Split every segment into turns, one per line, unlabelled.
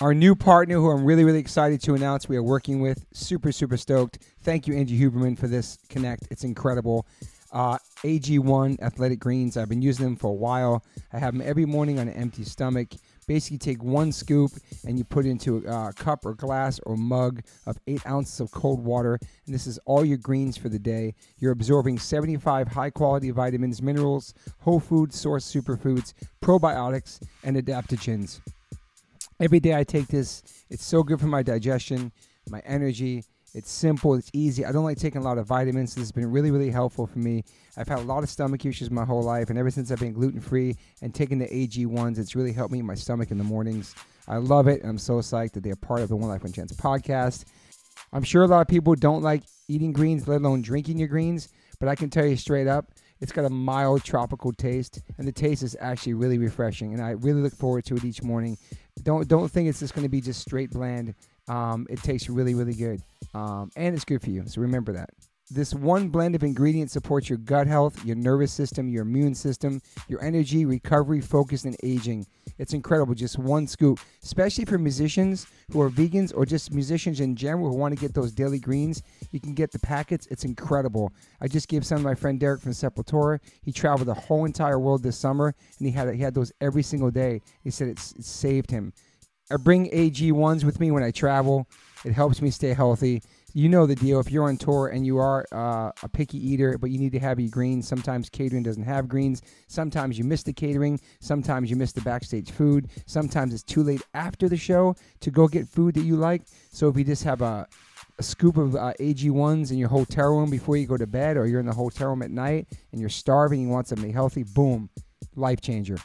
our new partner who I'm really, really excited to announce we are working with. Super, super stoked. Thank you, Angie Huberman, for this connect. It's incredible. Uh, AG1 Athletic Greens, I've been using them for a while. I have them every morning on an empty stomach. Basically, take one scoop and you put it into a uh, cup or glass or mug of eight ounces of cold water. And this is all your greens for the day. You're absorbing 75 high quality vitamins, minerals, whole food source superfoods, probiotics, and adaptogens. Every day I take this. It's so good for my digestion, my energy. It's simple, it's easy. I don't like taking a lot of vitamins. This has been really, really helpful for me. I've had a lot of stomach issues my whole life, and ever since I've been gluten free and taking the AG1s, it's really helped me in my stomach in the mornings. I love it, and I'm so psyched that they're part of the One Life One Chance podcast. I'm sure a lot of people don't like eating greens, let alone drinking your greens, but I can tell you straight up, it's got a mild tropical taste, and the taste is actually really refreshing. And I really look forward to it each morning. Don't don't think it's just going to be just straight bland. Um, it tastes really really good, um, and it's good for you. So remember that. This one blend of ingredients supports your gut health, your nervous system, your immune system, your energy, recovery, focus, and aging. It's incredible, just one scoop, especially for musicians who are vegans or just musicians in general who want to get those daily greens. You can get the packets, it's incredible. I just gave some to my friend Derek from Sepultura. He traveled the whole entire world this summer and he had, he had those every single day. He said it's, it saved him. I bring AG1s with me when I travel, it helps me stay healthy you know the deal. If you're on tour and you are uh, a picky eater, but you need to have your greens, sometimes catering doesn't have greens. Sometimes you miss the catering. Sometimes you miss the backstage food. Sometimes it's too late after the show to go get food that you like. So if you just have a, a scoop of uh, AG1s in your hotel room before you go to bed, or you're in the hotel room at night and you're starving, you want something healthy, boom, life changer.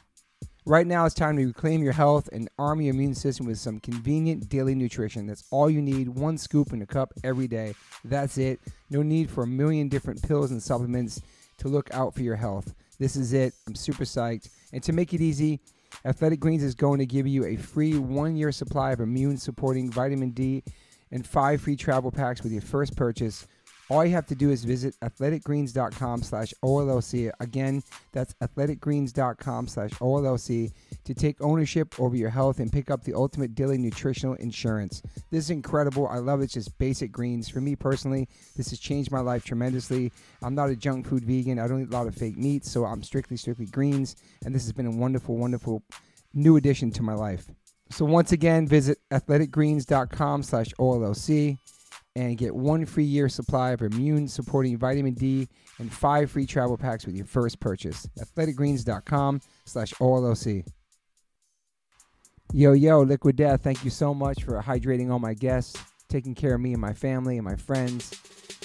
Right now, it's time to reclaim your health and arm your immune system with some convenient daily nutrition. That's all you need one scoop in a cup every day. That's it. No need for a million different pills and supplements to look out for your health. This is it. I'm super psyched. And to make it easy, Athletic Greens is going to give you a free one year supply of immune supporting vitamin D and five free travel packs with your first purchase. All you have to do is visit athleticgreens.com slash OLLC. Again, that's athleticgreens.com slash OLLC to take ownership over your health and pick up the ultimate daily nutritional insurance. This is incredible. I love it. It's just basic greens. For me personally, this has changed my life tremendously. I'm not a junk food vegan. I don't eat a lot of fake meat, so I'm strictly, strictly greens. And this has been a wonderful, wonderful new addition to my life. So once again, visit athleticgreens.com slash OLLC and get one free year supply of immune supporting vitamin D and five free travel packs with your first purchase. Athleticgreens.com slash OLOC. Yo, yo, Liquid Death, thank you so much for hydrating all my guests, taking care of me and my family and my friends.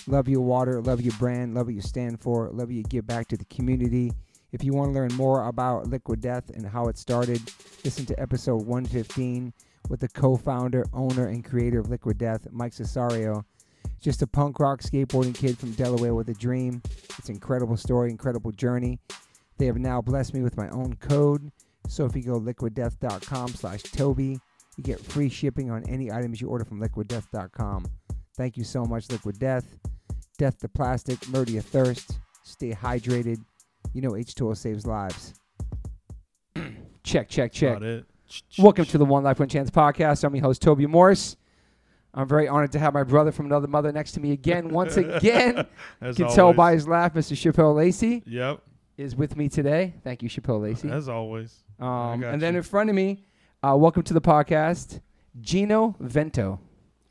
Love your water, love your brand, love what you stand for, love what you give back to the community. If you want to learn more about Liquid Death and how it started, listen to episode 115 with the co-founder, owner, and creator of Liquid Death, Mike Cesario. Just a punk rock skateboarding kid from Delaware with a dream. It's an incredible story, incredible journey. They have now blessed me with my own code. So if you go liquiddeath.com slash Toby, you get free shipping on any items you order from liquiddeath.com. Thank you so much, Liquid Death. Death to plastic, murder your thirst, stay hydrated. You know H2O saves lives. check, check, check.
Not it.
Welcome to the One Life One Chance podcast. I'm your host Toby Morse. I'm very honored to have my brother from another mother next to me again. Once again, you
As
can tell
always.
by his laugh, Mr. Chappelle Lacey
Yep.
is with me today. Thank you, Chappelle Lacey.
As always. I
Um,
got
and then
you.
in front of me, uh, welcome to the podcast, Gino Vento.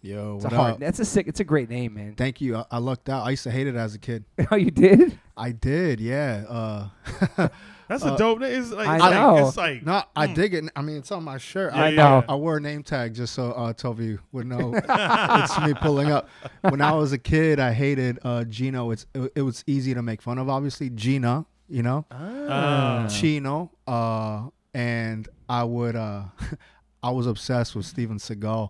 Yo,
It's
what
a hard.
up?
That's a sick. It's a great name, man.
Thank you. I, I lucked out. I used to hate it as a kid.
oh, you did?
I did, yeah. Uh,
That's
Uh,
a dope name. It's like,
I
it's like-
know.
it's like
no, I dig it. I mean, it's on my shirt.
Hmm. Yeah,
I,
yeah.
I wore a name tag just so uh, Toby would know it's me pulling up. When I was a kid, I hated uh, Gino. It's it, it was easy to make fun of. Obviously, Gina, you know,
Uh-huh.
uh,
Chino, uh, and I would. Uh, I was obsessed with Steven Seagal,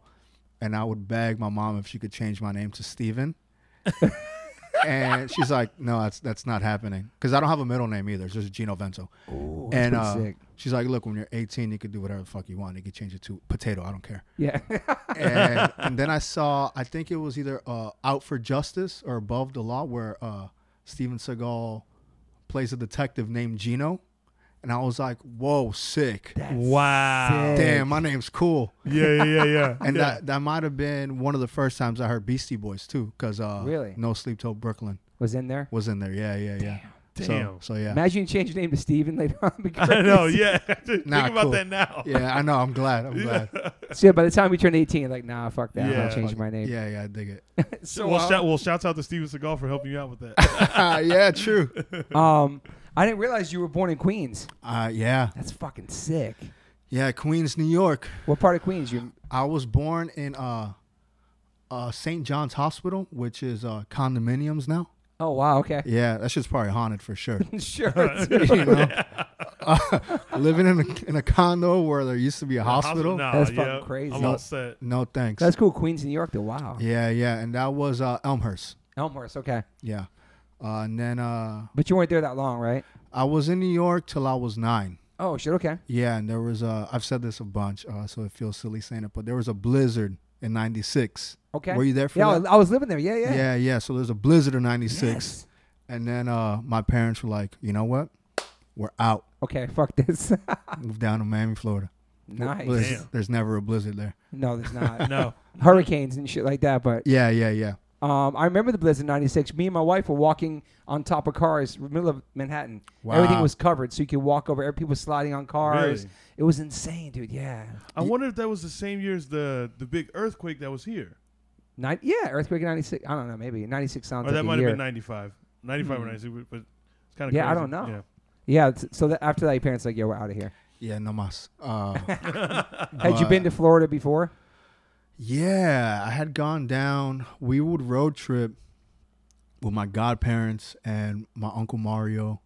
and I would beg my mom if she could change my name to Steven. and she's like, "No, that's that's not happening because I don't have a middle name either. It's just Gino Vento." and
pretty
uh,
sick.
she's like, "Look, when you're 18, you could do whatever the fuck you want. You could change it to potato. I don't care."
Yeah.
and, and then I saw, I think it was either uh, Out for Justice or Above the Law, where uh, Steven Seagal plays a detective named Gino. and I was like, "Whoa, sick!
Wow.
sick.
Damn, my name's cool."
Yeah, yeah, yeah, yeah.
And
yeah.
that that might have been one of the first times I heard Beastie Boys too, because uh,
Really?
No Sleep Till Brooklyn
was in there.
was in there. Yeah, yeah, yeah.
Damn.
So, so yeah,
Imagine you change your name to Steven later on. Be
I know.
crazy.
Yeah. Think
Nah,
about
cool.
that now.
yeah. I know. I'm glad. I'm glad.
So yeah, by the time we turn 18, you're like, nah, fuck that. I'm
Yeah.
not changing my name.
Yeah, yeah. I dig it.
So,
well,
uh,
shout, well, shouts out to Steven Seagal for helping you out with that.
yeah, true.
um, I didn't realize you were born in Queens.
Uh, yeah,
That's fucking sick.
yeah. Queens, New York.
What part of Queens? You
I was born in uh, uh, St. John's Hospital, which is uh, condominiums now.
Oh wow, okay.
Yeah, that shit's probably haunted for sure.
sure.
you know, Uh, living in a, in a condo where there used to be a hospital.
Nah,
That's fucking
yeah.
crazy.
I'm all set.
No thanks.
That's cool. Queens, New York, though. Wow.
yeah, yeah, and that was uh, Elmhurst.
Elmhurst, okay.
Yeah, uh, and then uh,
But you weren't there that long, right?
I was in New York till I was nine.
Oh shit, okay.
Yeah, and there was uh, I've said this a bunch, uh, so it feels silly saying it, but there was a blizzard in '96.
Okay.
Were you there for
yeah,
that?
I was living there. Yeah, yeah.
Yeah. yeah, So there's a blizzard in '96,
Yes.
and then uh, my parents were like, you know what? We're out.
Okay, fuck this.
Moved down to Miami, Florida.
nice.
Well, there's,
Damn.
there's never a blizzard there.
No, there's not.
No.
Hurricanes and shit like that, but
Yeah, yeah, yeah.
um, I remember the blizzard '96. Me and my wife were walking on top of cars, middle of Manhattan. Everything
Wow.
was covered, so you could walk over. People were sliding on cars.
Really?
It was insane, dude. Yeah,
I wonder if that was the same year as the the big earthquake that was here,
Nin- yeah, earthquake '96. I don't know, maybe '96 sounds
or that
like a
might
year.
have been '95,
Hmm.
'95 or '96, but, but it's kind of
Yeah, I don't know. Yeah, it's- so that after that, your parents like, "Yo, we're out of here."
Yeah, no mas. Uh,
Had you
but-
been to Florida before?
yeah, I had gone down. We would road trip with my godparents and my uncle Mario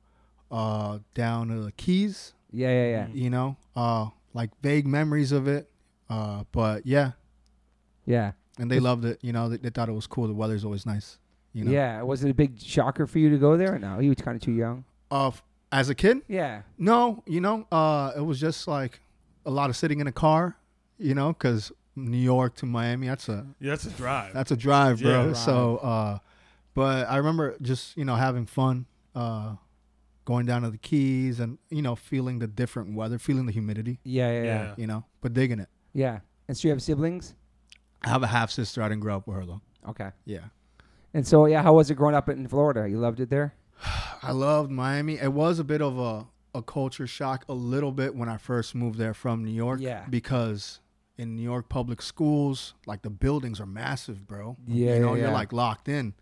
uh, down to the Keys.
Yeah, yeah, yeah.
Mm-hmm.
You know, uh, like vague memories of it. Uh, but yeah,
Yeah.
and they loved it. You know, they, they thought it was cool. The weather's always nice. You know,
Yeah. Was it a big shocker for you to go there or no? You was kind of too young.
Uh, f- as a kid,
Yeah.
No, you know, uh, it was just like a lot of sitting in a car, you know, because New York to Miami, that's a
Yeah, that's a drive.
that's a drive, bro.
Yeah.
So, uh, but I remember just you know having fun, uh, going down to the Keys and you know feeling the different weather, feeling the humidity,
Yeah, yeah, yeah. Yeah.
Yeah.
you know, but digging it.
And so you have siblings?
I have a half sister. I didn't grow up with her though.
Okay.
Yeah,
And so yeah, how was it growing up in Florida? You loved it there?
I loved Miami. It was a bit of a a culture shock a little bit when I first moved there from New York.
Yeah.
Because in New York public schools, like the buildings are massive, bro.
Yeah,
You know,
yeah, yeah.
you're like locked in.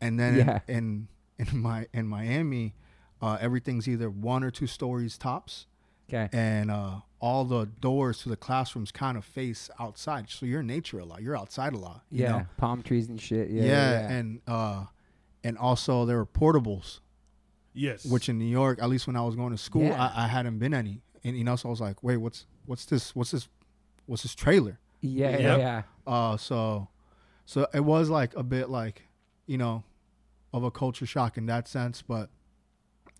And then in-
Yeah.
in, in my in Miami, uh, everything's either one or two stories tops.
Okay.
And uh, all the doors to the classrooms kind of face outside. So you're in nature a lot. You're outside a lot. you
yeah.
know?
Palm trees and shit. Yeah.
Yeah.
Yeah. yeah.
And uh and also there were portables
yes.
which in New York, at least when I was going to school,
Yeah.
I, I hadn't been any. And you know, so I was like, wait, what's what's this? What's this? What's this trailer?
yeah,
Yep.
yeah, yeah.
Uh, so so it was like a bit like, you know, of a culture shock in that sense. But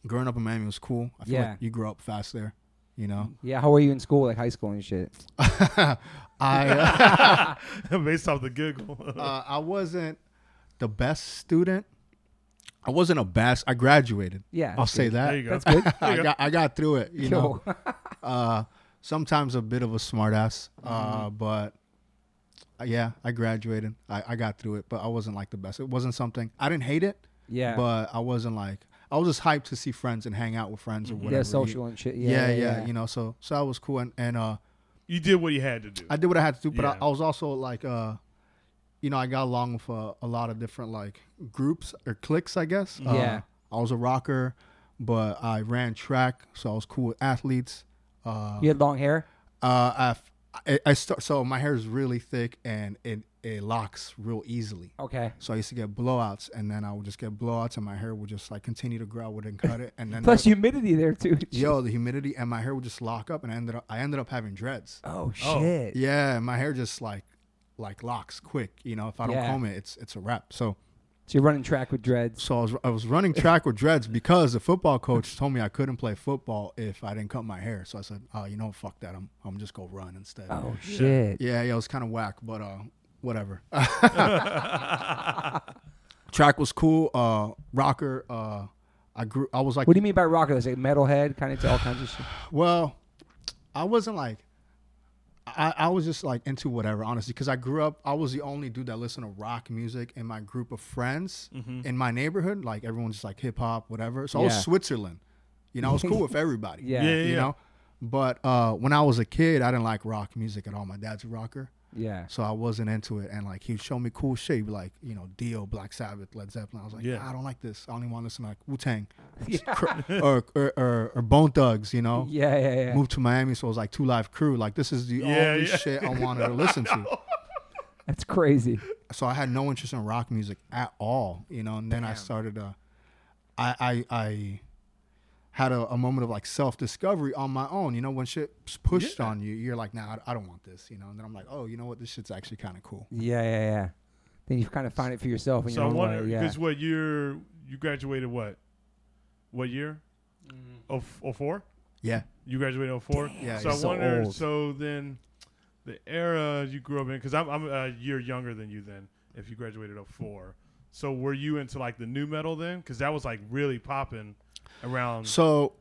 growing up in Miami was cool. I feel
Yeah.
like you grow up fast there. You know,
Yeah, how were you in school, like high school and shit? Mm.
I uh,
based off the giggle.
uh, I wasn't the best student. I wasn't a best. I graduated.
Yeah,
I'll
that's
say
good.
that.
there you go.
That's good.
There you
I
go.
got I got through it. You know,
Yo.
uh, sometimes a bit of a smartass, uh,
Mm-hmm.
but uh, yeah, I graduated. I, I got through it, but I wasn't like the best. It wasn't something I didn't hate it,
yeah.
but I wasn't like I was just hyped to see friends and hang out with friends or whatever.
Mm-hmm. yeah,
You-
social and shit.
Yeah
Yeah.
yeah, you know, so so that was cool, and and uh,
you did what you had to do.
I did what I had to do, but
Yeah.
I, I was also like, uh, you know, I got along with uh, a lot of different like groups or cliques, I guess. Uh,
Mm-hmm. Yeah.
I was a rocker, but I ran track, so I was cool with athletes. Uh,
You had long hair?
uh, I f- I, I start so my hair is really thick and it it locks real easily.
Okay.
So I used to get blowouts, and then I would just get blowouts, and my hair would just like continue to grow. I wouldn't cut it, and then
Plus humidity there too.
yo the humidity, and my hair would just lock up, and I ended up I ended up having dreads.
Oh shit.
Yeah, my hair just like like locks quick. You know, if I don't
Yeah.
comb it, it's it's a wrap. So
So you're running track with dreads.
so I was I was running track with dreads because the football coach told me I couldn't play football if I didn't cut my hair. So I said, oh, you know, fuck that. I'm I'm just go run instead.
Oh shit.
Yeah, yeah, it was kind of whack, but uh, whatever. Track was cool. Uh, rocker. Uh, I grew. I was like,
What do you mean by rocker? Is it metalhead? Kind of to all kinds of shit.
well, I wasn't like. I, I was just like into whatever, honestly, because I grew up. I was the only dude that listened to rock music in my group of friends in my neighborhood. Like everyone's just like hip hop, whatever. So I
Yeah.
was Switzerland, you know. I was cool with everybody.
Yeah.
Yeah.
you know. But uh, when I was a kid, I didn't like rock music at all. My dad's a rocker,
Yeah.
so I wasn't into it. And like he would show me cool shit, He'd be like you know Dio, Black Sabbath, Led Zeppelin. I was like,
Yeah.
I don't like this. I only want to listen to like Wu Tang, or, or, or or Bone Thugs. You know,
Yeah, yeah, yeah.
moved to Miami, so it was like Two Live Crew. Like this is the
Yeah,
only
yeah.
shit I wanted to listen to.
That's crazy.
So I had no interest in rock music at all, you know. And then I started. Uh, I I I had a, a moment of like self discovery on my own. You know, when shit's pushed on you, you're like, nah, I, I don't want this. You know. And then I'm like, oh, you know what? This shit's actually kind of cool.
Yeah, yeah, yeah. Then you kind of find it for yourself in
So I
your own
wonder
way. Yeah.
because what year you graduated? What? What year? Oh, oh four.
Yeah.
You graduated in 04?
Yeah,
So I
you're
so
wonder.
old.
So then, the era you grew up in, because I'm I'm a year younger than you. Then, if you graduated 04, so were you into like the new metal then? Because that was like really popping around
So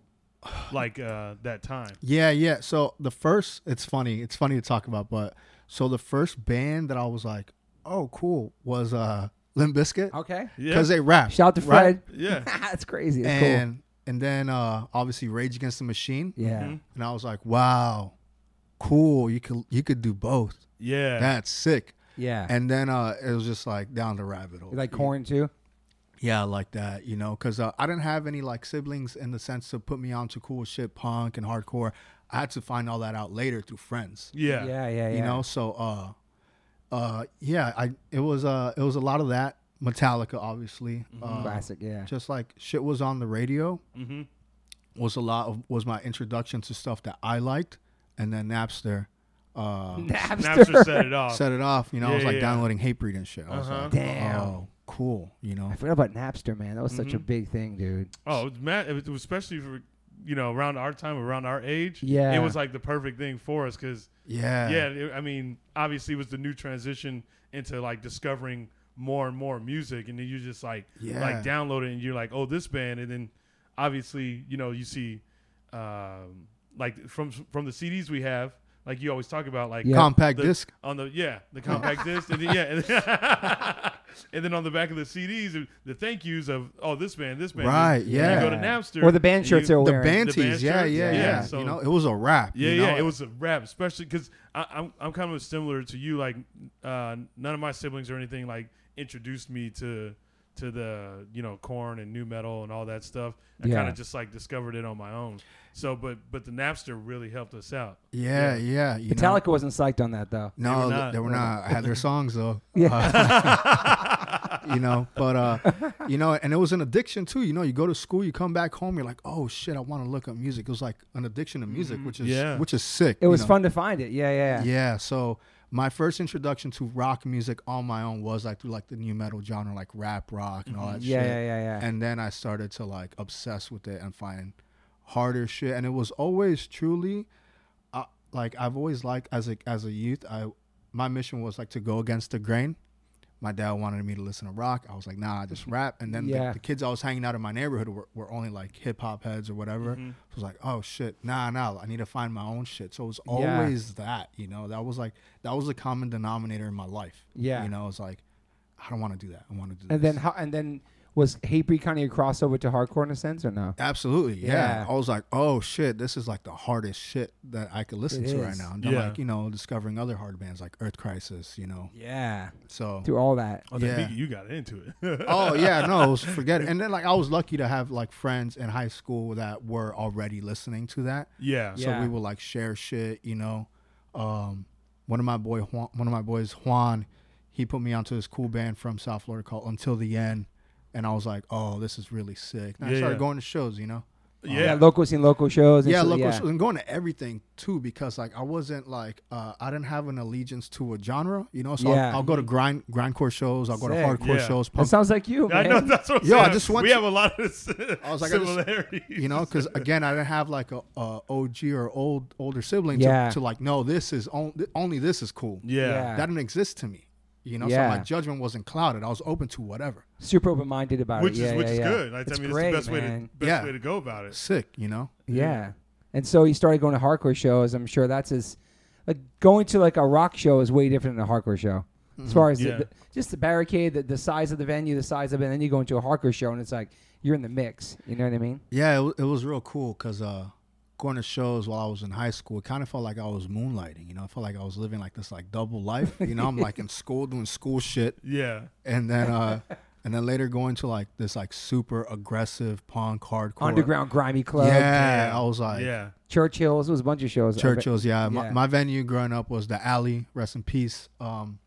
like uh, that time.
yeah, yeah. So the first, it's funny. It's funny to talk about, but so the first band that I was like, oh, cool, was uh, Limp Bizkit
Okay.
Oh, Yeah.
because they rap.
Shout out to
right?
Fred.
yeah.
That's crazy. That's
And and then uh, obviously Rage Against the Machine.
cool. Yeah.
Mhm.
and I was like, "Wow, cool! You could you could do both.
Yeah.
That's sick."
Yeah.
And then uh, it was just like down the rabbit hole.
You like corn too?
yeah, like that, you know, because uh, I didn't have any like siblings in the sense to put me on to cool shit, punk and hardcore. I had to find all that out later through friends,
yeah.
Yeah, yeah, yeah.
you know. So, uh, uh, yeah, I it was uh it was a lot of that Metallica, obviously. Uh,
Mm, Classic, yeah.
just like shit was on the radio
Mm-hmm.
was a lot of was my introduction to stuff that I liked, and then Napster. Uh,
Napster set it off.
set it off. You know, I
Mm-hmm. Yeah,
was like
yeah.
downloading Hatebreed and shit. I was
Uh-huh.
like,
Damn.
oh, cool. You know,
I forgot about Napster, man. That was such a
Mm-hmm.
big thing, dude.
Oh, it was Matt, it was especially for you know around our time, around our age.
Yeah.
it was like the perfect thing for us because
yeah,
yeah, it- I mean, obviously, it was the new transition into like discovering more and more music, and then you just like
Yeah.
like download it, and you're like, oh, this band, and then obviously, you know, you see um, like from from the CDs we have. Like you always talk about, like
Yeah.
compact
the-
disc.
on the yeah the compact disc and then, yeah and then, and then on the back of the CDs the thank yous of oh this band this band
Right,
this- and
yeah.
you go to Napster
Or the band
and
shirts
you,
they were
The
wearing.
band
The
tees,
band
yeah,
shirts, yeah,
yeah, yeah.
so-
you know, it was a rap.
yeah
you know?
yeah it was a rap especially because I'm I'm kind of similar to you like uh, none of my siblings or anything like introduced me to to the you know corn and new metal and all that stuff I
Yeah.
kind of just like discovered it on my own so but but the Napster really helped us out
yeah, yeah. You know?
Metallica wasn't psyched on that though.
No,
They
they
were
were
not.
not. I had their songs though.
Yeah.
you know, but uh, you know, and it was an addiction too. You know, you go to school, you come back home, you're like, oh shit, I want to look up music. It was like an addiction to music, which is
Mm-hmm. Yeah.
which is sick.
it
you
was
know?
fun to find it. Yeah, yeah.
Yeah. So my first introduction to rock music on my own was like through like the new metal genre, like rap rock and all
Mm-hmm.
that
Yeah,
shit.
yeah, yeah, yeah.
And then I started to like obsess with it and find harder shit. And it was always truly, uh, like I've always liked as a as a youth, I my mission was like to go against the grain. My dad wanted me to listen to rock. I was like, nah, I just rap. And then
Mm-hmm. Yeah.
the, the kids I was hanging out in my neighborhood were, were only like hip hop heads or whatever.
Mm-hmm.
So I was like, oh shit, nah, nah, I need to find my own shit. So it was
Yeah.
always is that you know that was like that was a common denominator in my life
Yeah.
you know it's like i don't want to do that i want to do
And
this.
then how? And then was Hatebreed kind of a crossover to hardcore in a sense or no?
absolutely
Yeah.
yeah. i was like oh shit this is like the hardest shit that i could listen
It
to
is.
right now and i'm
Yeah.
like you know discovering other hard bands like earth crisis you know
Yeah.
so
Through all that.
oh, then
Yeah.
Mika, you got into it
oh yeah no it was forget it and then like i was lucky to have like friends in high school that were already listening to that
yeah
Yeah.
so we would like share shit you know um one of my boy juan, one of my boys juan he put me onto this cool band from south florida called until the end and i was like oh this is really sick and
Yeah,
i started
yeah.
going to shows you know
yeah
Local scene, local shows. And
yeah
shit,
local shows and going to everything too because like i wasn't like uh i didn't have an allegiance to a genre you know so I'll-
Yeah.
I'll, go to grind grindcore shows i'll go
Sick.
to hardcore
Yeah.
shows
That
punk
sounds like you,
I
man.
know that's what I'm
Yo, I
saying.
just want
we
to-
have a lot of s-
I was like, I just-
similarities.
you know because again i didn't have like a, a og or old older sibling
Yeah.
to, to like no this is on, only this is cool
yeah.
Yeah.
that didn't exist to me You know,
Yeah.
so my judgment wasn't clouded. I was open to whatever.
super open minded about
which
it. Yeah,
is which
yeah,
is
yeah.
good. Like,
It's
I mean,
great,
it's the best way
man.
to best
Yeah.
way to go about it.
Sick, you know.
Yeah. And so he started going to hardcore shows. I'm sure that's his. Like going to like a rock show is way different than a hardcore show. As far as the-
Yeah.
the, just the barricade, the, the size of the venue, the size of it, and then you go into a hardcore show and it's like you're in the mix. You know what I mean?
Yeah, it, wa- it was real cool because uh, going to shows while I was in high school, it kind of felt like I was moonlighting. You know, I felt like I was living like this like double life. You know, I'm like in school doing school shit,
Yeah,
and then uh, and then later going to like this like super aggressive punk hardcore
Underground grimy club,
Yeah,
Yeah.
I was like
yeah.
Churchill's. It was a bunch of shows. I bet-
Churchill's. Yeah, My,
Yeah.
my venue growing up was the Alley. Rest in peace. Um,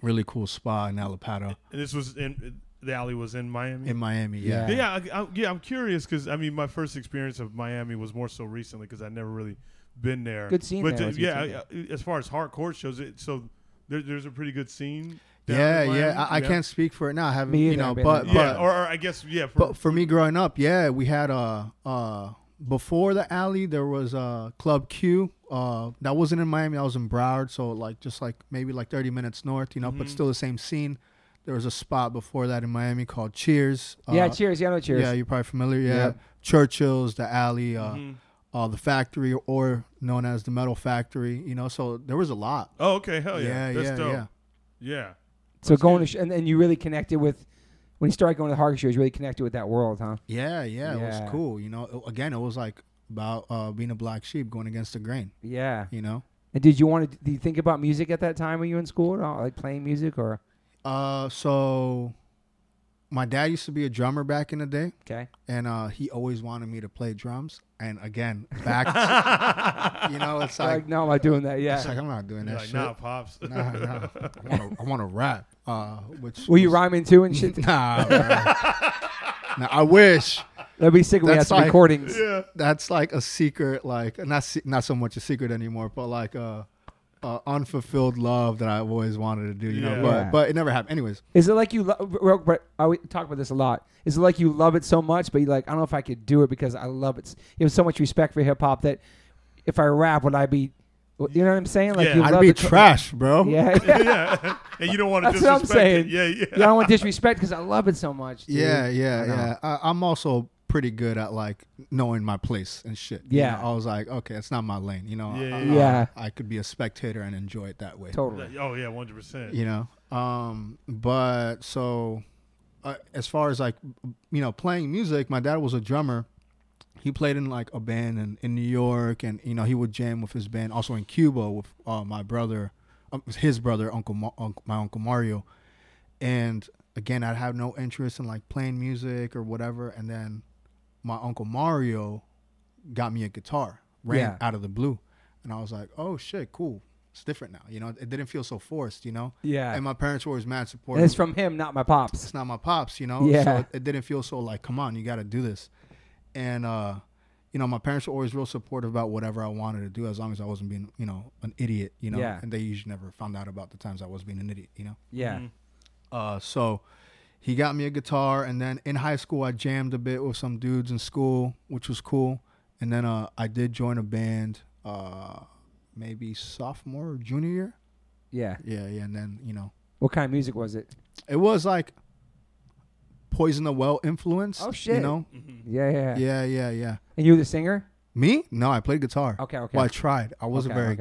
really cool spa in Alapato
And this was in the alley was in Miami.
in Miami. Yeah.
Yeah.
yeah, I, I, yeah. I'm curious because I mean, my first experience of Miami was more so recently because I never really been there.
Good scene
but
there,
uh,
was good
yeah.
scene
I- I- as far as hardcore shows, it so there, there's a pretty good scene. down
Yeah,
in
yeah.
Miami.
I, I can't speak for it now. I haven't,
Me
you
either,
know,
but-
but,
Yeah,
but
or, or I guess yeah. For,
but for me growing up, yeah, we had uh uh before the alley there was uh Club Q. Uh that wasn't in Miami, that was in Broward, so like just like maybe like thirty minutes north, you know, but still the same scene. There was a spot before that in Miami called Cheers. Uh,
yeah, Cheers. Yeah, I know Cheers.
Yeah, you're probably familiar. Yeah.
Yep.
Churchill's, the alley, uh,
Mhm.
uh the factory or known as the metal factory, you know, so there was a lot.
oh, okay, hell yeah,
yeah,
that's
yeah,
dope.
yeah.
Yeah.
so going to sh- and, and you really connected with when you started going to the hardcore shows. You really connected with that world, huh?
Yeah, yeah, it
Yeah.
was cool. You know, again, it was like about uh, being a black sheep going against the grain.
Yeah.
You know,
And did you want to? Did you think about music at that time when you were in school at all? Like playing music or
Uh, so my dad used to be a drummer back in the day,
okay?
and uh, he always wanted me to play drums. And again, back, you know, it's
Like,
like,
no, I'm not doing that.
it's
Yeah.
like I'm not doing
You're like
that shit.
nah, pops.
Nah, nah. I wanna- I want to rap. Uh, which
Were you
was-
rhyming too and shit?
Nah, bro. nah. I wish
That'd be sick. if We had
That's
some
like-
recordings.
yeah.
that's like a secret, like not se- not so much a secret anymore, but like uh, uh, unfulfilled love that I always wanted to do. You
Yeah.
know, but
Yeah.
but it never happened. Anyways,
Is it like you? Lo- real- but I we talk about this a lot. Is it like you love it so much, but you like I don't know if I could do it because I love it. You have so much respect for hip hop that if I rap, would I be? You know what I'm saying? Like
Yeah.
you
I'd
love
be
the co-
trash, bro.
Yeah, yeah.
yeah. And you don't want to
That's what I'm
disrespect
saying.
it. Yeah, yeah.
I don't want disrespect because I love it so much. dude.
Yeah, yeah,
I know.
yeah. I, I'm also pretty good at like knowing my place and shit. you
Yeah.
know? I was like, okay, it's not my lane. You know,
Yeah,
I,
yeah,
yeah.
I, I could be a spectator and enjoy it that way.
totally.
Like, oh yeah, 100. percent
You know, um, but so uh, as far as like you know playing music, my dad was a drummer. He played in like a band in, in New York, and you know he would jam with his band also in Cuba with uh, my brother, um, his brother, Uncle, Ma- Uncle my Uncle Mario, and again I'd have no interest in like playing music or whatever, and then my Uncle Mario got me a guitar, ran
Yeah.
out of the blue, and I was like, oh shit, cool, it's different now, you know, it didn't feel so forced, you know,
Yeah.
and my parents were always mad
And
supportive
it's from him, not my pops.
it's not my pops, you know?
Yeah.
So it, it didn't feel so like, come on, you got to do this. And, uh, you know, my parents were always real supportive about whatever I wanted to do as long as I wasn't being, you know, an idiot, you know?
Yeah.
And they usually never found out about the times I was being an idiot, you know?
Yeah.
Mm-hmm.
Uh, so he got me a guitar, and then in high school I jammed a bit with some dudes in school, which was cool. And then uh, I did join a band, uh, maybe sophomore or junior year.
Yeah.
Yeah, yeah. And then you know,
What kind of music was it?
it was like Poison the Well influence.
Oh,
You
shit.
know?
Yeah, yeah. yeah.
Mm-hmm. Yeah, yeah, yeah.
And you were the singer?
Me? No, I played guitar.
Okay, okay.
Well, I tried. I wasn't
Okay,
very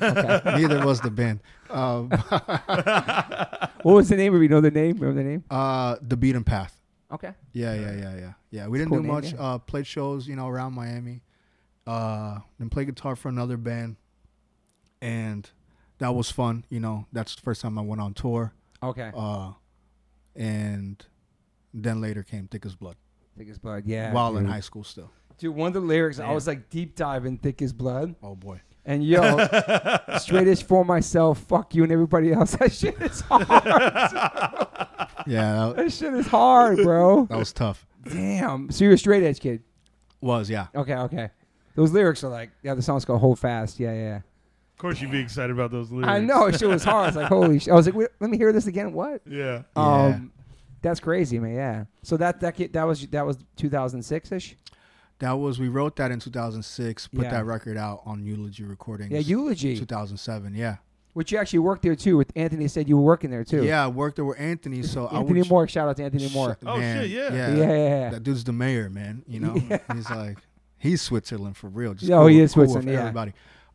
okay.
good. Neither was the band. Um,
What was the name? If you know the name, remember the name?
uh, the Beaten Path.
Okay.
Yeah, yeah, yeah, yeah, yeah. We didn't
cool
do
name,
much.
yeah.
Uh, played shows, you know, around Miami. Uh, then played guitar for another band, and that was fun. You know, that's the first time I went on tour.
Okay.
Uh, and then later came Thick as Blood
Thick as blood. Yeah.
while in
dude.
high school still.
Dude, one of the lyrics, I was like deep diving, thick as blood,
Oh boy.
and yo, straight as for myself, fuck you and everybody else. That shit is hard.
Yeah, that,
that shit is hard, bro.
that was tough.
Damn. So you're a straight edge kid.
Was yeah.
Okay, okay. Those lyrics are like, yeah, the song's called "Hold Fast." Yeah, yeah.
Of course, you'd be excited about those lyrics.
I know. Shit was hard. I was like, holy. Sh-. I was like, wait, let me hear this again. What?
Yeah.
Yeah.
Um, that's crazy, man. Yeah. So that that kid, that was that was 2006 ish.
That was we wrote that in 2006. Put
Yeah.
that record out on Eulogy Recordings.
Yeah, eulogy.
2007. Yeah,
Which you actually worked there too. With Anthony said you were working there too.
Yeah, I worked there with Anthony, so I
Anthony
would.
Moore. Shout out to Anthony Moore.
Oh, shit, yeah.
Yeah, yeah, yeah.
That dude's the mayor, man. You know, he's like, he's Switzerland for real. Just
Yeah, oh,
cool-
he is
cool with
Switzerland, yeah.
Everybody.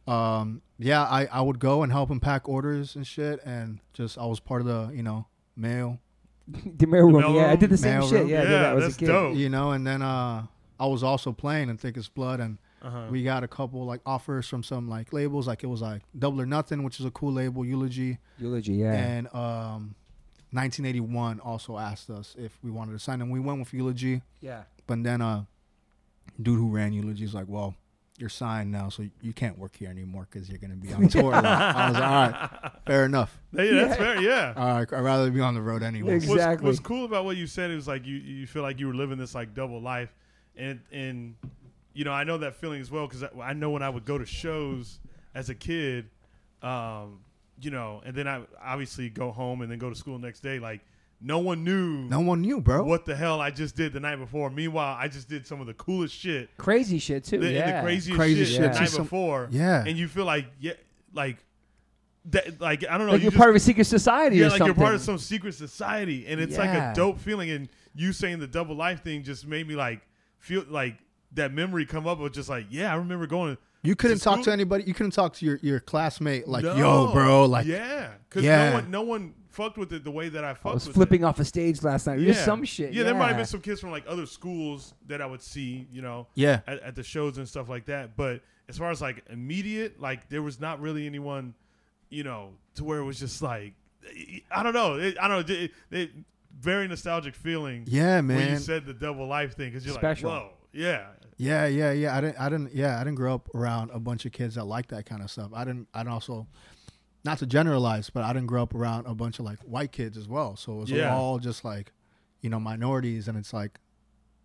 Um, yeah, I, I would go and help him pack orders and shit, and just I was part of the you know mail,
The mail room.
mail
yeah, I did the
room?
same
Mail
shit.
room?
Yeah, I did
Yeah,
that. I was
that's
a kid.
dope.
you know, and then uh, I was also playing in Thick as Blood, and
Uh-huh.
we got a couple like offers from some like labels, like it was like Double or Nothing, which is a cool label, Eulogy,
Eulogy. Yeah.
and um, 1981 also asked us if we wanted to sign, and we went with Eulogy.
yeah.
But then uh dude who ran Eulogy's like, well, you're signed now, so you can't work here anymore because you're gonna be on tour. a lot." I was like, all right, fair enough.
Hey, that's fair. Yeah.
All right, I'd rather be on the road anyway.
Ex-
What's-
Exactly.
What's, cool about what you said is like you you feel like you were living this like double life, and and you know I know that feeling as well because I, I know when I would go to shows as a kid, um, you know, and then I obviously go home and then go to school the next day. Like no one knew
No one knew, bro.
what the hell I just did the night before. Meanwhile, I just did some of the coolest shit
Crazy shit too.
the, and
yeah.
the craziest
Crazy
shit
shit,
the
just
night
some-
before.
yeah.
and you feel like yeah, like that, like I don't know,
like
you
you're
just-
part of a secret society
yeah,
or
like
something.
you're part of some secret society, and it's like
Yeah.
a dope feeling. And you saying the double life thing just made me like feel like that memory come up of just like, yeah, I remember going.
You couldn't
to
talk to
school-
anybody. You couldn't talk to your, your classmate. Like,
No.
yo, bro. Like,
yeah, because
yeah.
no one, no one fucked with it the way that I fucked
I was
with
flipping
it.
off a stage last night. Just some shit.
Yeah, there might have been some kids from like other schools that I would see, you know,
Yeah.
at, at the shows and stuff like that. But as far as like immediate, like there was not really anyone, you know, to where it was just like, I don't know, it, I don't know, it, it, very nostalgic feeling.
yeah,
when you
man.
said the double life thing because you're
Special.
like, whoa, yeah,
Yeah, yeah, yeah. I didn't, I didn't, yeah, I didn't grow up around a bunch of kids that like that kind of stuff. I didn't, I also, not to generalize, but I didn't grow up around a bunch of like white kids as well. So it was
Yeah.
all just like, you know, minorities, and it's like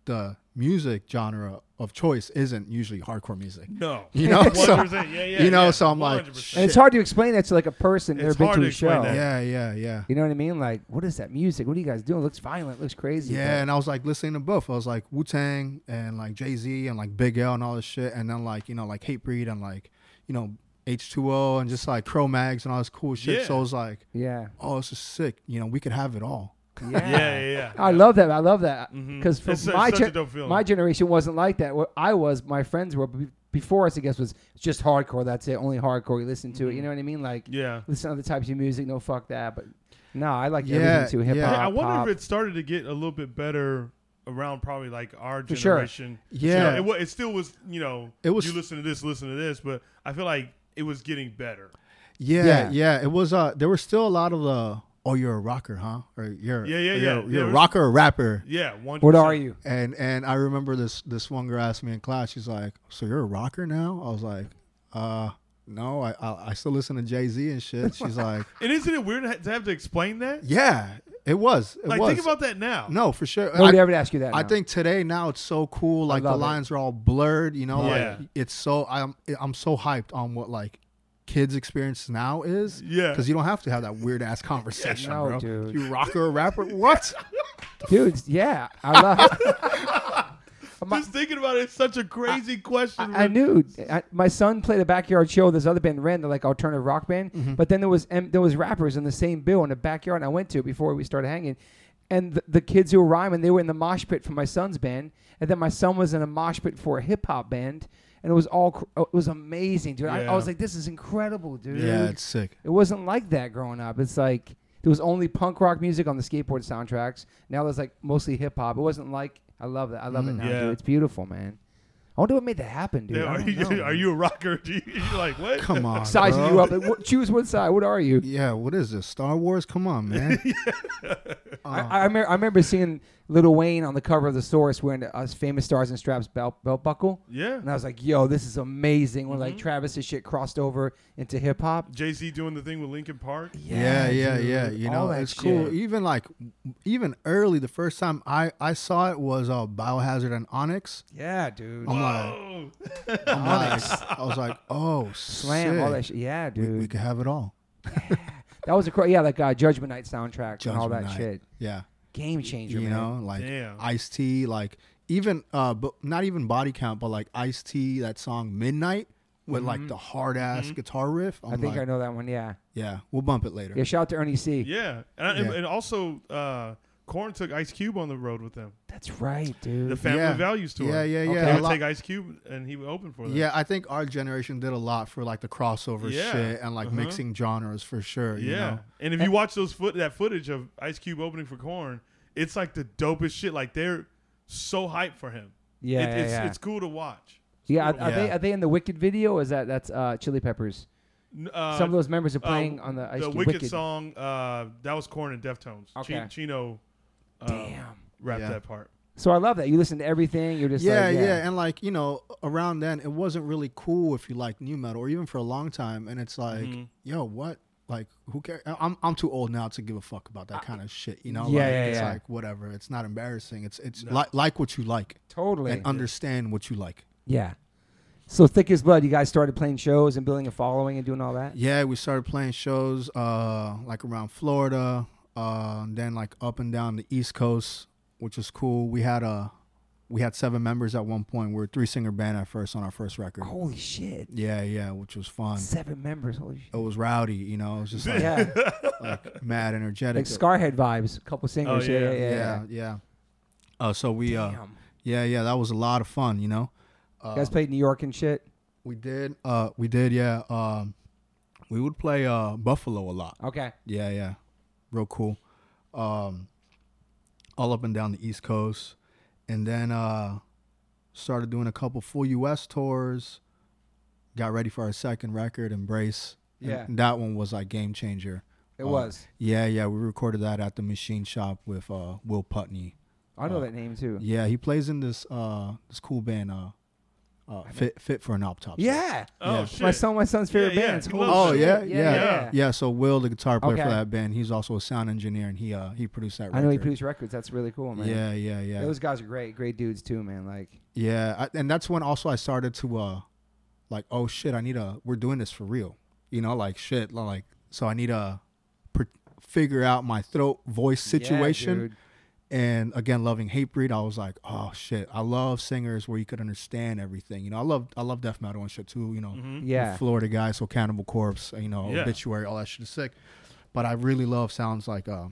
the music genre of choice isn't usually hardcore music.
no,
You know, so
100%, yeah, yeah,
you know,
yeah,
so I'm like,
100%.
And it's hard to explain that to like a person
It's
that's never
hard
been to
to
a
explain
show.
that.
yeah, yeah, yeah.
You know what I mean? Like, what is that music? What are you guys doing? looks violent. looks crazy.
Yeah, and I was like listening to both. I was like Wu Tang and like Jay Z and like Big L and all this shit, and then like you know like Hatebreed and like you know H two O and just like Cro Mags and all this cool shit.
Yeah.
So I was like,
but- yeah.
oh, this is sick. You know, we could have it all.
Yeah.
yeah, yeah, yeah.
I love that. I love that
Mhm.
because
It's su-
for my
such
gen-
a dope feeling.
my generation wasn't like that. What I was, my friends were but be- before us. I guess was just hardcore. That's it. Only hardcore. You listen to it. You know what I mean? Like
Mm-hmm. yeah.
listen to other types of music. No, fuck that. But no, I like
Yeah,
everything too. Hip hop.
yeah.
Yeah, I wonder
pop.
if it started to get a little bit better around probably like our
For sure.
generation. you
Yeah.
know, it, wa- it still was. You know,
It was-
You listen to this, listen to this, but I feel like it was getting better.
Yeah,
Yeah.
yeah. it was. Uh, there were still a lot of the oh, you're a rocker, huh? Or you're
Yeah, yeah,
or
yeah.
You're,
There
you're a
was-
rocker or rapper.
Yeah, one.
What are you?
And and I remember this this one girl asked me in class. She's like, "So you're a rocker now?" I was like, "Uh, no, I I, I still listen to Jay Z and shit." She's like,
And isn't it weird to ha- to have to explain that?
"Yeah, it was. It
Like,
was.
think about that now.
no, for sure. I,
Nobody ever ask you that.
I
now.
think today now it's so cool. Like the
love it.
lines are all blurred. You know,
Yeah.
like it's so I'm I'm so hyped on what like kids experience now is.
Yeah.
because you don't have to have that weird ass conversation,
No,
bro.
dude.
You rocker or rapper? What?
dude. Yeah, I love.
Just thinking about it, it's such a crazy question.
I knew I, my son played a backyard show. This other band ran the like alternative rock band, but then there was and there was rappers in the same bill in the backyard I went to before we started hanging, and the, the kids who were rhyming they were in the mosh pit for my son's band, and then my son was in a mosh pit for a hip hop band, and it was all cr- oh, it was amazing, dude. I, I
Yeah.
was like, this is incredible, dude.
Yeah, it's sick.
It wasn't like that growing up. It's like there was only punk rock music on the skateboard soundtracks. Now there's like mostly hip hop. It wasn't like I love that. I love it now,
Mm, Yeah.
dude. It's beautiful, man. I wonder what made that happen, dude.
Yeah,
I
are,
don't
you,
know,
are
man.
you a rocker? Do you, you're like what?
Come on,
sizing
bro.
you up? Like, what, choose one side. What are you?
Yeah, what is this? Star Wars? Come on, man.
I, I, remember, I remember seeing Little Wayne on the cover of the Source wearing the us famous stars and straps belt belt buckle,
Yeah. Mm-hmm.
and I was like, "Yo, this is amazing." When like Travis's shit crossed over into hip hop.
Jay Z doing the thing with Lincoln Park.
yeah, yeah,
dude.
yeah. You
All
know,
that
it's cool.
shit.
Even like, even early, the first time I I saw it was uh, Biohazard and Onyx.
Yeah, dude.
I'm like,
Oh,
I'm like, I was like, oh,
Slam all that shit.
sick.
Yeah,
We,
dude.
we could have it all.
That was a cra- yeah, like uh, Judgment Night soundtrack and all that
Judgment Night.
shit.
Yeah,
Game changer,
you
man.
know, like
Damn.
Ice T, like even uh, but not even Body Count, but like Ice T, that song Midnight. with
Mm-hmm.
like the hard ass guitar riff. I'm
I think
like,
I know that one. Yeah.
yeah, we'll bump it later.
Yeah. Shout out to Ernie C.
Yeah, and, I, and-
Yeah.
and also uh, Corn took Ice Cube on the road with them.
That's right,
The
dude.
Family
Yeah.
Values tour.
Yeah, yeah, yeah.
Okay.
They
A
would
lot-
take Ice Cube and he would open for them.
yeah, I think our generation did a lot for like the crossover
Yeah.
shit and like
Uh-huh.
mixing genres for sure.
yeah.
You know?
And if you watch those foot that footage of Ice Cube opening for Corn, it's like the dopest shit. Like they're so hyped for him.
Yeah,
It-
yeah,
it's,
yeah.
it's cool to watch. It's
yeah,
cool
are,
to
are
watch.
they
Yeah.
are they in the Wicked video? Or is that that's uh, Chili Peppers?
N- uh,
Some of those members are
uh,
playing on the Ice
the
Cube
Wicked,
Wicked,
song uh, that was Corn and Deftones. Chi-
Okay.
Chino uh,
Damn.
rapped
Yeah.
that part.
So I love that you listen to everything. You're just
yeah,
like,
yeah, and like you know, around then it wasn't really cool if you liked new metal, or even for a long time. And it's like, yo, what? Like, who cares? I'm I'm too old now to give a fuck about that kind of shit. You know,
Yeah,
like,
yeah,
it's
yeah.
like whatever. It's not embarrassing. It's it's like like what you like
totally.
and uh, understand what you like.
yeah. So thick as blood. You guys started playing shows and building a following and doing all that.
Yeah, we started playing shows uh like around Florida, uh and then like up and down the East Coast, which is cool. We had uh we had seven members at one point. We were a three singer band at first on our first record.
Holy shit!
Yeah, Oh yeah, which was fun.
Seven members. Holy shit.
It was rowdy, you know. It was just like,
Yeah,
like, mad
like
energetic.
Scarhead vibes. A couple singers.
Oh,
yeah,
yeah.
yeah, yeah. yeah.
yeah, yeah. Uh, so we uh
Damn.
yeah, yeah, that was a lot of fun, you know.
you guys played New York and shit.
We did uh we did, yeah. Um we would play uh Buffalo a lot.
Okay.
Yeah, yeah. Real cool. Um all up and down the East Coast. And then uh started doing a couple full US tours. Got ready for our second record, Embrace. And
Yeah.
that one was like game changer.
It
Uh,
was.
Yeah, yeah. We recorded that at the machine shop with uh Will Putney.
I
uh,
know that name too.
Yeah, he plays in this uh this cool band uh uh Fit Fit for an Autopsy.
Yeah.
Oh
Yeah.
shit!
My son, my son's favorite
Yeah, yeah.
bands.
He
Holy
loves
Oh
shit.
yeah, yeah,
yeah, yeah.
yeah. so Will, the guitar player
Okay.
for that band, he's also a sound engineer, and he uh he produced that. Record.
I know he produced records. That's really cool, man.
Yeah, yeah, yeah,
Those guys are great, great dudes too, man. Like,
yeah. I, and that's when also I started to uh, like, oh shit, I need a. We're doing this for real, you know, like shit, like so I need to pr- figure out my throat voice situation.
dude.
and again loving hatebreed i was like oh shit i love singers where you could understand everything you know i love i love death metal and shit too you know
Hmm?
Yeah.
florida guys so cannibal corpse you know
Mm-hmm. Yeah.
obituary all that shit is sick but i really love sounds like uh,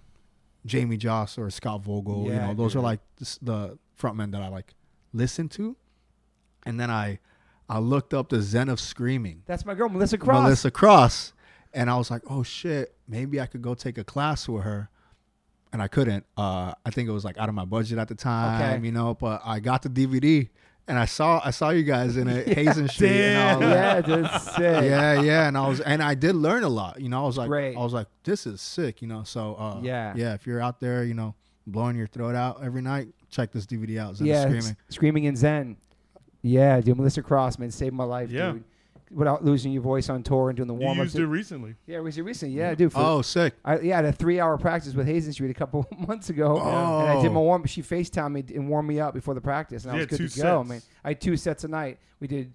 jamie joss or scott vogel you
Yeah,
know those
dude.
are like the, s- the frontmen that i like listen to and then i i looked up the zen of screaming
That's my girl, Melissa Cross.
Melissa Cross. And I was like, oh shit, maybe I could go take a class with her. And I couldn't. Uh, I think it was like out of my budget at the time,
Okay.
you know. But I got the DVD and I saw I saw you guys in it, Hazen Street. And I was
yeah, that's sick.
like, yeah, yeah. And I was and I did learn a lot. You know, I was like,
Great.
I was like, this is sick. You know, so uh,
Yeah.
yeah. If you're out there, you know, blowing your throat out every night, check this DVD out. Zen
Yeah, it's-
screaming.
screaming in Zen. Yeah, dude, Melissa Cross, man, saved my life,
Yeah.
dude. Without losing your voice on tour and doing the warm
you
ups.
used it recently.
Yeah, was it recent? Yeah, dude. For,
Oh, sick.
I, yeah, I had a three hour practice with Hazen Street a couple months ago. And I did my
Oh.
warm She FaceTimed me and warmed me up before the practice. And I
You
was
had
good to
two
go,
sets.
man. I had two sets a night. We did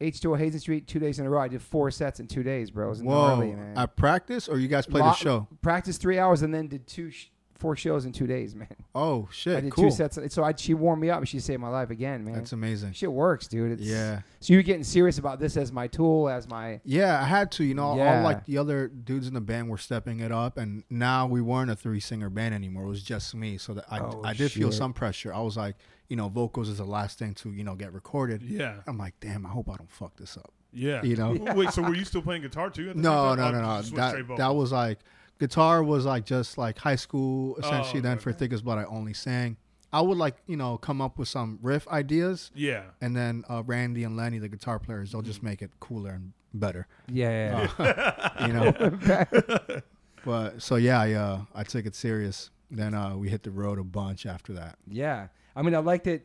H2O Hazen Street two days in a row. I did four sets in two days, bro. It was gnarly,
Whoa!
man.
At practice, or you guys played
Lo-
a show?
Practiced three hours and then did two, sh- four shows in two days, man.
Oh
I
shit!
did
cool.
two sets. So I, she warmed me up and she saved my life again, man.
That's amazing.
Shit works, dude. It's,
Yeah.
So you're getting serious about this as my tool, as my
Yeah, I had to. You know,
Yeah.
all like the other dudes in the band were stepping it up, and now we weren't a three singer band anymore. It was just me, so that I,
Oh,
I did feel
shit.
some pressure. I was like, you know, vocals is the last thing to you know get recorded.
Yeah,
I'm like, damn, I hope I don't fuck this up.
yeah.
You know?
Wait, so were you still playing guitar too? at the
No,
same time?
no,
Or
no,
you
no.
switched straight
That
vocals?
that was like guitar was like just like high school essentially. then for
okay.
Thick as Blood, I only sang. I would like you know come up with some riff ideas,
yeah.
and then uh, Randy and Lenny, the guitar players, they'll just make it cooler and better.
yeah.
you know. but so yeah, I uh, I took it serious. Then uh, we hit the road a bunch after that.
Yeah. I mean, I liked it.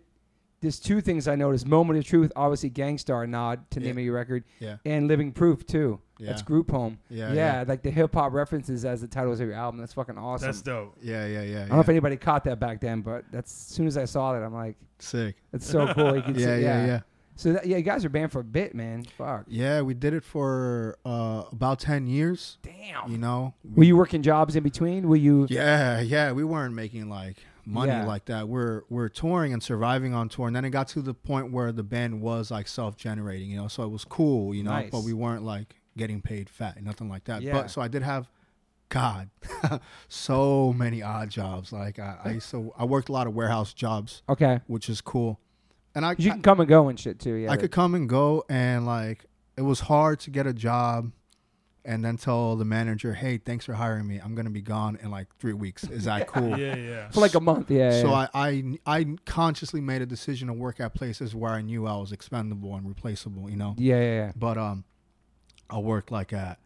There's two things I noticed Moment of Truth, obviously Gangstar nod to name of your record,
Yeah.
and Living Proof, too.
Yeah.
That's Group Home.
Yeah,
Yeah.
yeah.
Like the hip hop references as the titles of your album. That's fucking awesome.
That's dope.
Yeah, yeah, yeah.
I
yeah.
don't know if anybody caught that back then, but that's as soon as I saw that, I'm like,
Sick.
that's so cool. You can
Yeah,
see,
yeah, yeah, yeah.
So, that, yeah, you guys are banned for a bit, man. Fuck.
we did it for uh, about ten years.
Damn.
You know.
Were you working jobs in between? Were you.
yeah, yeah. We weren't making like money
Yeah.
like that. We're we're touring and surviving on tour, and then it got to the point where the band was like self generating, you know. So it was cool, you know,
Nice.
but we weren't like getting paid fat, nothing like that.
Yeah.
But so I did have. God, so many odd jobs. Like I, I used to, I worked a lot of warehouse jobs,
Okay.
which is cool. And I,
'Cause you can come and go and shit too. Yeah.
I could come and go, and like it was hard to get a job, and then tell the manager, "Hey, thanks for hiring me. I'm gonna be gone in like three weeks. Is that cool?"
Yeah, yeah.
for like a month. Yeah.
So
yeah.
I, I I consciously made a decision to work at places where I knew I was expendable and replaceable. You know,
yeah, yeah, yeah.
but um, I worked like at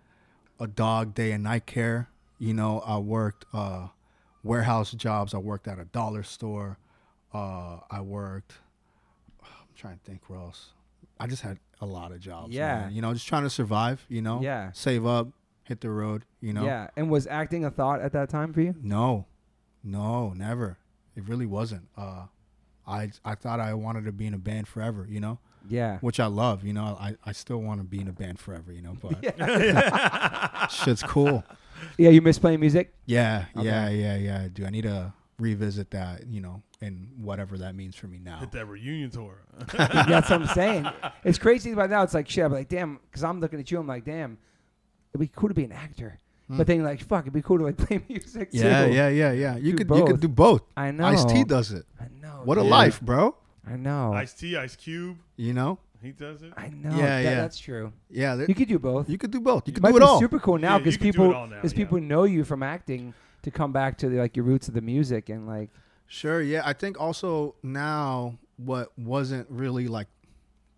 a dog day and night care. You know, I worked uh, warehouse jobs. I worked at a dollar store. Uh, I worked. I'm trying to think where else. I just had a lot of jobs.
Yeah.
man. you know, just trying to survive. You know,
Yeah.
save up, hit the road. You know,
Yeah. And was acting a thought at that time for you?
no, no, never. It really wasn't. Uh, I I thought I wanted to be in a band forever. You know,
Yeah.
which I love. You know, I, I still want to be in a band forever. You know, but shit's cool.
Yeah. You miss playing music?
Yeah, yeah,
Okay.
yeah, yeah. I do. I need to revisit that. You know, and whatever that means for me now.
Hit that reunion tour.
Oh. That's what I'm saying. It's crazy by now. It's like shit. I'm like, damn, because I'm looking at you. I'm like, damn, it'd be cool to be an actor. But then you're like, fuck, it'd be cool to like play music
Hmm. Yeah,
too.
yeah, yeah, yeah. You
Do
could you
both.
could do both.
I know.
Ice T does it.
I know.
What a
dude.
life, bro.
I know. I,
Ice T, Ice Cube,
You know.
he does it.
know.
Yeah,
That-
yeah.
That's true.
Yeah, there,
You could do both.
you could do both. You could
might
do it
be
all.
super cool now
Yeah, you
because
could do it
people
all now,
because
yeah.
people know you from acting to come back to the, like your roots of the music and like
Sure, yeah. I think also now what wasn't really like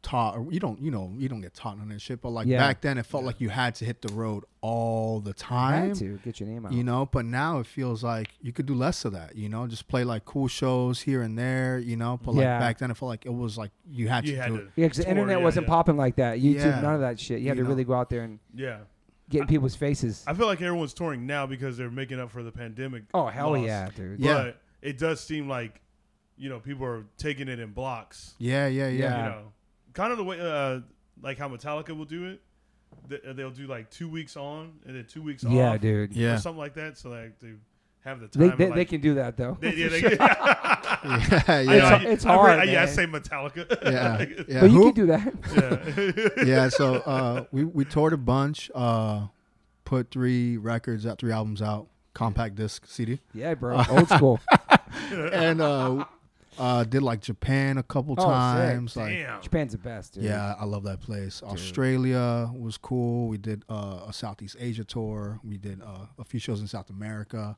taught or you don't you know you don't get taught on this shit but like
Yeah.
back then it felt like you had to hit the road all the time
had to get your name out.
you know but now it feels like you could do less of that you know just play like cool shows here and there you know but like
Yeah.
back then it felt like it was like you had
You
to
had
do
to.
it
yeah, because the
tour,
internet
yeah,
wasn't
yeah.
popping like that. YouTube,
Yeah.
none of that shit. You had to
You know.
really go out there and
Yeah.
get in people's faces.
I feel like everyone's touring now because they're making up for the pandemic.
oh hell
loss.
yeah, dude.
Yeah.
But it does seem like, you know, people are taking it in blocks.
yeah yeah yeah
You
Yeah.
know, kind of the way, uh, like how Metallica will do it. Th- They'll do like two weeks on and then two weeks off.
Yeah, dude.
Or
yeah
something like that. So like they have the
They,
time.
they,
and,
they
like-
can do that though.
They, yeah,
For
they,
sure.
yeah
I know,
yeah
I-
it's
I read-
hard,
I- yeah, I
man.
say Metallica.
yeah yeah
But you
Who?
can do that.
yeah.
yeah so uh we we toured a bunch uh put three records out three albums out compact disc cd
yeah, bro. Old school.
and uh, uh, did like Japan a couple
Oh, sick.
times. Like,
Damn.
Japan's the best, dude.
yeah, I love that place. Australia was cool. We did uh, a Southeast Asia tour. We did uh, a few shows in South America.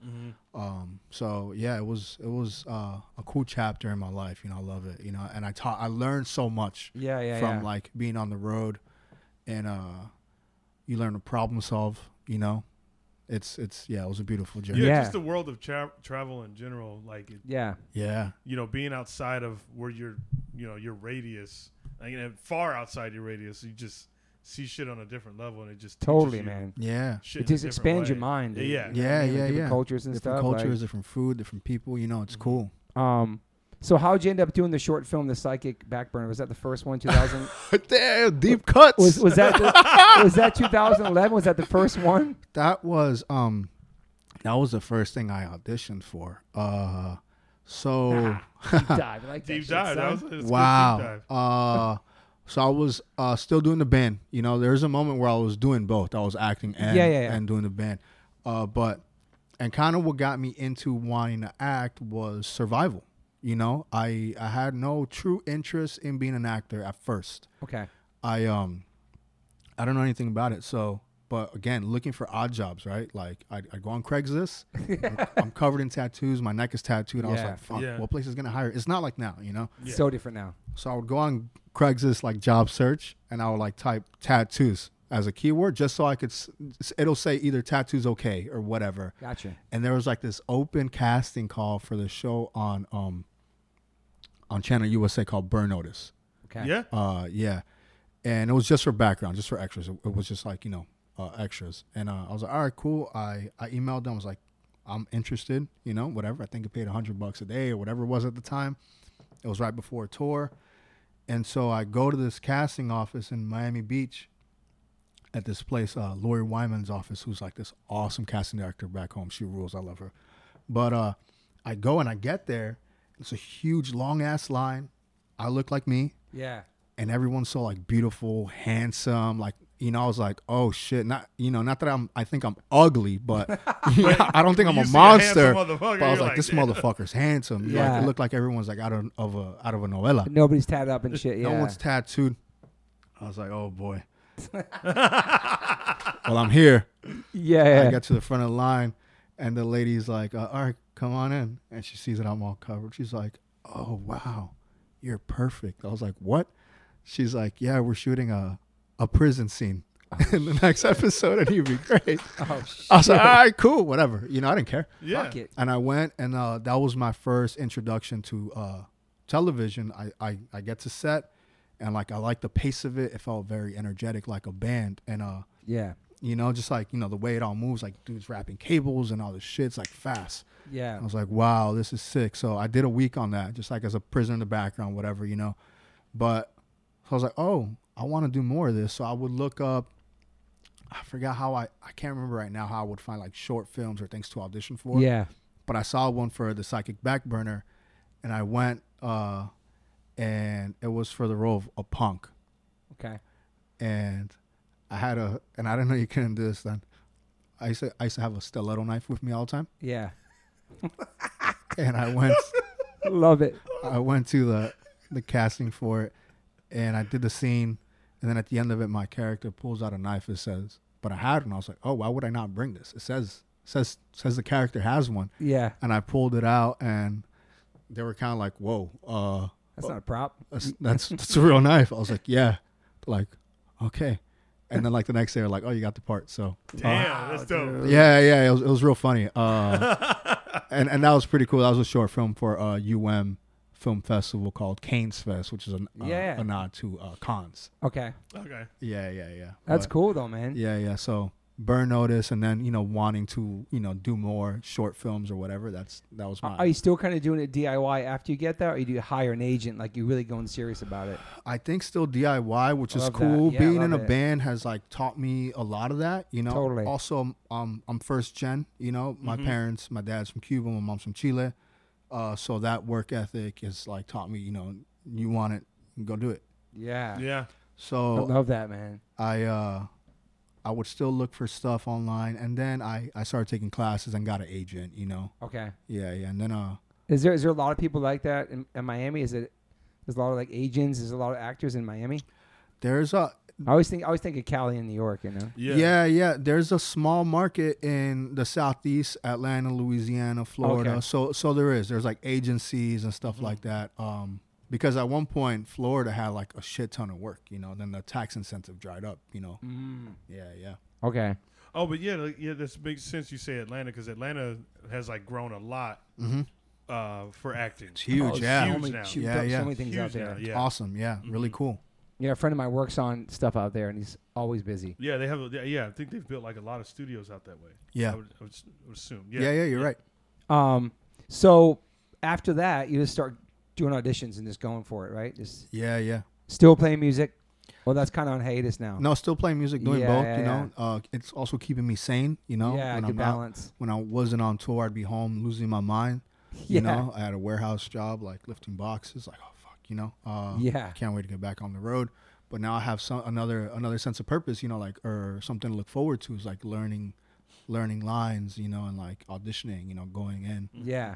Um, so yeah, it was it was uh, a cool chapter in my life. You know, I love it. You know, and I taught I learned so much
Yeah, yeah,
from
yeah.
like being on the road, and uh, you learn to problem solve. You know, it's it's yeah, it was a beautiful journey.
Yeah,
Yeah.
just the world of tra- travel in general. Like, it,
yeah.
yeah.
you know, being outside of where your, you know, your radius, I mean, far outside your radius, you just see shit on a different level, and it just teaches
Totally,
you
man.
yeah.
Shit
It
in a
just
different
expands your
way.
mind. dude.
Yeah.
You know what I mean?
Yeah,
Like,
yeah,
different
yeah.
Cultures and
different
stuff. like-
cultures, different food, different people. You know, it's cool.
Um, so how'd you end up doing the short film, The Psychic Backburner? Was that the first one, 2000?
Damn, deep cuts.
was was that the, was that 2011? Was that the first one?
that was um, that was the first thing I auditioned for. Uh, so
Deep dive, I like that
Deep
shit,
dive. That
son.
was, it's a good Deep
wow.
dive.
Uh, so I was uh still doing the band. You know, there was a moment where I was doing both. I was acting and
Yeah, yeah, yeah.
and doing the band. Uh, but and kind of what got me into wanting to act was survival. You know, I I had no true interest in being an actor at first.
okay.
I um I don't know anything about it. So, but again, looking for odd jobs, right? Like I, I go on Craigslist. I'm, I'm covered in tattoos. My neck is tattooed. I was
Yeah.
like, fuck,
Yeah.
what place is gonna hire? It's not like now, you know.
Yeah.
So different now.
So I would go on Craigslist like job search, and I would like type tattoos as a keyword just so I could. s- s- It'll say either tattoos okay or whatever.
Gotcha.
And there was like this open casting call for the show on um on Channel USA called Burn Notice.
Okay.
Yeah.
Uh, yeah, and it was just for background, just for extras. It, it was just like you know, uh, extras. And uh, I was like, all right, cool. I I emailed them. I was like, I'm interested. You know, whatever. I think it paid hundred bucks a day or whatever it was at the time. It was right before a tour, and so I go to this casting office in Miami Beach. At this place, uh, Lori Wyman's office, who's like this awesome casting director back home. She rules. I love her. But uh, I go and I get there. It's a huge, long ass line. I look like me,
Yeah.
and everyone's so like beautiful, handsome. Like you know, I was like, oh shit, not you know, not that I'm. I think I'm ugly, but you know, I don't think I'm
you
a
see a handsome
monster.
motherfucker,
but I
you're
was like,
like,
this
"Damn."
motherfucker's handsome. Yeah,
Yeah.
like, it looked like everyone's like out of, of a out of a novella.
Nobody's tied up and shit. Yeah.
No one's tattooed. I was like, oh boy. well, I'm here.
yeah.
I get to the front of the line, and the lady's like, uh, "All right, come on in." And she sees that I'm all covered. She's like, "Oh wow, you're perfect." I was like, "What?" She's like, "Yeah, we're shooting a a prison scene in the next episode, and you'd be great."
oh, shit.
I was like, "All right, cool, whatever." You know, I didn't care.
Yeah.
Fuck it.
And I went, and uh, that was my first introduction to uh, television. I, I I get to set, and like I like the pace of it. It felt very energetic, like a band, and uh
Yeah.
you know, just like you know the way it all moves, like dudes wrapping cables and all this shit. It's like fast.
Yeah.
I was like, wow, this is sick. So I did a week on that, just like as a prisoner in the background, whatever, you know. But I was like, oh, I want to do more of this. So I would look up. I forgot how I I can't remember right now how I would find like short films or things to audition for
Yeah.
but I saw one for the psychic back burner, and I went, uh, and it was for the role of a punk,
Okay.
and I had a, and I didn't know you couldn't do this then. I used to, I used to have a stiletto knife with me all the time,
Yeah.
and I went,
Love it.
I went to the, the casting for it, and I did the scene, and then at the end of it, my character pulls out a knife and says, "But I had one." I was like, "Oh, why would I not bring this?" It says, says, says the character has one,
Yeah.
and I pulled it out, and they were kind of like, "Whoa." uh
That's not a prop.
that's that's, that's a real knife. I was like, yeah, like, okay. And then like the next day, they're like, oh, you got the part. So uh,
Damn, that's dope.
yeah, yeah, it was, it was real funny. Uh, and and that was pretty cool. That was a short film for uh, UM Film Festival called Canes Fest, which is an, uh,
Yeah.
a nod to uh, cons.
Okay.
Okay.
Yeah, yeah, yeah.
That's
But-
cool though, man.
Yeah, yeah. So burn notice, and then you know wanting to you know do more short films or whatever. That's that was my.
Are you still kind of doing it DIY after you get there, or you do you hire an agent? Like you really going serious about it?
I think still DIY, which
I
is
love that.
cool.
Yeah, I
Being in a
love it.
band has like taught me a lot of that, you know.
Totally. Mm-hmm.
Also, um, I'm first gen. You know, my parents, my dad's from Cuba, my mom's from Chile, uh, so that work ethic has like taught me, you know, you want it, go do it.
Yeah.
Yeah.
I
So
love that, man.
I, uh, I would still look for stuff online, and then I, I started taking classes and got an agent, you know.
Okay.
Yeah, yeah, and then uh,
Is there is there a lot of people like that in, in Miami? Is it there's a lot of like agents? There's a lot of actors in Miami.
there's a
I always think I always think of Cali and New York. You know.
Yeah.
Yeah, yeah. There's a small market in the southeast, Atlanta, Louisiana, Florida.
Okay.
So so there is. There's like agencies and
Mm-hmm.
stuff like that. Um because at one point Florida had like a shit ton of work, you know, then the tax incentive dried up, you know.
Mm-hmm.
Yeah, yeah.
Okay.
Oh, but yeah, like, yeah, this makes sense. You say Atlanta because Atlanta has like grown a lot uh, for acting.
Mm-hmm. It's huge,
Oh,
yeah.
So
huge
many,
now.
shoot,
Yeah,
up
yeah.
so many things
Huge
out there.
now, yeah. Mm-hmm.
Awesome, yeah. Really cool.
You know, a friend of mine works on stuff out there, and he's always busy.
Yeah, they have. a- Yeah, I think they've built like a lot of studios out that way.
Yeah.
I would, I would, s- I would assume. Yeah,
Yeah, yeah, you're right.
Um, so after that, you just start doing auditions and just going for it, right? Just
Yeah, yeah.
still playing music. Well, that's kind of on hiatus now.
No, still playing music, doing
Yeah,
both,
yeah,
you know. Uh it's also keeping me sane, you know.
yeah,
when
good
I'm out-
balance.
when I wasn't on tour, I'd be home losing my mind. You
Yeah.
know, I had a warehouse job, like lifting boxes. Like, oh fuck, you know. Uh,
Yeah.
Can't wait to get back on the road. But now I have some another another sense of purpose. You know, like or something to look forward to is like learning, learning lines. You know, and like auditioning. You know, going in.
Yeah,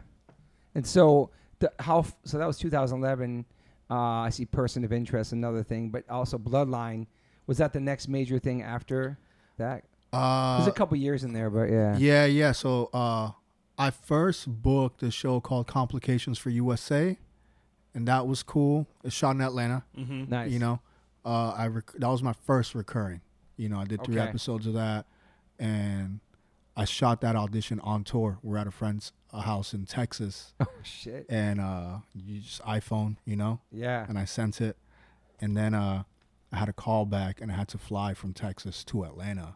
and so the how f- so that was 2011. Uh, I see Person of Interest, another thing, but also Bloodline. Was that the next major thing after that? There's
Uh,
a couple years in there, but yeah.
yeah, yeah. So uh, I first booked a show called Complications for USA, and that was cool. It's shot in Atlanta.
Nice.
You know, uh, I rec- that was my first recurring. You know, I did three
Okay.
episodes of that, and I shot that audition on tour. We're at a friend's uh, house in Texas,
Oh, shit.
and uh, you just iPhone, you know,
Yeah.
and I sent it, and then uh, I had a call back, and I had to fly from Texas to Atlanta,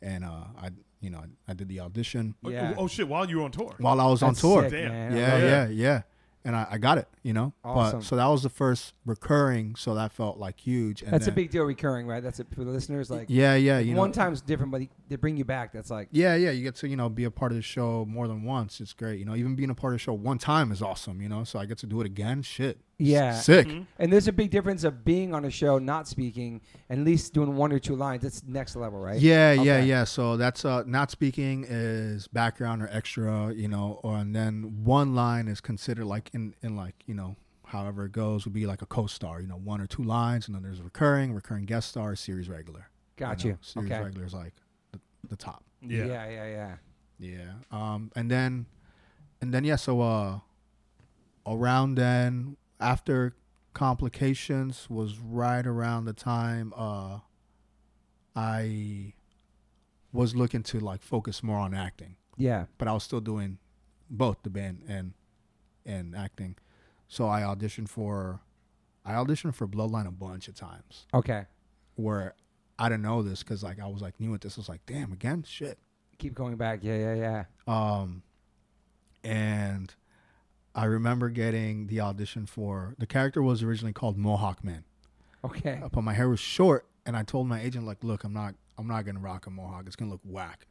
and uh, I, you know, I, I did the audition
Oh,
Yeah.
Oh, shit! While you were on tour.
while I was
That's
on tour.
sick,
Damn.
man. I
Yeah,
love it.
yeah, yeah. And I, I got it, you know.
Awesome.
But so that was the first recurring, so that felt like huge. And
That's a
then-
big deal recurring, right? That's it for the listeners. Like
Yeah, yeah, you know.
one time's different, but they bring you back. That's like
Yeah, yeah, you get to you know be a part of the show more than once. It's great, you know. Even being a part of the show one time is awesome, you know. So I get to do it again. Shit,
Yeah. Mm-hmm.
sick.
And there's a big difference of being on a show, not speaking, and at least doing one or two lines. That's next level, right?
Yeah, yeah,
Okay.
yeah. So that's uh, not speaking is background or extra, you know, or, and then one line is considered like in in like you know however it goes would be like a co-star, you know, one or two lines, and then there's recurring, recurring guest star, series regular.
Got
know,
you.
Series
okay.
regular is like the, the top.
Yeah.
Yeah.
yeah, yeah, yeah.
Yeah. Um, and then, and then yeah. So uh, around then after complications was right around the time uh, I was looking to like focus more on acting, but I was still doing both the band and and acting. So I auditioned for I auditioned for Bloodline a bunch of times
Okay.
where I didn't know this because like I was like new at this. I was like, damn, again, shit.
Keep going back. Yeah, yeah, yeah.
Um, and I remember getting the audition for the character was originally called Mohawk Man,
Okay.
but my hair was short, and I told my agent like, "Look, I'm not, I'm not gonna rock a mohawk. It's gonna look whack."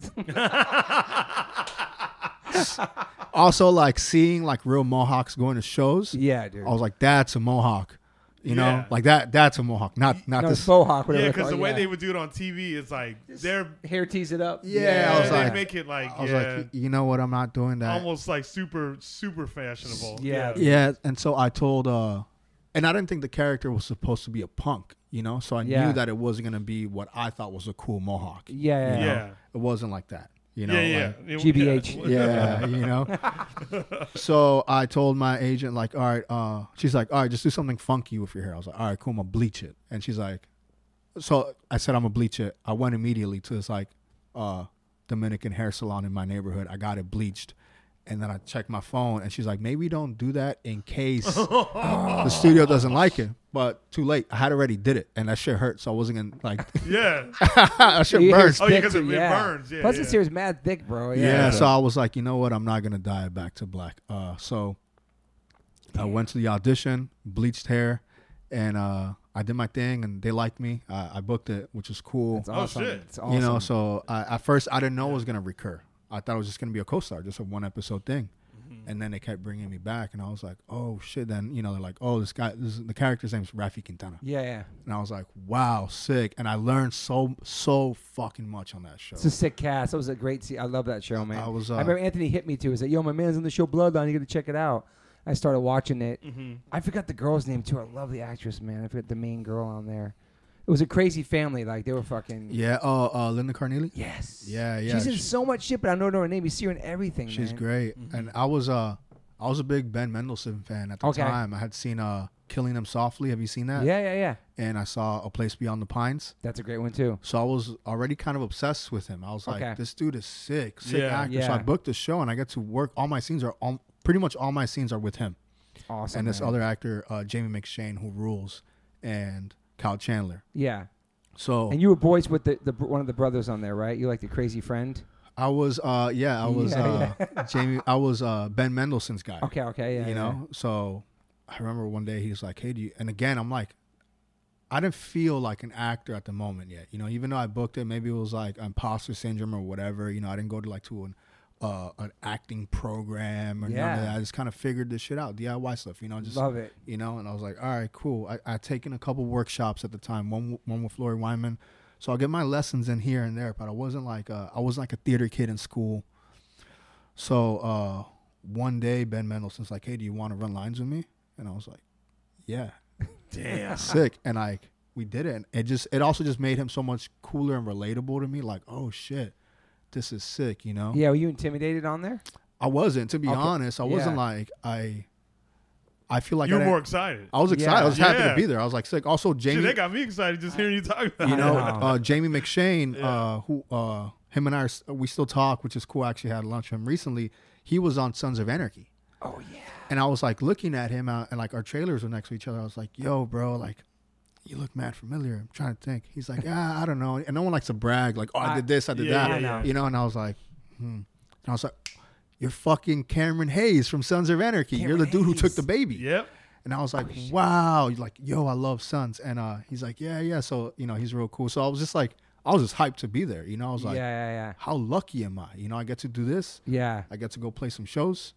also, like seeing like real mohawks going to shows,
Yeah, dude.
I was like, "That's a mohawk," you know,
Yeah.
like that. That's a mohawk, not not
no,
this.
Bohawk, whatever.
Yeah,
they're
because the
called,
way
yeah.
they would do it on TV is like they're
hair tease it up.
Yeah, I
yeah,
was
they
like-
make it like
I was
yeah,
like, "You know what? I'm not doing that."
almost like super super fashionable.
Yeah.
Yeah, and so I told uh and I didn't think the character was supposed to be a punk, you know? So I
Yeah.
knew that it wasn't gonna be what I thought was a cool mohawk.
Yeah,
You
yeah,
know?
Yeah.
It wasn't like that. You know?
yeah, yeah.
like-
It-
GBH.
yeah.
yeah, you know. so I told my agent, like, all right, uh she's like, all right, just do something funky with your hair. I was like, all right, cool, I'm gonna bleach it. And she's like so I said I'm gonna bleach it. I went immediately to this like uh Dominican hair salon in my neighborhood. I got it bleached. And then I checked my phone and she's like, maybe don't do that in case the studio doesn't like it. But too late. I had already did it, and that shit hurt. So I wasn't gonna like
Yeah.
that shit
Your hair's
burns.
Oh, yeah,
thick,
'cause it-
too,
it burns. Yeah,
Plus,
yeah.
this hair's mad thick, bro. Yeah.
Yeah. So I was like, you know what? I'm not gonna dye it back to black. Uh, so I went to the audition, bleached hair, and uh, I did my thing, and they liked me. I, I booked it, which was cool.
It's awesome.
Oh, shit.
It's awesome.
You know, so I, at first I didn't know it was gonna recur. I thought it was just gonna be a co-star, just a one episode thing.
Mm-hmm.
And then they kept bringing me back, and I was like, "Oh shit!" Then you know they're like, "Oh, this guy, this is, the character's name's Rafi Quintana,"
yeah, yeah.
and I was like, "Wow, sick!" And I learned so so fucking much on that show.
It's a sick cast. That was a great se I love that show, man.
I was, uh,
I remember Anthony hit me too. He said, "Yo, my man's on the show Bloodline. You got to check it out." I started watching it.
Mm-hmm.
I forgot the girl's name too. I love the actress, man. I forgot the main girl on there. It was a crazy family. Like they were fucking.
yeah. Oh, uh, Linda Carnelli.
Yes.
Yeah, yeah,
She's in
she-
so much shit, but I don't know her name. You see her in everything.
She's
man.
great. And I was uh I was a big Ben Mendelsohn fan at the
Okay.
time. I had seen uh Killing Them Softly. Have you seen that?
Yeah, yeah, yeah.
And I saw A Place Beyond the Pines.
That's a great one too.
So I was already kind of obsessed with him. I was like,
Okay.
this dude is sick, sick
Yeah.
actor. So
Yeah.
I booked the show and I get to work. All my scenes are all, pretty much all my scenes are with him
Awesome.
and this
man.
other actor, uh, Jamie McShane, who rules, and Kyle Chandler.
Yeah.
So
And you were boys with the, the br- one of the brothers on there, right? You like the crazy friend.
I was, uh, yeah, I was
Yeah,
uh, Jamie. I was uh, Ben Mendelsohn's guy.
Okay. Okay. Yeah.
you
yeah.
know so i remember one day he was like hey do you and again i'm like i didn't feel like an actor at the moment yet you know even though i booked it maybe it was like imposter syndrome or whatever you know i didn't go to like to an uh, an acting program or none
Yeah.
of that. I just kind of figured this shit out, DIY stuff, you know. Just
Love it.
you know. And I was like, all right, cool. I I taken a couple workshops at the time, one w- one with Lori Wyman, so I'll get my lessons in here and there. But I wasn't like uh, I wasn't like a theater kid in school. So uh, one day Ben Mendelsohn's like, "Hey, do you want to run lines with me?" And I was like, "Yeah,
Damn.
sick." And like we did it, and it just it also just made him so much cooler and relatable to me. Like, oh shit, this is sick, you know?
Yeah. Were you intimidated on there?
I wasn't to be
Okay.
honest. I wasn't
Yeah.
like I. I feel like I
you were
didn't-
more excited.
I was excited. I was happy
Yeah.
to be there. I was like sick. Also,
Shit,
Jamie,
that got me excited just hearing you talk about
You
it.
know,
know,
Wow.
uh, Jamie McShane, uh, who uh, him and I are, s- we still talk, which is cool. I actually had lunch with him recently. He was on Sons of Anarchy.
Oh yeah.
And I was like looking at him out, and like our trailers were next to each other. I was like, yo, bro, like, you look mad familiar. I'm trying to think. He's like, ah, I don't know. And no one likes to brag, like, oh, I,
I-
did this, I did
Yeah,
that.
yeah, yeah.
You know, and I was like, hmm. And I was like, you're fucking Cameron Hayes from Sons of Anarchy. you're the
Cameron
dude who took
Hayes.
the baby.
Yep.
And I was like, wow, He's like, yo, I love Sons. And uh, he's like, yeah, yeah. So, you know, he's real cool. So I was just like, I was just hyped to be there. You know, I was like,
Oh, yeah, yeah,
how lucky am I? You know, I get to do this.
yeah. Yeah.
I get to go play some shows.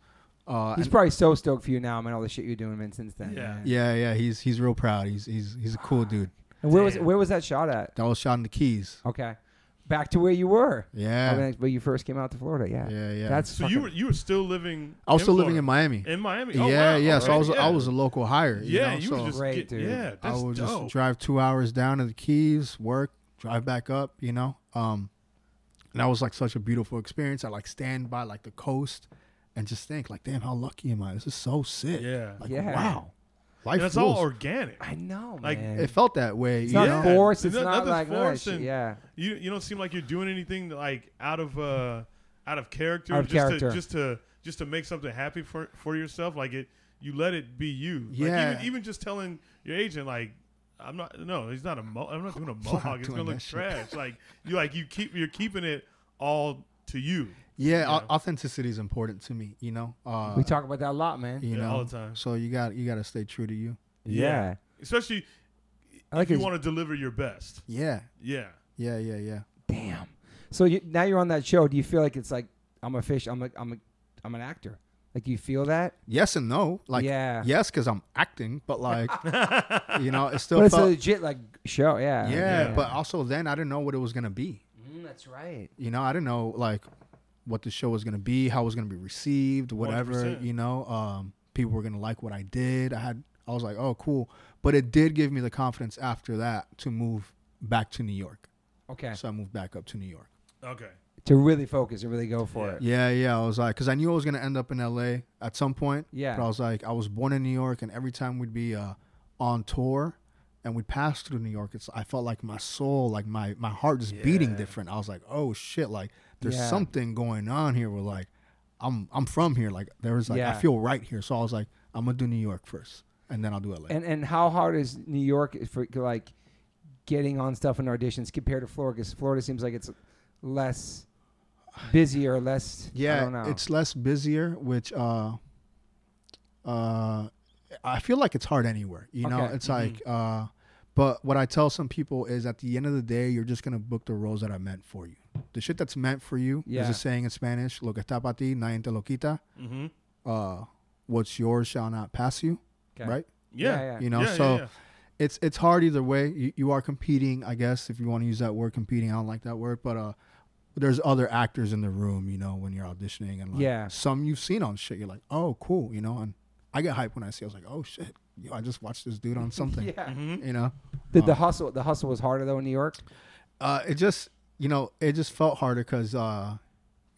Uh,
He's
and-
probably so stoked for you now, man. All the shit you're doing, man, since then.
Yeah.
man.
yeah, yeah. He's he's real proud. He's he's he's a cool dude.
And where was
Damn.
where was that shot at?
That was shot in the Keys.
Okay, back to where you were.
Yeah,
I mean, where you first came out to Florida. Yeah.
yeah, yeah.
That's
So you were you were still living.
I was still living in
Florida.
Miami.
in Miami.
yeah,
Oh, wow.
yeah. So I
Alright,
was
yeah.
I was a local hire. You
yeah,
know,
you
so
were just
Great,
get-
dude.
Yeah,
I
that's
would
dope.
just drive two hours down to the Keys, work, drive back up. You know, um, and that was like such a beautiful experience. I like stand by like the coast and just think like, damn, how lucky am I? This is so sick.
Yeah.
like
Yeah.
wow, life.
and it's all
rules.
organic.
I know,
Like,
man.
It felt that way.
it's
you
not
yeah.
know?
forced. It's
There's
not
nothing
like
forced
forced
and-
yeah.
You you don't seem like you're doing anything like out of uh out of character.
Out of
just
character.
To, just to just to make something happy for for yourself. Like it, you let it be you.
Yeah.
Like even, even just telling your agent like. I'm not no. He's not a. Mo- I'm not doing a mohawk. It's
doing
gonna
that
look
shit.
trash. Like you, like you keep. You're keeping it all to you.
Yeah, au-
Yeah.
authenticity is important to me. You know, uh,
we talk about that a lot, man.
you
Yeah,
know
all the time.
So you got you got to stay true to you.
Yeah.
Especially
I like
if you
his-
want to deliver your best.
Yeah,
Yeah.
yeah, yeah, yeah.
Damn. So you, now you're on that show. Do you feel like it's like I'm a fish? I'm a I'm a I'm an actor. Like, do you feel that?
Yes and no. Like
Yeah.
yes, because I'm acting, but like you know, it still
But it's a
felt
legit like show. Yeah.
yeah,
yeah.
But also then I didn't know what it was gonna be.
Mm, that's right.
You know, I didn't know like what the show was gonna be, how it was gonna be received, whatever.
100%.
You know, um, people were gonna like what I did. I had I was like, oh, cool. But it did give me the confidence after that to move back to New York.
Okay.
So I moved back up to New York.
Okay.
To really focus and really go for it.
Yeah, yeah. I was like, because I knew I was gonna end up in LA at some point.
Yeah.
But I was like, I was born in New York, and every time we'd be uh, on tour and we'd pass through New York, it's I felt like my soul, like my my heart just beating
Yeah.
different. I was like, oh shit, like there's
Yeah.
something going on here. Where like, I'm I'm from here. Like there was like
Yeah.
I feel right here. So I was like, I'm gonna do New York first, and then I'll do LA.
And and how hard is New York for like getting on stuff in auditions compared to Florida? 'Cause Florida seems like it's less busy or less. I don't know.
yeah, it's less busier, which uh, uh, I feel like it's hard anywhere. You know,
Okay. mm-hmm.
it's like, uh, but what I tell some people is at the end of the day, you're just gonna book the roles that are meant for you. The shit that's meant for you.
Yeah.
There's a saying in Spanish: "Lo que está para ti, nadie te lo quita."
Mm-hmm.
Uh, what's yours shall not pass you.
Okay.
Right.
Yeah.
yeah.
You know,
Yeah, yeah,
so
yeah.
it's it's hard either way. You, you are competing, I guess, if you want to use that word competing. I don't like that word, but uh, there's other actors in the room, you know, when you're auditioning, and like
Yeah.
some you've seen on shit. You're like, oh, cool, you know. And I get hyped when I see. I was like, oh shit, yo, I just watched this dude on something,
yeah.
Mhm.
you know.
Did the hustle the hustle was harder though in New York?
Uh, it just, you know, it just felt harder because uh,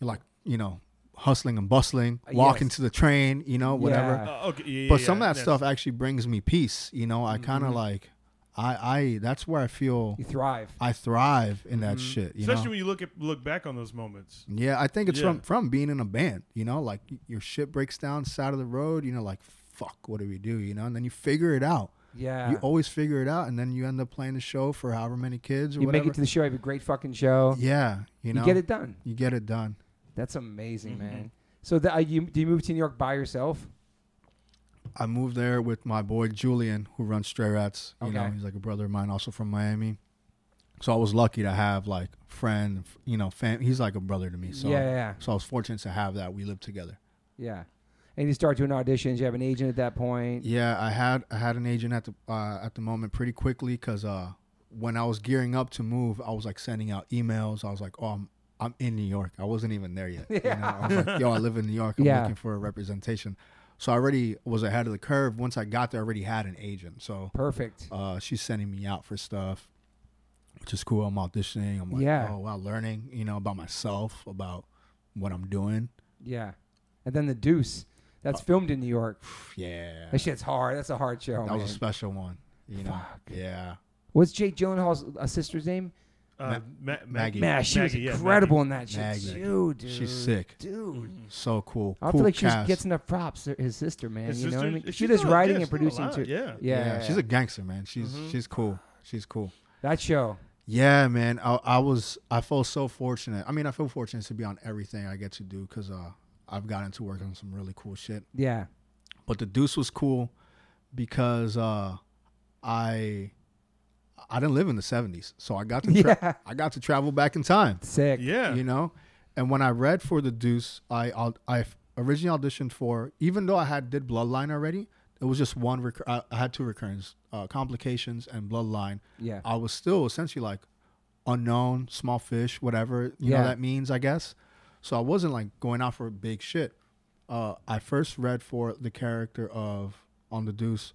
you're like, you know, hustling and bustling,
Uh,
walking
yes.
to the train, you know, whatever.
Yeah.
Uh, okay. Yeah,
but
yeah,
some
yeah.
of that
That's-
stuff actually brings me peace, you know. I kind
Mm-hmm.
of like, I, I, that's where I feel.
You thrive.
I thrive
Mm-hmm.
in that shit. You
Especially
know?
when you look at look back on those moments.
yeah, I think it's
Yeah.
from from being in a band. You know, like y- your shit breaks down side of the road. You know, like fuck, what do we do? You know, and then you figure it out.
Yeah.
You always figure it out, and then you end up playing the show for however many kids or
You
whatever.
make it to the show. You have a great fucking show.
yeah, you
You,
know,
get it done.
You get it done.
That's amazing,
Mhm.
man. So the, uh, you do you move to New York by yourself?
I moved there with my boy Julian, who runs Stray Rats. You know,
Okay.
he's like a brother of mine, also from Miami. So I was lucky to have like friend, f- you know, fam. He's like a brother to me. So
yeah, yeah, yeah,
so I was fortunate to have that. We lived together.
yeah. And you start doing auditions. You have an agent at that point.
Yeah, I had I had an agent at the uh, at the moment pretty quickly because uh, when I was gearing up to move, I was like sending out emails. I was like, oh, I'm I'm in New York. I wasn't even there yet. you know? I was like, yo, I live in New York. I'm
Yeah.
looking for a representation. So I already was ahead of the curve. Once I got there, I already had an agent. So
Perfect.
uh, she's sending me out for stuff, which is cool. I'm auditioning. I'm like,
Yeah.
oh wow, learning, you know, about myself, about what I'm doing.
Yeah. And then the Deuce. That's filmed in New York.
Yeah,
That shit's hard. That's a hard show.
that was
man.
a special one. You know,
Fuck.
yeah.
What's Jake Gyllenhaal's uh, sister's name?
Uh, Ma-
Maggie.
Maggie.
Man, she
Maggie, yeah,
was incredible in that shit.
Maggie.
Dude, dude.
She's sick.
Dude.
So cool.
I
cool
feel like she
cast.
gets enough props. her- His sister, man.
His
you know what I
sister-
mean?
she's
She does
doing-
writing and
yeah, she's doing a
producing
lot,
too.
yeah.
Yeah. yeah, Mm-hmm.
she's a gangster, man. She's
Mhm.
she's cool. She's cool.
that show.
Yeah, man. I, I was I feel so fortunate. I mean, I feel fortunate to be on everything I get to do because uh, I've gotten to work on some really cool shit.
Yeah.
But the Deuce was cool because uh, I I didn't live in the '70s, so I got to tra-
Yeah.
I got to travel back in time.
Sick.
Yeah.
You know, and when I read for the Deuce, I au- I f- originally auditioned for even though I had did Bloodline already. It was just one. Recur- I, I had two recurrence, uh, complications and Bloodline.
Yeah.
I was still essentially like unknown, small fish, whatever you
Yeah.
know that means, I guess. So I wasn't like going out for big shit. Uh, I first read for the character of on the Deuce,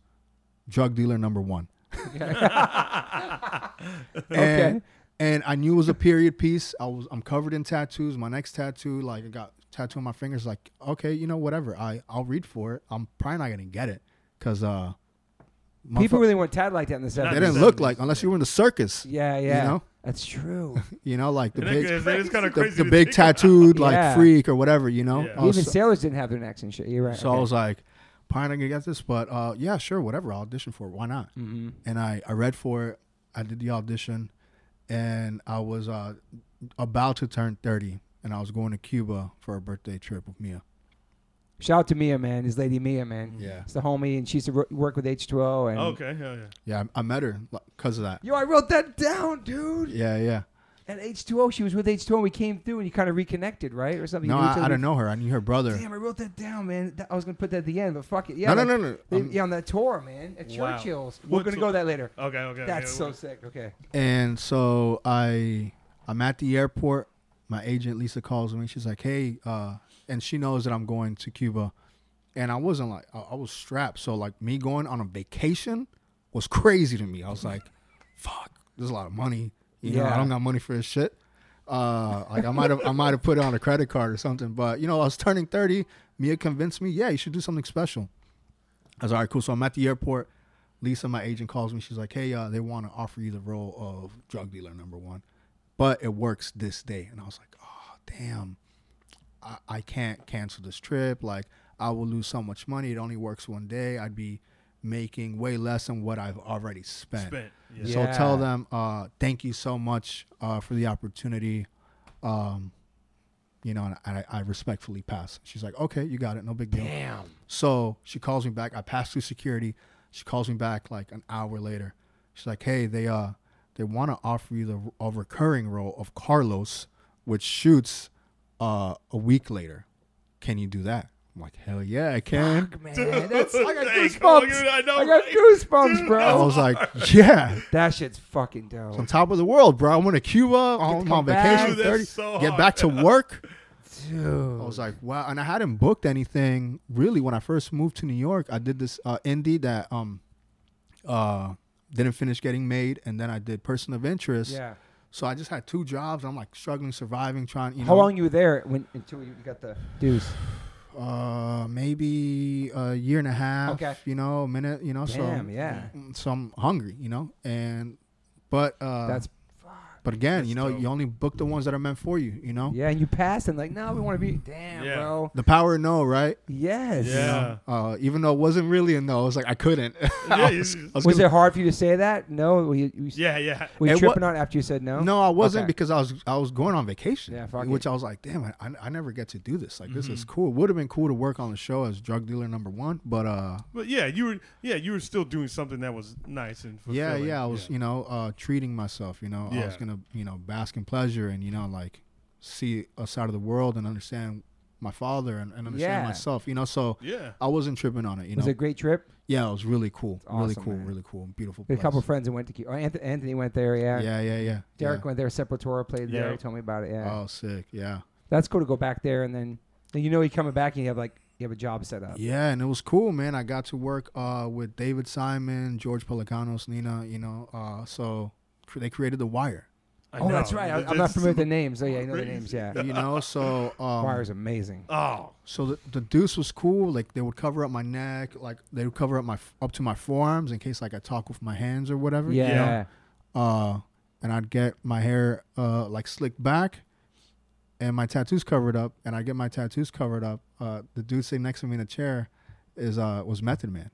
drug dealer number one.
Okay.
And, and I knew it was a period piece. I was I'm covered in tattoos. My next tattoo, like I got tattoo on my fingers. Like okay, you know whatever. I I'll read for it. I'm probably not gonna get it because uh, my
People
fu-
really weren't tatted like that in the
they
Not
70s.
didn't look like unless you were in the circus.
Yeah, yeah.
know?
That's true.
You know, like the
And that
big,
is- that is kinda
the-
crazy
the,
to
big
think about.
tattooed like
Yeah.
freak or whatever. You know,
Yeah.
I was
Even
Oh, so-
sailors didn't have their necks and shit. You're right.
So
okay.
I was like, probably not gonna get this, but uh, yeah, sure, whatever. I'll audition for it. Why not?
Mm. Mm-hmm.
And I, I read for it. I did the audition, and I was uh, about to turn thirty, and I was going to Cuba for a birthday trip with Mia.
Shout out to Mia, man. His lady Mia, man.
Yeah.
It's the homie, and she used to wor- work with H2O. And
Okay. Hell yeah.
Yeah, I, I met her because of that.
Yo, I wrote that down, dude.
Yeah, yeah.
At H2O, she was with H2O, and we came through, and you kind of reconnected, right? Or something.
No,
You knew each
I, I
other
don't know her. I knew her brother.
Damn, I wrote that down, man. Th- I was gonna put that at the end, but fuck it. Yeah,
No, no,
like,
no, no.
they-
I'm-
yeah, on that tour, man, at
Wow.
Churchill's.
What Oh,
We're gonna
tour?
go that later.
Okay. Okay.
That's
okay.
so sick. Okay.
And so I I'm at the airport. My agent Lisa calls me. She's like, "Hey," uh, and she knows that I'm going to Cuba. And I wasn't like I, I was strapped. So like me going on a vacation was crazy to me. I was like, "Fuck, there's a lot of money. You know,
Yeah.
I don't got money for this shit." Uh, like I might have I might have put it on a credit card or something. But you know, I was turning 30. Mia convinced me, "Yeah, you should do something special." I was all right, cool. So I'm at the airport. Lisa, my agent, calls me. She's like, hey, uh, they want to offer you the role of drug dealer number one, but it works this day. And I was like, oh, damn. I, I can't cancel this trip. Like, I will lose so much money. It only works one day. I'd be making way less than what I've already spent.
Spent. Yeah.
So
Yeah.
tell them, uh, thank you so much uh, for the opportunity. Um, you know, and I, I respectfully pass. She's like, okay, you got it. No big deal.
Damn.
So she calls me back. I pass through security. She calls me back like an hour later. She's like, "Hey, they uh, they want to offer you the a recurring role of Carlos, which shoots uh a week later. Can you do that?" I'm like, "Hell yeah, I can."
Fuck, man, that's, I got
Hey,
goosebumps.
come on, give me- I know,
I got
right?
goosebumps,
I
bro.
was like, "Yeah."
That shit's fucking
On
dope,
top of the world, bro. I went to Cuba. I'm
come
on
back.
vacation.
Dude, that's
30,
so
get
hard.
back to work.
dude.
I was like, wow. And I hadn't booked anything really when I first moved to New York. I did this uh, indie that um uh didn't finish getting made, and then I did Person of Interest.
Yeah.
So I just had two jobs. I'm like struggling, surviving, trying. You
How
know,
long you were there when until you got the deuce?
Uh, maybe a year and a half.
Okay.
You know, a minute. You know,
Damn,
so Mm,
yeah.
So I'm hungry. You know, and but uh,
That's
but again,
That's
you know,
dope.
you only book the ones that are meant for you. You know,
yeah, and you passed and like, no, we want to be. Damn,
Yeah.
bro.
the power of no, right?
Yes.
Yeah.
Uh, even though it wasn't really a no, it was like I couldn't.
Yeah.
I
you-
was
Was
gonna-
it hard for you to say that? No. Were you, you-
Yeah. Yeah.
were you
It wa-
tripping on it after you said no?
No, I wasn't
Okay.
because I was I was going on vacation.
Yeah, fuck
which
it. Mm-hmm.
I was like, damn, I, I, I never get to do this. Like this is cool. It would have been cool to work on the show as drug dealer number one, but uh,
But yeah, you were yeah you were still doing something that was nice and
yeah,
fulfilling.
yeah, I was you know uh treating myself. You know, I was
Yeah.
gonna you know bask in pleasure and you know like see a side of the world and understand my father and, and understand
Yeah.
myself. You know, so
Yeah.
I wasn't tripping on it. You
It was
know,
a great trip.
yeah, it was really cool,
It's
really
awesome,
cool,
man.
really cool, beautiful.
We
Place.
had a couple of friends that went to. Cu- Oh, Anth- Anthony went there. Yeah.
yeah, yeah, yeah.
Derek
yeah.
went there. Sepultura played there.
Yeah.
He told me about it. Yeah.
Oh, sick. Yeah.
That's cool to go back there and then then you know you're coming back and you have like you have a job set up.
Yeah, and it was cool, man. I got to work uh, with David Simon, George Pelicanos, Nina. You know, uh, so cr- they created The Wire.
I
Oh,
know.
that's right. I, I'm not
That's-
familiar with the names. Oh yeah, I know the
crazy.
names. Yeah.
You know, so um,
Wire's amazing.
Oh,
so the, the Deuce was cool. Like they would cover up my neck, like they would cover up my f- up to my forearms in case like I talk with my hands or whatever. you
Yeah.
know? Uh, and I'd get my hair uh like slicked back, and my tattoos covered up, and I would get my tattoos covered up. Uh, the dude sitting next to me in the chair is uh was Method Man.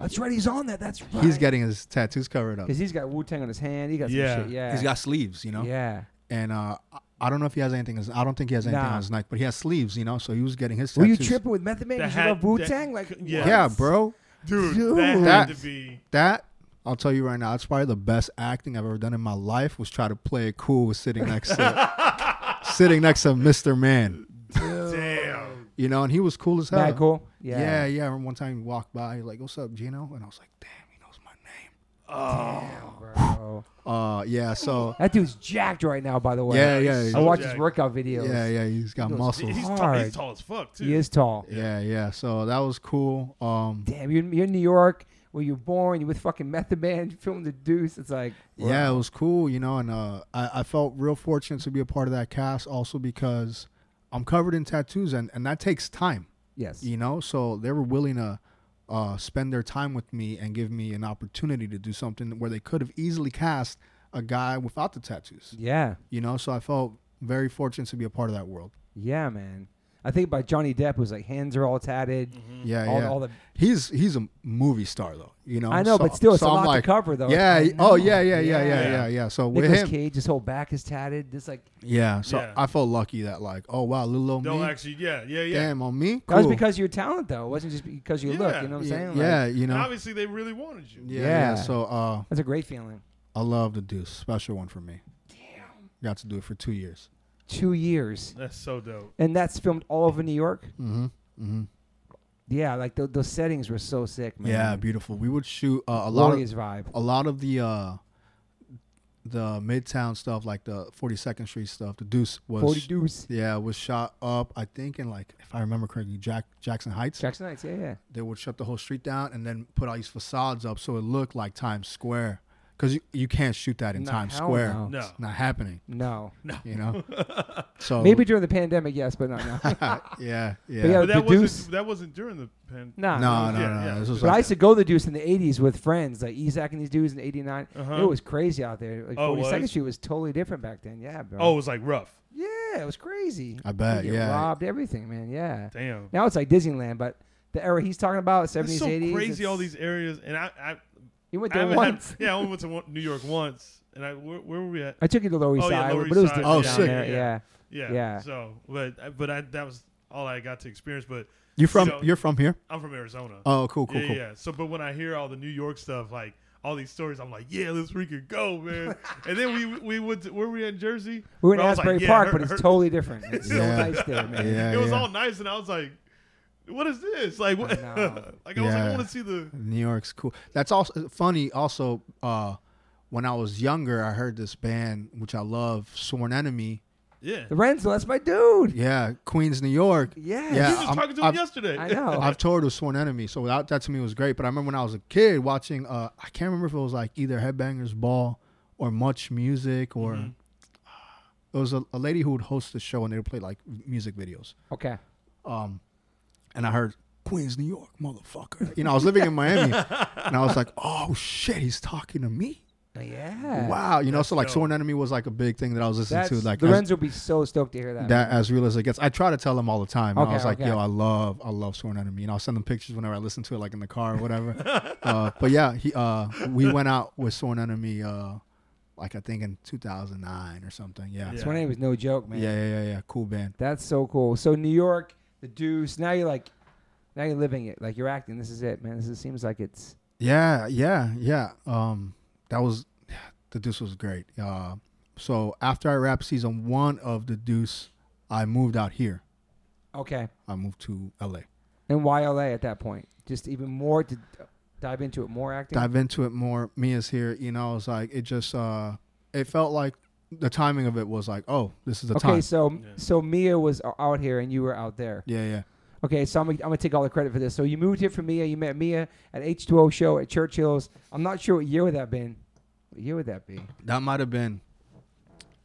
That's right. He's on that. That's right.
He's getting his tattoos covered up.
because he's got Wu Tang on his hand. He got some
Yeah.
shit. Yeah.
He's got sleeves, you know.
Yeah.
And uh, I- I don't know if he has anything. I don't think he has anything
Nah.
on his neck, but he has sleeves, you know. So he was getting his.
Were you
tattoos.
tripping with Method Man?
The
Did you
hat-
love Wu Tang?
that-
Like
yeah.
Yeah,
what?
bro.
dude,
Dude.
that had
That-
to be
That I'll tell you right now, it's probably the best acting I've ever done in my life. Was try to play it cool with sitting next to sitting next to Mr. Man.
Damn.
You know, and he was cool as hell.
Mad cool.
Yeah, yeah.
Yeah.
I remember one time he walked by, he was like, "What's up, Gino?" And I was like, "Damn, he knows my name."
Oh, Bro.
Uh, yeah. So
That dude's jacked right now, by the way.
yeah,
he's
yeah,
I
so
yeah,
watch his
jacked.
workout videos.
yeah, yeah. He's got
He goes-
muscles.
He's tall,
hard.
he's tall as fuck too.
He is tall.
Yeah, yeah. So that was cool. Um,
Damn, you're, you're in New York where you're born. You're with fucking Method Man, you're filming the Deuce. It's like, wow.
yeah, it was cool, you know, and uh, I, I felt real fortunate to be a part of that cast also because I'm covered in tattoos and, and that takes time,
yes,
you know, so they were willing to uh, spend their time with me and give me an opportunity to do something where they could have easily cast a guy without the tattoos,
yeah,
you know, so I felt very fortunate to be a part of that world.
yeah, man. I think about Johnny Depp who's like hands are all tatted.
Mm-hmm. Yeah,
Mm-hmm. All,
yeah.
all the
he's he's a movie star though, you know.
I know,
so-
but still, it's
so
a
I'm
lot
like,
to cover though.
Yeah.
I
y- Oh
know.
yeah, yeah, yeah, yeah,
Yeah.
yeah, yeah. So with
Nicolas
him,
Cage, his whole back is tatted. This like
yeah. So
Yeah.
I felt lucky that like, oh wow, little old
Don't
me.
actually. Yeah, yeah, yeah.
Damam on me.
that was
Cool.
because of your talent though. It wasn't just because of your look.
Yeah.
You know what I'm
Y-
saying? Like,
yeah, you
And
know.
obviously they really wanted you.
Yeah, yeah.
Yeah.
So uh,
that's a great feeling.
I love the Deuce, special one for me. Damn. Got to do it for two years.
Two years,
That's so dope.
and that's filmed all over New York.
Mm-hmm. Mm-hmm.
Yeah, like tho- those settings were so sick, man.
Yeah, beautiful. We would shoot uh, a lot of
Warriors vibe.
a lot of the uh, the Midtown stuff, like the 42nd Street stuff. The Deuce was
Forty Deuce,
Yeah, was shot up. I think in like, if I remember correctly, Jack Jackson Heights.
Jackson Heights. Yeah, yeah.
They would shut the whole street down and then put all these facades up so it looked like Times Square, because you, you can't shoot that in
No,
Times
hell
Square.
no.
No.
It's not happening.
No,
You know.
Oh.
so
maybe during the pandemic, yes, but not now.
yeah, yeah.
yeah,
But that
Deuce.
wasn't that wasn't during the pandemic.
Nah,
no, no,
Yeah,
no.
yeah.
This was
But I
like,
used to go to the Deuce in the '80s with friends, like Isaac and these dudes in '89.
Uh-huh.
It was crazy out there. Like
Oh, it
42nd
was?
Street was totally different back then. Yeah, bro.
Oh, it was like rough.
yeah, it was crazy.
I bet,
You get
yeah.
robbed everything, man. Yeah.
Damn.
Now it's like Disneyland, but the era he's talking about, 70s,
It's so
80s.
crazy.
it's-
All these areas, and I, I,
You went
I
there
haven't
once.
Had, yeah, I only went to one, New York once, and I where, where were we at?
I took you to Lower East
Oh, yeah,
Side,
Lower
but it was
East Side.
different
Oh,
down
sick.
there. Yeah.
Yeah.
Yeah.
So, but but I that was all I got to experience. But
you from
So-
you're from here.
I'm from Arizona.
Oh, cool, cool,
yeah,
cool.
yeah. So, but when I hear all the New York stuff, like all these stories, I'm like, yeah, let's freaking go, man. and then we we went to, where were we in Jersey?
We were in
Where I was like,
Asbury
yeah,
Park,
her-
but it's
her-
totally different. It's so
Yeah.
nice there, man.
Yeah.
it was all nice, and I was like, what is this? Like, what?
know.
like I was like,
Yeah.
I want to see the.
New York's cool. That's also funny. Also, uh, when I was younger, I heard this band which I love, Sworn Enemy.
Yeah.
Lorenzo, that's my dude.
Yeah, Queens, New York.
Yes.
You
Yeah.
were just
I'm-
talking to him
I've-
yesterday.
I know.
I've toured with Sworn Enemy, so that, that to me was great. But I remember when I was a kid watching, uh, I can't remember if it was like either Headbangers Ball or Much Music or
Mm-hmm.
it was a, a lady who would host the show and they would play like music videos.
Okay.
Um, and I heard Queens, New York, motherfucker. You know, I was living in Miami and I was like, oh shit, he's talking to me.
Yeah.
Wow. You know, so like
dope.
Sworn Enemy was like a big thing that I was listening
That's,
to. Like, as-
Lorenzo would be so stoked to hear that.
that as real as it gets. I try to tell them all the time. and
Okay,
I was like,
okay.
yo, I love, I love Sworn Enemy. You know, I'll send them pictures whenever I listen to it, like in the car or whatever. uh, but yeah, he, uh, we went out with Sworn Enemy, uh, like I think in 2009 or something. Yeah.
Yeah.
That's my name is no joke,
Yeah,
man.
yeah, yeah, yeah. Cool band.
That's so cool. So New York, the Deuce. Now you're like, now you're living it. Like you're acting. This is it, man. This is, seems like it's.
Yeah, yeah, yeah. Um, that was, the Deuce was great. Uh, so after I wrapped season one of the Deuce, I moved out here.
Okay.
I moved to LA.
And YLA at that point. Just even more to d- dive into it, more acting.
dive into it more. Mia's here, you know, it's like it just uh it felt like the timing of it was like, oh, this is the
okay,
time.
so
Yeah.
so Mia was o- out here and you were out there.
Yeah, yeah.
Okay, so I'm, gonna- I'm gonna take all the credit for this. So you moved here for Mia. You met Mia at H2O show at Churchill's. I'm not sure what year would that been. What year would that be?
That might have been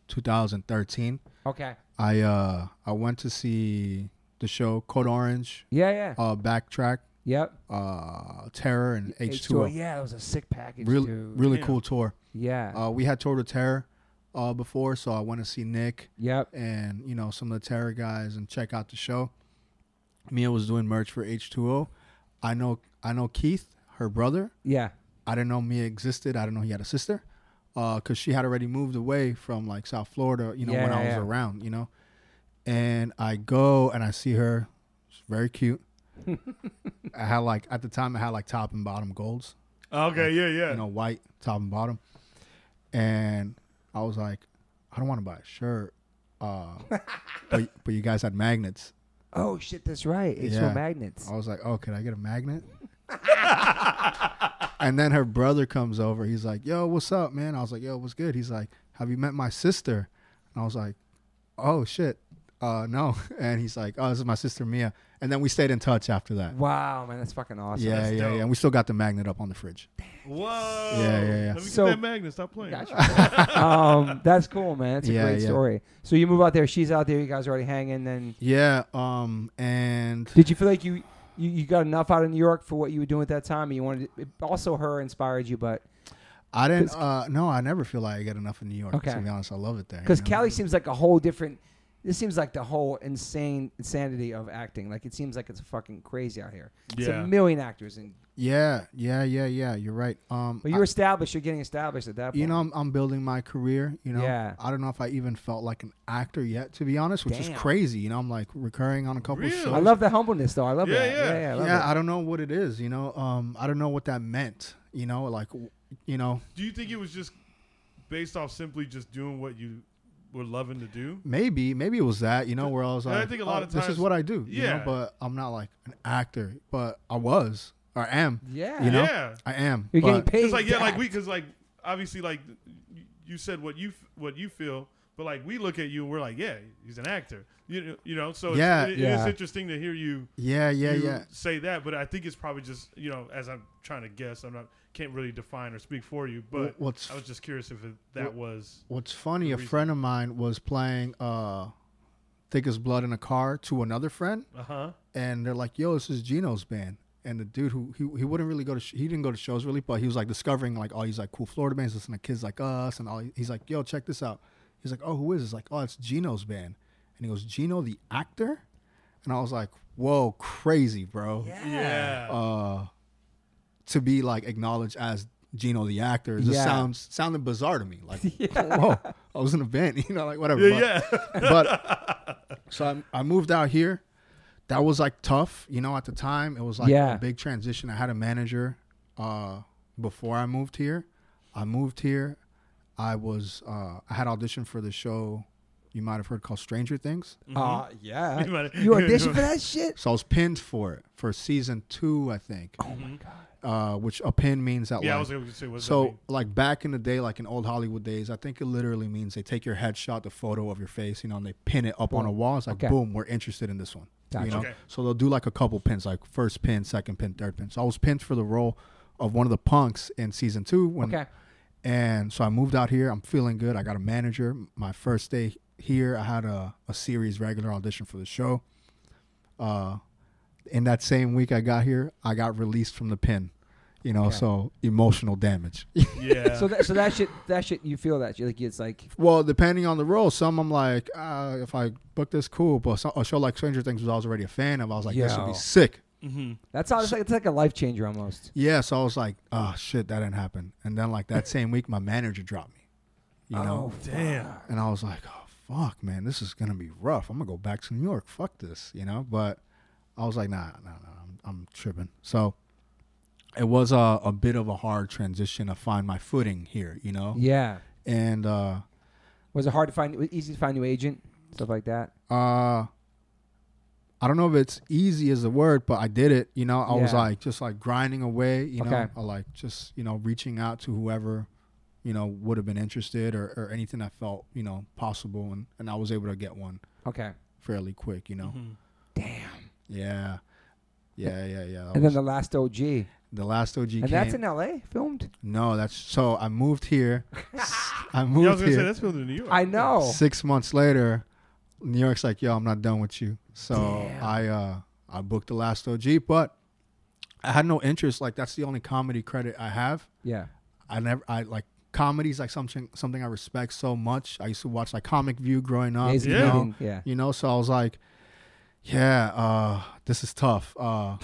2013.
Okay.
I uh I went to see the show Code Orange,
Yeah, yeah.
uh Backtrack,
yep.
uh Terror and
H2O.
H2O.
Yeah, that was a sick package,
Really
dude.
really
Yeah.
cool tour.
yeah.
Uh we had toured with Terror uh before, so I went to see Nick.
yep.
and you know some of the terror guys and check out the show. Mia was doing merch for H2O. I know I know Keith, her brother.
Yeah.
I didn't know Mia existed. I didn't know he had a sister, because she had already moved away from like South Florida. You know when I
Yeah,
was
yeah.
around. You know, and I go and I see her. She's very cute. I had like at the time I had like top and bottom golds.
Okay, yeah, yeah.
you know, white top and bottom. And I was like, I don't want to buy a shirt. Uh, but but you guys had magnets.
Oh shit, that's right. H2O
Yeah.
magnets.
I was like, oh, can I get a magnet? and then her brother comes over. He's like, yo, what's up, man? I was like, yo, what's good? He's like, have you met my sister? And I was like, oh shit, uh, no. And he's like, oh, this is my sister Mia. And then we stayed in touch after that.
Wow, man, that's fucking awesome.
yeah,
that's
yeah,
dope.
yeah. And we still got the magnet up on the fridge.
Whoa.
Yeah, yeah, yeah.
Let me
So-
get that magnet. Stop playing.
Gotcha. um, that's cool, man. That's a
Yeah,
great
yeah.
story. So you move out there, she's out there, you guys are already hanging. Then
Yeah. Um. And
did you feel like you, you you got enough out of New York for what you were doing at that time? And you wanted it, also her inspired you, but
I didn't.
'Cause-
Uh, no, I never feel like I get enough in New York.
Okay.
To be honest, I love it there. you
because
know?
Cali seems like a whole different. This seems like the whole insane insanity of acting. Like it seems like it's fucking crazy out here. It's
Yeah.
a million actors, and
Yeah, yeah, yeah, yeah. You're right. Um,
but you're established. You're getting established at that
I-
point.
you know, I'm, I'm building my career. You know,
Yeah.
I don't know if I even felt like an actor yet, to be honest, which is
Damn.
crazy. You know, I'm like recurring on a couple
Really?
shows.
I love the humbleness, though. I love
Yeah,
that.
yeah.
yeah, I love
yeah,
it.
I don't know what it is. You know, um, I don't know what that meant. You know, like, w- you know,
Do you think it was just based off simply just doing what you were loving to do?
maybe, maybe it was that. You know, where I was
And
like,
I think a lot
oh,
of
this is
times-
what I do. you know,
Yeah.
but I'm not like an actor, but I was or am.
Yeah.
You know,
Yeah.
I am.
You're getting
but-
paid.
It's like yeah, like
back.
we because like obviously like y- you said what you f- what you feel, but like we look at you and we're like yeah, he's an actor. You know, you know. So it's-
Yeah,
it- it
yeah.
is interesting to hear you.
Yeah, yeah,
you
yeah.
Say that, but I think it's probably just you know as I'm trying to guess, I'm not can't really define or speak for you, but
Wh- what's
I was just curious if it, that was
What's funny,
the
a
reason.
friend of mine was playing uh, Thick as Blood in a Car to another friend,
uh huh.
and they're like, yo, this is Gino's band. And the dude who he, he wouldn't really go to sh- he didn't go to shows really, but he was like discovering like all these like cool Florida bands, listening to kids like us, and all he's like, yo, check this out. He's like, oh, who is this? Like, oh, it's Gino's band. And he goes, Gino the actor, and I was like, whoa, crazy, bro.
Yeah.
Uh, to be like acknowledged as Gino the actor, it
Yeah.
just sounds sounded bizarre to me. Like, whoa, I was in a band, you know, like whatever.
yeah,
but-
yeah.
but so I, I moved out here. That was like tough, you know. At the time, it was like
Yeah.
a big transition. I had a manager uh, before I moved here. I moved here. I was uh, I had auditioned for the show you might have heard called Stranger Things.
Uh, yeah.
You might-
You auditioned for that shit?
So I was pinned for it for season two, I think. Oh my god! Uh, which a pin means that
yeah, I
like
was going to say what's
so like back in the day, like in old Hollywood days, I think it literally means they take your headshot, the photo of your face, you know, and they pin it up on a wall. It's like
Okay.
boom, we're interested in this one.
Gotcha.
You know,
Okay.
so they'll do like a couple pins, like first pin, second pin, third pin. So I was pinned for the role of one of the punks in season two. When,
Okay.
And so I moved out here. I'm feeling good. I got a manager. My first day here, I had a, a series regular audition for the show. Uh, in that same week I got here, I got released from the pin. You know,
Okay.
so emotional damage.
yeah.
So that so that shit that shit you feel that shit like it's like
Well, depending on the role, some I'm like, uh, if I book this, cool. But some, a show like Stranger Things, was I was already a fan of, I was like, this should
Yo.
be sick.
Mhm.
that's how it's like it's like a life changer almost.
Yeah, so I was like, oh shit, that didn't happen. And then like that same week, my manager dropped me, you
Oh,
know,
Damn.
and I was like, oh fuck, man, this is gonna be rough. I'm gonna go back to New York. Fuck this, you know. But I was like, nah, nah, nah, I'm, I'm tripping. So it was a, a bit of a hard transition to find my footing here, you know.
Yeah.
And uh,
Was it hard to find? was it Easy to find new agent stuff like that.
uh I don't know if it's easy as a word, but I did it. You know, I was
Yeah.
like just like grinding away, you know,
Okay.
I like just, you know, reaching out to whoever, you know, would have been interested or, or anything I felt, you know, possible and, and I was able to get one
Okay.
fairly quick, you know.
Damn.
Yeah. Yeah, yeah, yeah. That
Mm-hmm. And then
was-
the last OG, and
the last OG came.
that's in L.A. filmed.
no, that's so I moved here. I
Yeah, I was
moved
going to say
here.
that's filmed in New York.
I know.
Six months later, New York's like, yo, I'm not done with you. So
Damn.
I uh I booked the last OG, but I had no interest. Like that's the only comedy credit I have.
Yeah.
I never I like comedy's like something something I respect so much. I used to watch like Comic View growing up.
He's a
you
Yeah.
know?
comedian, Yeah.
You know, so I was like, yeah, uh, this is tough. Uh,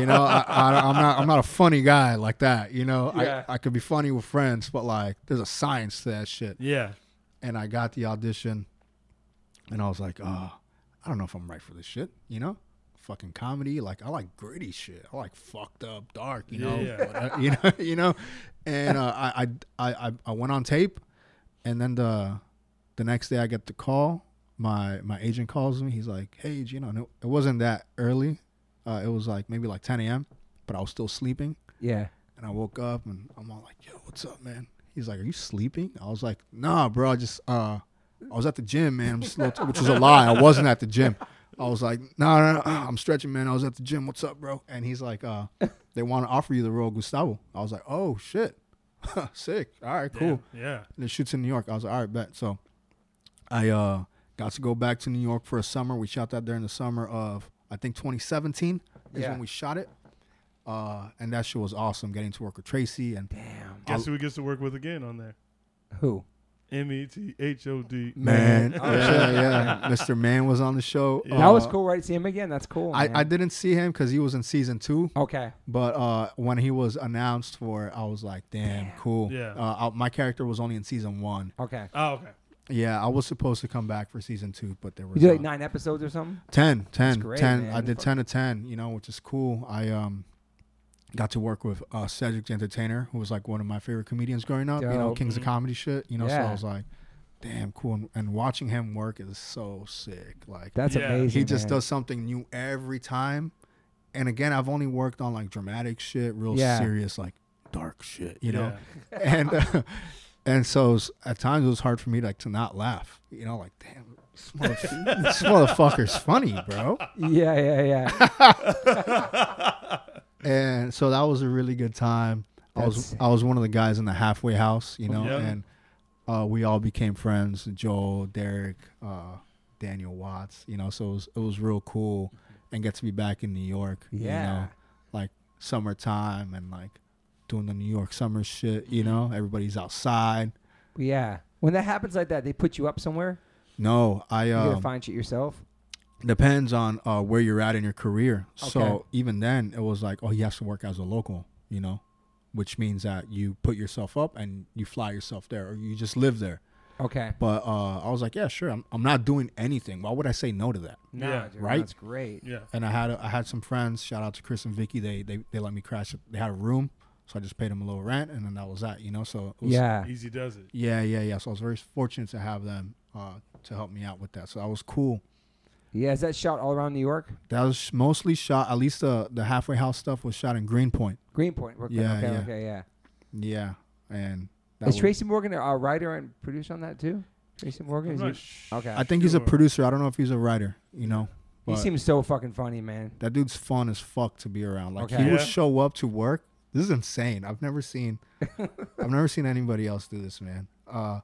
you know, I, I, I'm not I'm not a funny guy like that. You know,
Yeah.
I, I could be funny with friends, but like, there's a science to that shit
Yeah.
and I got the audition, and I was like, uh, I don't know if I'm right for this shit, you know? fucking comedy. Like I like gritty shit. I like fucked up, dark. You know,
Yeah.
you know, you know. And uh, I, I, I, I went on tape, and then the, the next day I get the call. My my agent calls me. He's like, hey, you know, and it- it wasn't that early. Uh, it was like maybe like 10 a.m. But I was still sleeping.
Yeah.
And I woke up and I'm all like, yo, what's up, man? He's like, are you sleeping? I was like, nah, bro. I just, uh, I was at the gym, man. I'm just a little which is a lie. I wasn't at the gym. I was like, nah, nah, nah, I'm stretching, man. I was at the gym. What's up, bro? And he's like, uh, they want to offer you the role of Gustavo. I was like, oh, shit. Sick. All right, cool.
Yeah.
And it shoots in New York. I was like, all right, bet. So I uh, got to go back to New York for a summer. We shot that during the summer of, I think, 2017 is
Yeah.
when we shot it. Uh, and that shit was awesome getting to work with Tracy. And
Damn.
Guess who he gets to work with again on there?
Who?
M E T H O D.
Man.
Man,
Oh,
yeah, yeah. Mr. Man was on the show.
That was
Uh,
cool, right? See him again. That's cool.
I,
man.
I didn't see him because he was in season two,
okay.
but uh, when he was announced for, it, I was like, "Damn, cool."
Yeah.
Uh, I, my character was only in season one.
Okay.
Oh, okay.
Yeah, I was supposed to come back for season two, but there was
You did like
uh,
nine episodes or something?
10 10
great,
10 i
man.
did 10 to 10 you know which is cool i um got to work with uh cedric the entertainer who was like one of my favorite comedians growing up you know
Dope. Mm-hmm.
kings of comedy shit you know so
Yeah.
i was like damn cool and, and watching him work is so sick like
That's
Yeah.
amazing.
he just
man.
does something new every time and again i've only worked on like dramatic shit real
Yeah.
serious like dark shit you know and uh, and so s- at times it was hard for me like to not laugh. You know, like damn, this, motherf- this motherfucker's funny, bro.
Yeah, yeah, yeah.
And so that was a really good time. I was
That's-
I was one of the guys in the halfway house, you know,
Yeah.
and uh, we all became friends. Joel, Derek, uh, Daniel Watts, you know. So it was it was real cool, and get to be back in New York. You
Yeah.
know, like summertime and like doing the New York summer shit.
Mm-hmm.
You know, everybody's outside.
yeah. When that happens like that, they put you up somewhere.
No, I
You
um,
gotta find shit yourself.
depends on uh, where you're at in your career.
Okay.
So even then, it was like, oh, he has to work as a local, you know, which means that you put yourself up and you fly yourself there, or you just live there.
Okay.
But uh, I was like, yeah, sure, I'm, I'm not doing anything. Why would I say no to that?
Nah,
Yeah.
dude,
Right?
That's great.
Yeah.
And I had I had some friends. Shout out to Chris and Vicky. They they they let me crash. They had a room, so I just paid them a little rent, and then that was that, you know. So it was,
Yeah.
Easy does it.
yeah, yeah, yeah. So I was very fortunate to have them uh, to help me out with that. So that was cool.
Yeah. Is that shot all around New York?
That was mostly shot. At least the the halfway house stuff was shot in Greenpoint.
Greenpoint. Brooklyn.
Yeah,
okay.
yeah.
Okay. Yeah.
Yeah, and that
Is
was-
Tracy Morgan a a writer and producer on that too? Tracy Morgan.
I'm
Is
not
he,
sh-
okay.
I think he's a
sure.
producer. I don't know if he's a writer. You know,
he
but
seems so fucking funny, man.
that dude's fun as fuck to be around. Like
Okay.
he would
Yeah.
show up to work. This is insane. I've never seen, I've never seen anybody else do this, man. Uh,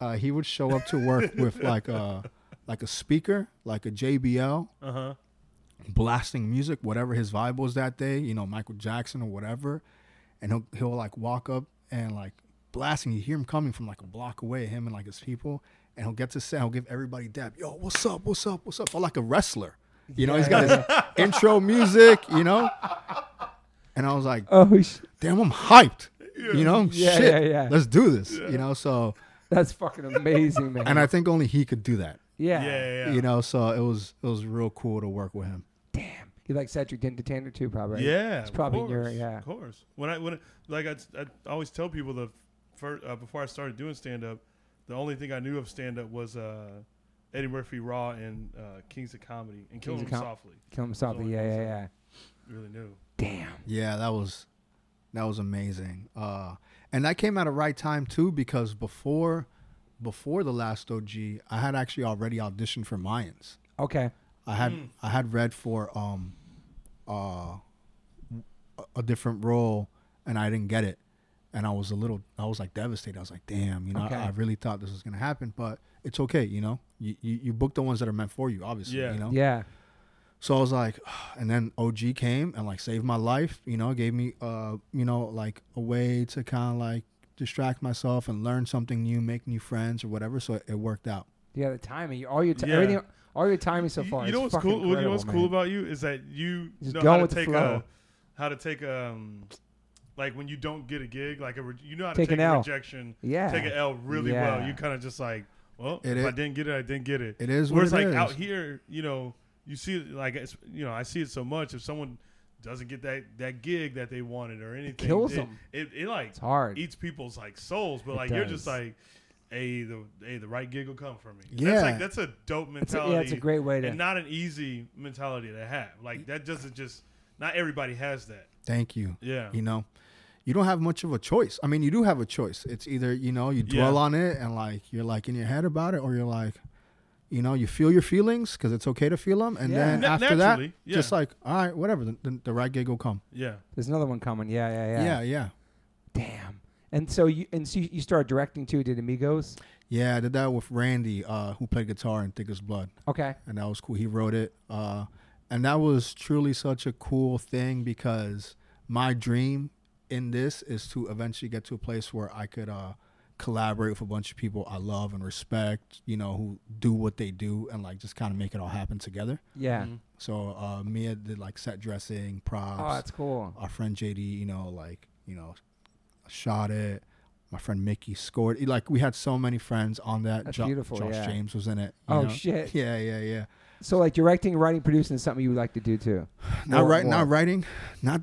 uh, he would show up to work with like a like a speaker, like a JBL,
Uh huh.
blasting music, whatever his vibe was that day, you know, Michael Jackson or whatever. And he'll, he'll like walk up and like blasting. You hear him coming from like a block away, him and like his people. And he'll get to say, he'll give everybody dap. Yo, what's up? What's up? What's up? Or like a wrestler. You know, he's got his intro music, you know? And I was like,
Oh, sh-
damn, I'm hyped. You know,
Yeah,
shit.
yeah, yeah.
Let's do this. You know, so,
that's fucking amazing, man.
and I think only he could do that.
yeah.
Yeah. Yeah.
You know, so it was, it was real cool to work with him.
You like Cedric the Entertainer too, probably. right?
Yeah,
It's
of
probably in your-
course,
yeah.
Of course. When I when I- like I, I always tell people the first uh, before I started doing stand up, the only thing I knew of stand up was uh, Eddie Murphy Raw and uh, Kings of Comedy and Kill
Kings
Them
of Com-
Softly.
Kill him softly. Yeah, yeah, yeah.
Really knew.
Damn.
Yeah, that was that was amazing. Uh, and that came at a right time too because before before the last OG, I had actually already auditioned for Mayans.
Okay.
I had I had read for um uh a- a different role and I didn't get it. And I was a little I was like devastated. I was like, damn, you know,
Okay.
I, I really thought this was gonna happen, but it's okay, you know. You, you you book the ones that are meant for you, obviously.
Yeah.
You know?
Yeah.
So I was like, and then OG came and like saved my life, you know, gave me, uh, you know, like a way to kind of like distract myself and learn something new, make new friends or whatever. So it worked out.
Yeah. The timing. All your ti-
Yeah.
everything. All your timing so
You-
far.
you,
is
know what's
fucking
cool? You know what's
incredible,
cool
man.
about you is that you
Just
know
going
how to
with the
take
flow.
a how to take um like when you don't get a gig like a re- you know how to
Take
take,
an
a
L.
rejection
Yeah.
take an L really
Yeah.
well. You kind of just like well
It
if
i-
I didn't get it I didn't get it.
It is what
Whereas
it
like
is.
out here you know you see it like it's, you know I see it so much. If someone doesn't get that that gig that they wanted or anything,
kills
it,
them.
It, it like
It's hard.
eats people's like souls. But
It
like you're just
does.
like, hey, the hey, the right gig will come for me.
Yeah.
that's like that's a dope
It's a,
mentality.
yeah, it's a great way to.
and not an easy mentality to have. Like that doesn't just not everybody has that.
Thank you.
Yeah,
You know, you don't have much of a choice. I mean, you do have a choice. It's either, you know, you dwell
Yeah.
on it and like you're like in your head about it, or you're like, you know, you feel your feelings because it's okay to feel them. And
Yeah.
then
Na-
after that,
naturally, yeah.
just like, all right, whatever, the, the, the right gig will come.
yeah.
There's another one coming. Yeah, yeah, yeah.
Yeah. yeah, yeah.
Damn. And so you and so you started directing too. Did Amigos?
I did that with Randy, uh, who played guitar in Thick as Blood.
Okay.
and that was cool. He wrote it, uh, and that was truly such a cool thing because my dream in this is to eventually get to a place where I could uh, collaborate with a bunch of people I love and respect, you know, who do what they do, and like just kind of make it all happen together.
Yeah.
Mhm.
So uh, Mia did like set dressing, props.
Oh, that's cool.
Our friend JD, you know, like you know, shot it. My friend Mickey scored. Like we had so many friends on that.
That's
Jo-
beautiful,
Josh
yeah.
James was in it. you
Oh,
know?
shit.
Yeah, yeah, yeah.
So like directing, writing, producing is something you would like to do too.
not
Or
right, not
more.
writing, not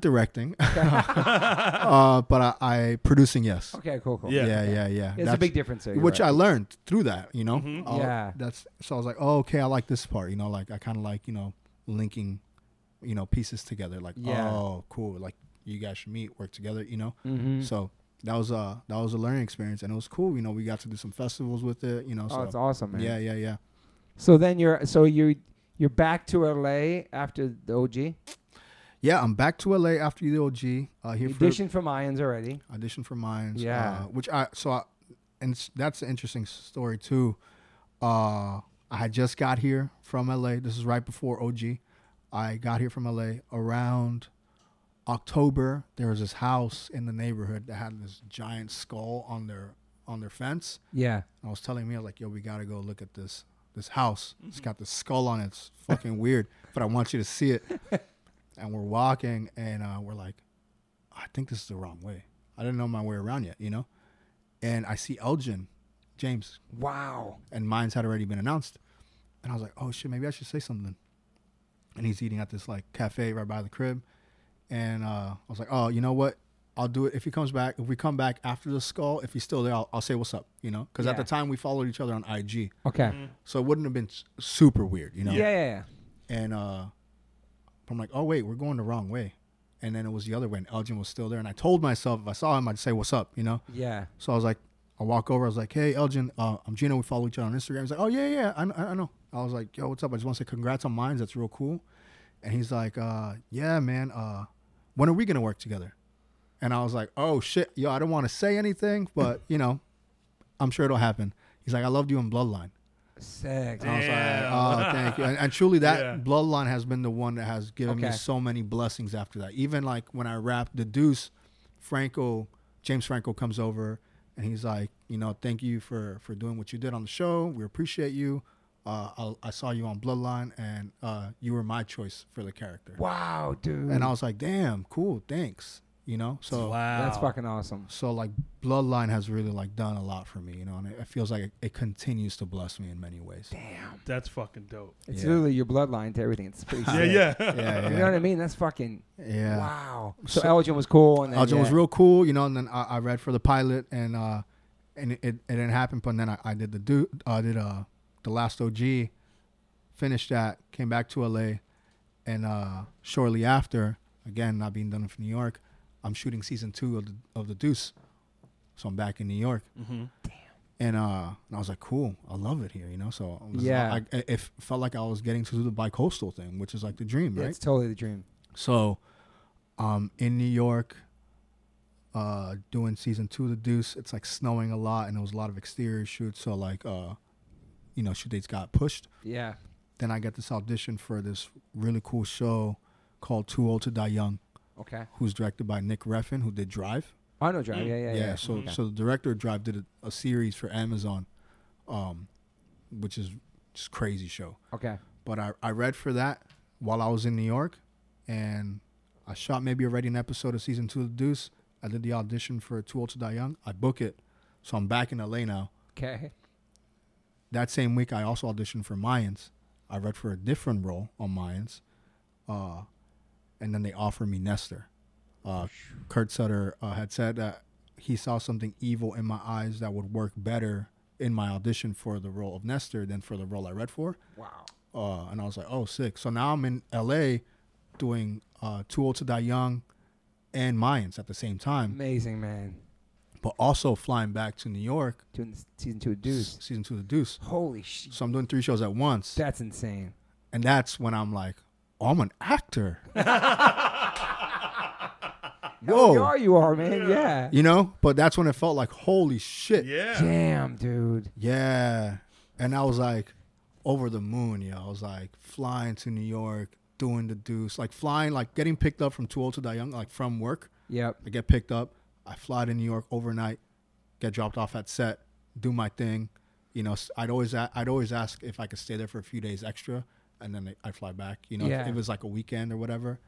directing, uh, but I, I producing. Yes.
Okay. Cool. Cool.
Yeah.
Yeah, yeah, yeah.
It's a big difference. There, you're
which
right.
I learned through that. You know.
Mhm.
Uh,
Yeah.
That's so I was like, oh, okay, I like this part. You know, like I kind of like you know linking, you know, pieces together. Like,
Yeah.
oh, cool. Like you guys should meet, work together. You know.
Mhm.
So that was uh that was a learning experience, and it was cool. You know, we got to do some festivals with it. You know.
oh,
So
it's awesome, man.
yeah, yeah, yeah.
So then you're so you you're back to LA after the OG.
Yeah, I'm back to LA after the OG. Uh, here
You
for
auditioned for Mayans already.
audition for mines.
Yeah.
uh, which I so I, and s- that's an interesting story too. Uh, I had just got here from LA. This is right before OG. I got here from LA around October. There was this house in the neighborhood that had this giant skull on their on their fence.
Yeah.
And I was telling me, I was like, "Yo, we gotta go look at this this house. It's got this skull on it. It's fucking weird, but I want you to see it." and we're walking, and uh, we're like, "I think this is the wrong way. I didn't know my way around yet, you know." And I see Elgin, James,
Wow.
and mine's had already been announced. And I was like, "Oh shit, maybe I should say something." And he's eating at this like cafe right by the crib, and uh, I was like, "Oh, you know what? I'll do it if he comes back. If we come back after the skull, if he's still there, I'll, I'll say what's up, you know? Because at
Yeah.
the time we followed each other on IG,
Okay.
so it wouldn't have been s- super weird, you know?
Yeah. Yeah. yeah.
And uh, I'm like, "Oh wait, we're going the wrong way," and then it was the other way, and Elgin was still there. And I told myself if I saw him, I'd say what's up, you know?
Yeah.
So I was like, I walk over. I was like, hey, Elgin, uh, I'm Gino. We follow each other on Instagram. He's like, oh, yeah, yeah, I, I, I know. I was like, yo, what's up? I just want to say congrats on mines. That's real cool. And he's like, uh, yeah, man, uh, when are we going to work together? And I was like, oh, shit, yo, I don't want to say anything, but, you know, I'm sure it'll happen. He's like, I loved you in Bloodline.
Sex.
And I was
Damn.
like, oh, thank you. And, and truly, that
Yeah.
Bloodline has been the one that has given me
Okay.
so many blessings after that. Even like when I rapped The Deuce, Franco, James Franco comes over and he's like, you know, thank you for for doing what you did on the show. We appreciate you. Uh, I, I saw you on Bloodline and uh, you were my choice for the character.
Wow, dude.
And I was like, damn, cool, thanks. You know, so
wow,
That's fucking awesome.
so like Bloodline has really like done a lot for me, you know, and it, it feels like it, it continues to bless me in many ways.
Damn.
that's fucking dope.
It's
Yeah.
literally your bloodline to everything. It's pretty
Yeah,
sick.
yeah,
Yeah,
You know what I mean? That's fucking
yeah.
wow. So,
So-
Elgin was cool, and then,
Elgin
Uh, yeah.
was real cool, you know. And then I, I read for the pilot, and uh, and it, it didn't happen. But then I, I did the do I did uh the last OG, finished that, came back to LA, and uh shortly after, again not being done from New York, I'm shooting season two of the of the Deuce, so I'm back in New York.
Mhm.
And uh, and I was like, cool, I love it here, you know. So I was-
Yeah.
I, I- it felt like I was getting to do the bicoastal thing, which is like the dream,
Yeah,
right?
It's totally the dream.
So, um, in New York, uh, doing season two of The Deuce, it's like snowing a lot, and it was a lot of exterior shoots. So like, uh, you know, shoot dates got pushed.
Yeah.
Then I got this audition for this really cool show called Too Old to Die Young,
Okay.
who's directed by Nick Reffin, who did Drive.
I know drive. Yeah, yeah, Mm-hmm. yeah.
Mm. so
Okay.
so the director of Drive did a, a series for Amazon, um, which is just crazy show
okay.
but I, I read for that while I was in New York, and I shot maybe already an episode of season two of The Deuce. I did the audition for Too Old to Die Young. I book it, so I'm back in LA now.
Okay.
That same week, I also auditioned for Mayans. I read for a different role on Mayans, uh, and then they offered me Nestor. Uh, Kurt Sutter uh, had said that he saw something evil in my eyes that would work better in my audition for the role of Nestor than for the role I read for.
Wow.
Uh, and I was like, oh, sick. So now I'm in LA doing uh, Too Old to Die Young and Mayans at the same time,
Amazing, man.
but also flying back to New York,
Doing this season two of
s-
Deuce.
season two of the Deuce.
Holy shit.
So I'm doing three shows at once.
That's insane.
and that's when I'm like, oh, I'm an actor.
Hell
Whoa.
yeah, you are, man. Yeah.
You know? But that's when it felt like, holy shit.
Yeah.
Damn, dude.
Yeah. And I was like over the moon, yo. I was like flying to New York, doing the deuce, like flying, like getting picked up from too old to die young, like from work.
Yep.
I get picked up, I fly to New York overnight, get dropped off at set, do my thing. You know, s- I'd always a- I'd always ask if I could stay there for a few days extra, and then I I'd fly back. You know,
Yeah.
if it was like a weekend or whatever.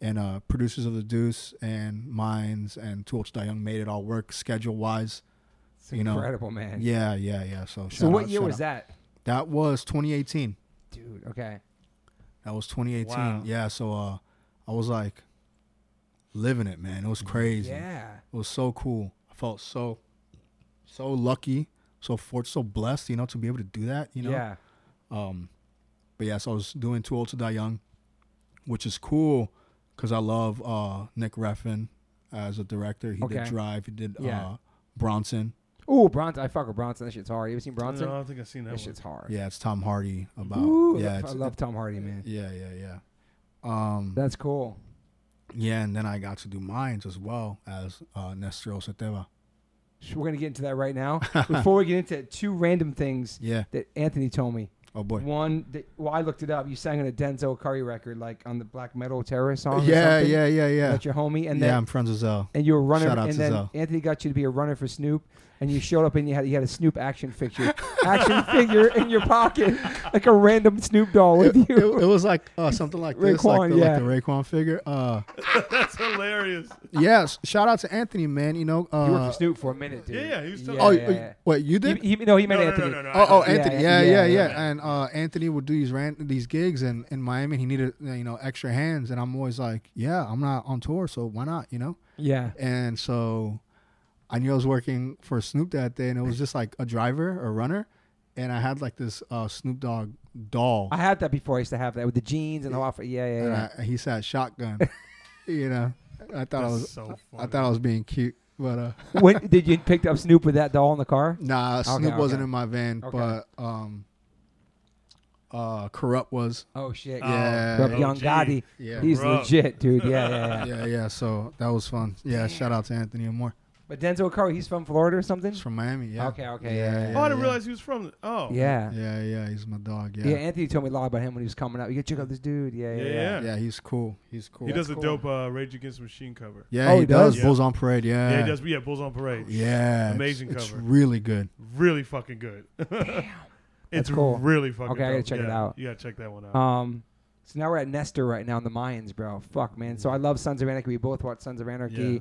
And uh, producers of the Deuce and Mines and Too Old to Die Young made it all work schedule wise.
It's
You know,
incredible, man.
Yeah, yeah, yeah.
So
So shout
what
out,
year
shout
was
out.
that?
That was 2018.
Dude, okay.
That was 2018.
Wow.
Yeah, so uh, I was like living it, man. It was crazy.
Yeah.
It was so cool. I felt so, so lucky, so fort, so blessed, you know, to be able to do that, you know.
Yeah.
Um, but yeah, so I was doing Too Old to Die Young, which is cool because I love uh, Nick Reffin as a director. He did
Okay.
Drive. He did
Yeah.
uh, Bronson.
Ooh, Bronson. I fuck with Bronson. That shit's hard. You ever seen Bronson?
No, I don't think I've seen that
that
one.
shit's hard.
Yeah, it's Tom Hardy about.
Ooh, I
yeah, it's,
love, I love Tom Hardy, man.
yeah, yeah, yeah. Um,
That's cool.
yeah, and then I got to do Mines as well as uh, Nestor Sateva.
Sh- We're gonna get into that right now. Before we get into it, two random things
Yeah.
that Anthony told me.
Oh boy.
One, that, well, I looked it up. You sang on a Denzel Curry record, like on the Black Metal Terrorist song. or
Yeah,
something.
yeah, yeah, yeah.
That's your homie, and
yeah,
then
I'm friends with Zell.
and you were a runner,
Shout out
and
to
then
Zoe.
Anthony got you to be a runner for Snoop, and you showed up and you had you had a Snoop action figure, action figure in your pocket, like a random Snoop doll with
it,
you.
it was like uh, something like this,
Raekwon,
like the,
yeah.
like the Raekwon figure. Uh,
That's hilarious.
yes, shout out to Anthony, man. You know, uh,
you worked for Snoop for a minute, dude.
Yeah, yeah. He was telling
oh,
me.
Yeah, yeah,
uh,
yeah.
wait, you did?
He, he, no, he meant
no, no,
Anthony.
no, no, no.
oh, oh,
yeah,
Anthony,
yeah,
yeah, yeah, yeah.
yeah.
And uh, Anthony would do these ran- these gigs, and in Miami, he needed uh, you know extra hands, and I'm always like, yeah, I'm not on tour, so why not, you know?
Yeah.
And so I knew I was working for Snoop that day, and it was just like a driver or runner, and I had like this uh, Snoop Dogg doll,
I had that before. I used to have that with the jeans and the off. Yeah, yeah,
and
yeah.
I, he said shotgun, you know. I thought I
That's
was
so
I
funny.
thought I was being cute, but uh,
when did you pick up Snoop with that doll in the car?
nah, Snoop
okay.
wasn't in my van,
Okay.
but um, uh, corrupt was.
Oh shit!
Oh,
Yeah.
Rub
OG.
Young Gotti.
Yeah.
He's
Rub.
legit, dude. Yeah, yeah, yeah.
Yeah, yeah. So that was fun. Yeah, shout out to Anthony and more.
But Denzel Curry, he's from Florida or something.
He's from Miami. Yeah.
Okay, okay, yeah, yeah.
Oh, I didn't
yeah.
realize he was from. Oh.
yeah. yeah,
Yeah, yeah. He's my dog. Yeah.
Anthony told me a lot about him when he was coming out. You gotta check out this dude. Yeah, yeah,
Yeah,
yeah.
yeah.
Yeah, he's cool. He's cool.
He does a
That's
dope uh, Rage Against the Machine cover.
Yeah,
Oh,
he,
he
does.
does?
Bulls on parade. Yeah.
Yeah, he does. Yeah, Bulls on Parade.
Yeah.
Amazing
it's,
cover.
It's really good.
Really fucking good. Damn.
That's
It's
cool.
really fucking
Okay, I gotta
dope.
check it
Yeah,
out.
You gotta check that one out.
Um, so now we're at Nestor right now in the Mayans, bro. Fuck, man. So I love Sons of Anarchy. We both watch Sons of Anarchy.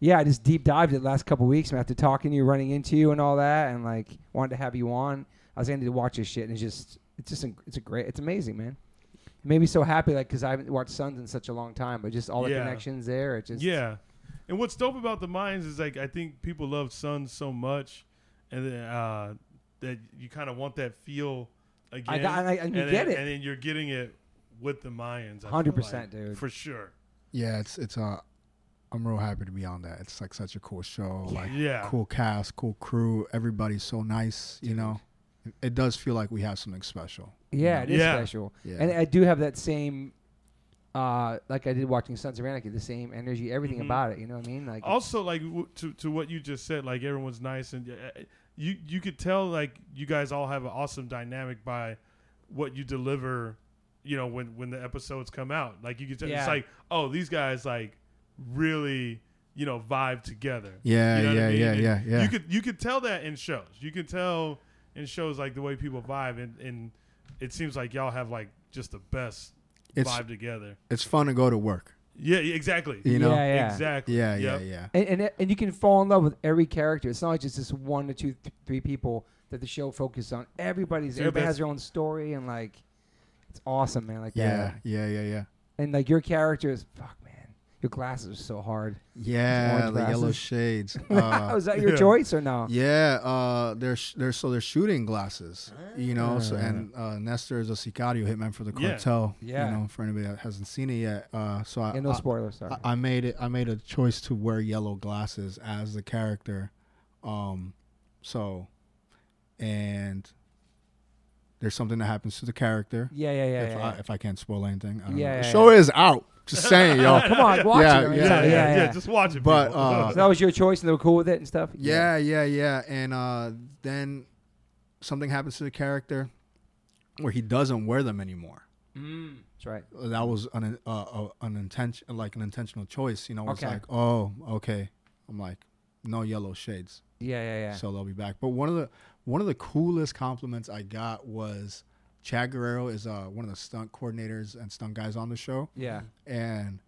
Yeah, I just deep dived it the last couple weeks. man, after talking to you, running into you, and all that, and like wanted to have you on. I was going to watch this shit, and it's just, it's just, inc- it's a great, it's amazing, man. It made me so happy, like, because I haven't watched Sons in such a long time, but just all the
Yeah.
connections there. It just,
yeah. And what's dope about the Mayans is like I think people love Sun so much, and then, uh, that you kind of want that feel again.
I got, and, I, and you
and
get
then,
it,
And then you're getting it with the Mayans. I feel
hundred percent,
like,
dude.
For sure.
Yeah, it's it's uh I'm real happy to be on that. It's like such a cool show. Like
Yeah.
cool cast, cool crew. Everybody's so nice, you know. It- It does feel like we have something special.
Yeah, it is
Yeah.
special.
Yeah.
And I do have that same, uh, like I did watching Sons of Anarchy, the same energy, everything
Mhm.
about it. You know what I mean? Like, it's-
also like w- to to what you just said like everyone's nice and uh, you you could tell like you guys all have an awesome dynamic by what you deliver you know when when the episodes come out like you could tell
Yeah.
it's like oh these guys like really you know vibe together
Yeah,
You know what
yeah,
I mean?
yeah,
And
yeah, yeah.
you could you could tell that in shows you could tell in shows like the way people vibe and and it seems like y'all have like just the best
It's-
vibe together
It's fun to go to work.
yeah yeah, exactly
You know?
Yeah, yeah.
exactly
Yeah, yeah,
Yep.
yeah.
and, and and you can fall in love with every character. It's not like just this one or two, th- three people that the show focuses on. Everybody's
Dude,
everybody
that's-
has their own story and like It's awesome, man. Like
Yeah,
that.
yeah, yeah, yeah.
And like your character is fuck, man. Your glasses are so hard.
Yeah,
orange
the yellow
glasses.
shades. Uh,
was that your
yeah.
choice or no?
yeah, uh, they're sh- they're so they're shooting glasses, you know.
Ah.
So and uh, Nestor is a sicario hitman for the
Yeah.
cartel.
Yeah.
you know, for anybody that hasn't seen it yet. Uh, so I,
Yeah, no
I-
spoilers. Sorry.
I, I made it. I made a choice to wear yellow glasses as the character. Um, so, and there's something that happens to the character.
yeah, yeah, yeah.
if,
yeah,
I,
yeah.
if I can't spoil anything, I don't
Yeah,
know.
yeah,
the show is out. Just saying, yo.
Come on, watch
Yeah,
it. right?
yeah,
Sorry,
yeah,
yeah, yeah.
Just watch it.
But,
people.
uh,
so that was your choice, and they were cool with it and stuff.
Yeah, yeah, yeah. And uh, then something happens to the character where he doesn't wear them anymore.
Mm. That's right.
That was an uh, uh, an intention, like an intentional choice. You know, it's
Okay.
like, oh, okay. I'm like, no yellow shades,
Yeah, yeah, yeah.
so they'll be back. But one of the one of the coolest compliments I got was Chad Guerrero is uh, one of the stunt coordinators and stunt guys on the show,
yeah.
and.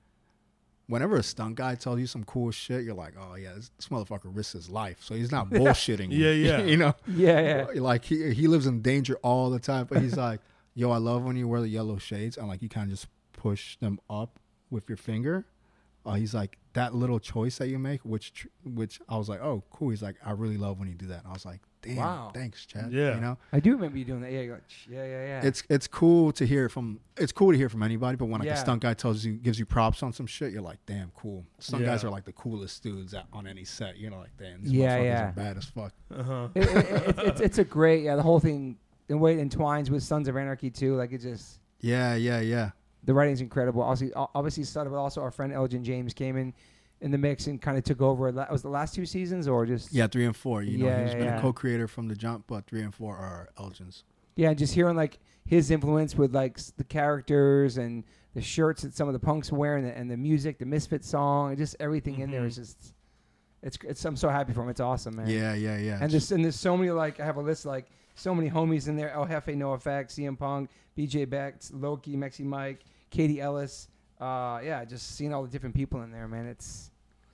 Whenever a stunt guy tells you some cool shit, you're like, "Oh yeah, this, this motherfucker risks his life, so he's not bullshitting." you."
Yeah, yeah.
you know.
Yeah, yeah.
Like he he lives in danger all the time, but he's like, "Yo, I love when you wear the yellow shades and like you kind of just push them up with your finger." Uh, he's like that little choice that you make, which tr- which I was like, "Oh, cool." He's like, "I really love when you do that." And I was like, "Damn,
Wow.
thanks, Chad."
Yeah.
you know,
I do remember you doing that. Yeah, you're like, "Ch- yeah, yeah, yeah.
it's it's cool to hear from it's cool to hear from anybody, but when like
Yeah.
a stunt guy tells you gives you props on some shit, you're like, "Damn, cool." Stunt guys
Yeah.
are like the coolest dudes at, on any set. You're like, "Damn, these
Yeah,
motherfuckers
yeah.
are bad as fuck."
uh-huh.
it, it, it, it's, it's a great yeah the whole thing the way it entwines with sons of anarchy too like it just
Yeah, yeah, yeah.
the writing's incredible obviously o- obviously started but also our friend elgin james came in in the mix and kind of took over La- was the last two seasons or just
Yeah, three and four. You know,
Yeah,
he's
yeah,
been
yeah.
a co-creator from the jump, but three and four are Elgin's.
yeah and just hearing like his influence with like s- the characters and the shirts that some of the punks wear and the, and the music the misfit song and just everything in there
Mhm.
is just it's, it's i'm so happy for him it's awesome man
Yeah, yeah, yeah.
And there's and there's so many like I have a list of, like so many homies in there. El Jefe, No Effect, CM Punk, BJ Beck, Loki, Mexi Mike, Katie Ellis. Uh, yeah, just seeing all the different people in there, man. It's